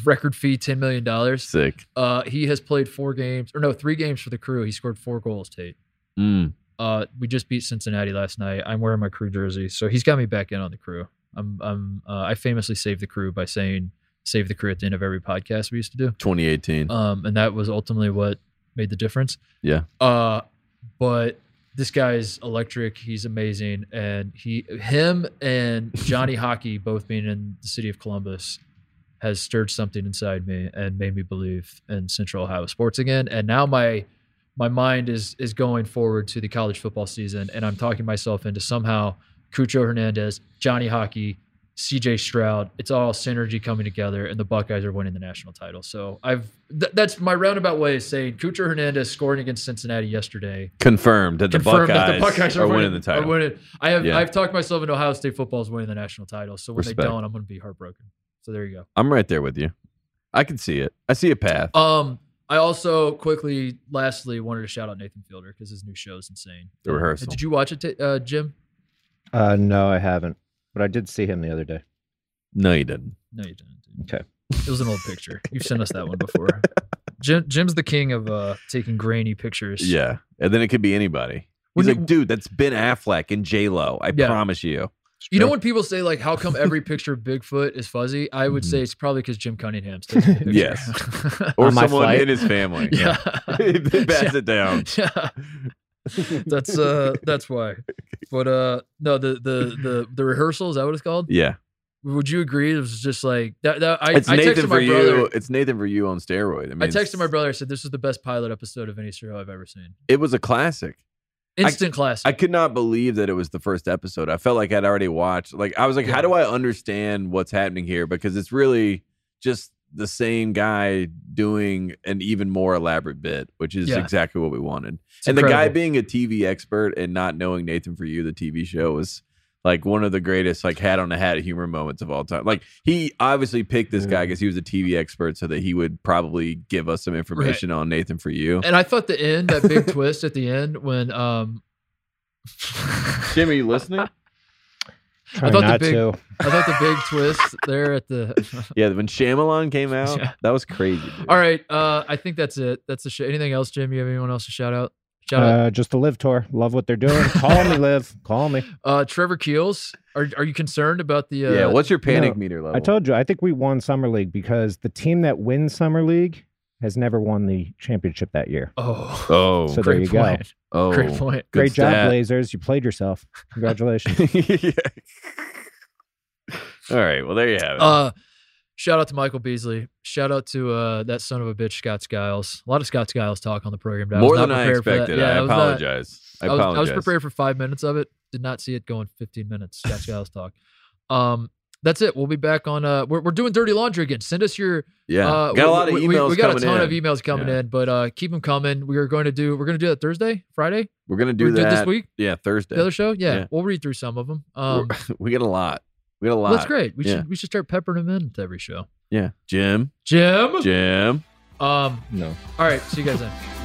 [SPEAKER 2] record fee ten million dollars.
[SPEAKER 1] Sick.
[SPEAKER 2] Uh, he has played four games or no three games for the Crew. He scored four goals. Tate.
[SPEAKER 1] Mm.
[SPEAKER 2] Uh, we just beat Cincinnati last night. I'm wearing my crew jersey, so he's got me back in on the crew. I'm, I'm, uh, I famously saved the crew by saying "save the crew" at the end of every podcast we used to do,
[SPEAKER 1] 2018.
[SPEAKER 2] um, and that was ultimately what made the difference.
[SPEAKER 1] Yeah.
[SPEAKER 2] Uh, but this guy's electric. He's amazing, and he, him, and Johnny Hockey both being in the city of Columbus has stirred something inside me and made me believe in Central Ohio sports again. And now my my mind is is going forward to the college football season, and I'm talking myself into somehow Cucho Hernandez, Johnny Hockey, C.J. Stroud. It's all synergy coming together, and the Buckeyes are winning the national title. So I've th- that's my roundabout way of saying Cucho Hernandez scoring against Cincinnati yesterday
[SPEAKER 1] confirmed that the Buckeyes,
[SPEAKER 2] confirmed that the Buckeyes
[SPEAKER 1] are, winning the title.
[SPEAKER 2] are winning. I have
[SPEAKER 1] Yeah.
[SPEAKER 2] I've talked myself into Ohio State football is winning the national title. So when
[SPEAKER 1] Respect.
[SPEAKER 2] they don't, I'm going to be heartbroken. So there you
[SPEAKER 1] I'm right there with you. I can see it. I see a path.
[SPEAKER 2] go. Um, I also quickly, lastly, wanted to shout out Nathan Fielder because his new show is insane.
[SPEAKER 1] The rehearsal.
[SPEAKER 2] Did you watch it, Ta- uh, Jim?
[SPEAKER 3] Uh, no, I haven't. But I did see him the other day.
[SPEAKER 1] No, you didn't.
[SPEAKER 2] No, you didn't. dude.
[SPEAKER 3] Okay.
[SPEAKER 2] It was an old picture. You've sent us that one before. Jim, Jim's the king of uh, taking grainy pictures.
[SPEAKER 1] Yeah, and then it could be anybody. He's
[SPEAKER 2] When you-
[SPEAKER 1] like, dude, that's Ben Affleck and J Lo. I
[SPEAKER 2] Yeah.
[SPEAKER 1] promise you.
[SPEAKER 2] You know when people say like, "How come every picture of Bigfoot is fuzzy?" I would
[SPEAKER 1] Mhm.
[SPEAKER 2] say it's probably because Jim Cunningham's taking the picture.
[SPEAKER 1] Yes. Or
[SPEAKER 3] On my
[SPEAKER 1] someone
[SPEAKER 3] flight?
[SPEAKER 1] in his family.
[SPEAKER 2] yeah.
[SPEAKER 1] they pass
[SPEAKER 2] Yeah.
[SPEAKER 1] it down.
[SPEAKER 2] yeah that's uh that's why but uh no the the the the rehearsal is that what it's called
[SPEAKER 1] Yeah, would
[SPEAKER 2] would you agree it was just like that, that I,
[SPEAKER 1] it's
[SPEAKER 2] I
[SPEAKER 1] Nathan
[SPEAKER 2] texted
[SPEAKER 1] for
[SPEAKER 2] my
[SPEAKER 1] you.
[SPEAKER 2] brother
[SPEAKER 1] It's Nathan for you on steroid. I mean,
[SPEAKER 2] I texted my
[SPEAKER 1] it's-
[SPEAKER 2] brother. I said, "This is the best pilot episode of any show I've ever seen."
[SPEAKER 1] It was a classic.
[SPEAKER 2] Instant classic.
[SPEAKER 1] I could not believe that it was the first episode. I felt like I'd already watched. Like I was like, how do I understand what's happening here? Because it's really just the same guy doing an even more elaborate bit, which is
[SPEAKER 2] Yeah.
[SPEAKER 1] exactly what we wanted.
[SPEAKER 2] It's
[SPEAKER 1] and the guy
[SPEAKER 2] incredible.
[SPEAKER 1] being a TV expert and not knowing Nathan for you, the TV show was like one of the greatest like hat on a hat humor moments of all time. Like he obviously picked this guy because he was a TV expert so that he would probably give us some information on Nathan for you.
[SPEAKER 2] and I thought the end, that big twist at the end when um
[SPEAKER 1] Jimmy, you listening?
[SPEAKER 3] Try
[SPEAKER 2] thought the
[SPEAKER 3] not
[SPEAKER 2] big-
[SPEAKER 3] to.
[SPEAKER 2] I thought the big twist there at the
[SPEAKER 1] yeah, when Shyamalan came out,
[SPEAKER 2] Yeah.
[SPEAKER 1] that was crazy. dude.
[SPEAKER 2] All right, uh I think that's it. That's the show. Anything else, Jim? You have anyone else to shout out? Shout out.
[SPEAKER 3] Uh, just a live tour. Love what they're doing. Call me, live. Call me.
[SPEAKER 2] Uh Trevor Keels, are are you concerned about the uh
[SPEAKER 1] yeah, what's your panic
[SPEAKER 3] No,
[SPEAKER 1] meter level?
[SPEAKER 3] I
[SPEAKER 2] Oh.
[SPEAKER 3] told you. I think we won summer league because the team that wins summer league has never won the championship that year.
[SPEAKER 2] Oh,
[SPEAKER 1] Oh,
[SPEAKER 3] So there
[SPEAKER 2] great
[SPEAKER 3] you go.
[SPEAKER 2] point.
[SPEAKER 1] oh,
[SPEAKER 2] Great point.
[SPEAKER 1] good
[SPEAKER 3] Great job,
[SPEAKER 1] stat.
[SPEAKER 3] Blazers. You played yourself. Congratulations.
[SPEAKER 1] Yeah. All right. Well, there you have it.
[SPEAKER 2] Uh shout out to Michael Beasley. Shout out to uh that son of a bitch, Scott Skiles. A lot of Scott Skiles talk on the program. today.
[SPEAKER 1] More
[SPEAKER 2] was not
[SPEAKER 1] than I
[SPEAKER 2] prepared for that.
[SPEAKER 1] expected.
[SPEAKER 2] Yeah,
[SPEAKER 1] I
[SPEAKER 2] was not-
[SPEAKER 1] apologize. I,
[SPEAKER 2] I was,
[SPEAKER 1] apologize.
[SPEAKER 2] I was prepared for five minutes of it. Did not see it going 15 minutes. Scott Skiles talk. Um, that's it. We'll be back on. Uh, we're, we're doing dirty laundry again. Send us your.
[SPEAKER 1] Yeah,
[SPEAKER 2] Uh,
[SPEAKER 1] got a lot of
[SPEAKER 2] we,
[SPEAKER 1] emails
[SPEAKER 2] we- We got
[SPEAKER 1] coming
[SPEAKER 2] a ton
[SPEAKER 1] in.
[SPEAKER 2] of e-, emails coming
[SPEAKER 1] Yeah.
[SPEAKER 2] in, but uh, keep them coming. We are going to do. We're going to do that Thursday, Friday.
[SPEAKER 1] We're gonna do
[SPEAKER 2] we did
[SPEAKER 1] that
[SPEAKER 2] this week.
[SPEAKER 1] Yeah, Thursday.
[SPEAKER 2] The other show. Yeah,
[SPEAKER 1] Yeah. we'll
[SPEAKER 2] we'll read through some of them.
[SPEAKER 1] We're-
[SPEAKER 2] Um,
[SPEAKER 1] we get a lot. We get a lot.
[SPEAKER 2] well, that's great. We
[SPEAKER 1] Yeah.
[SPEAKER 2] should we should start peppering them into every show.
[SPEAKER 1] Yeah, Jim.
[SPEAKER 2] Jim.
[SPEAKER 1] Jim.
[SPEAKER 2] Um.
[SPEAKER 3] no.
[SPEAKER 2] All right. See you guys then.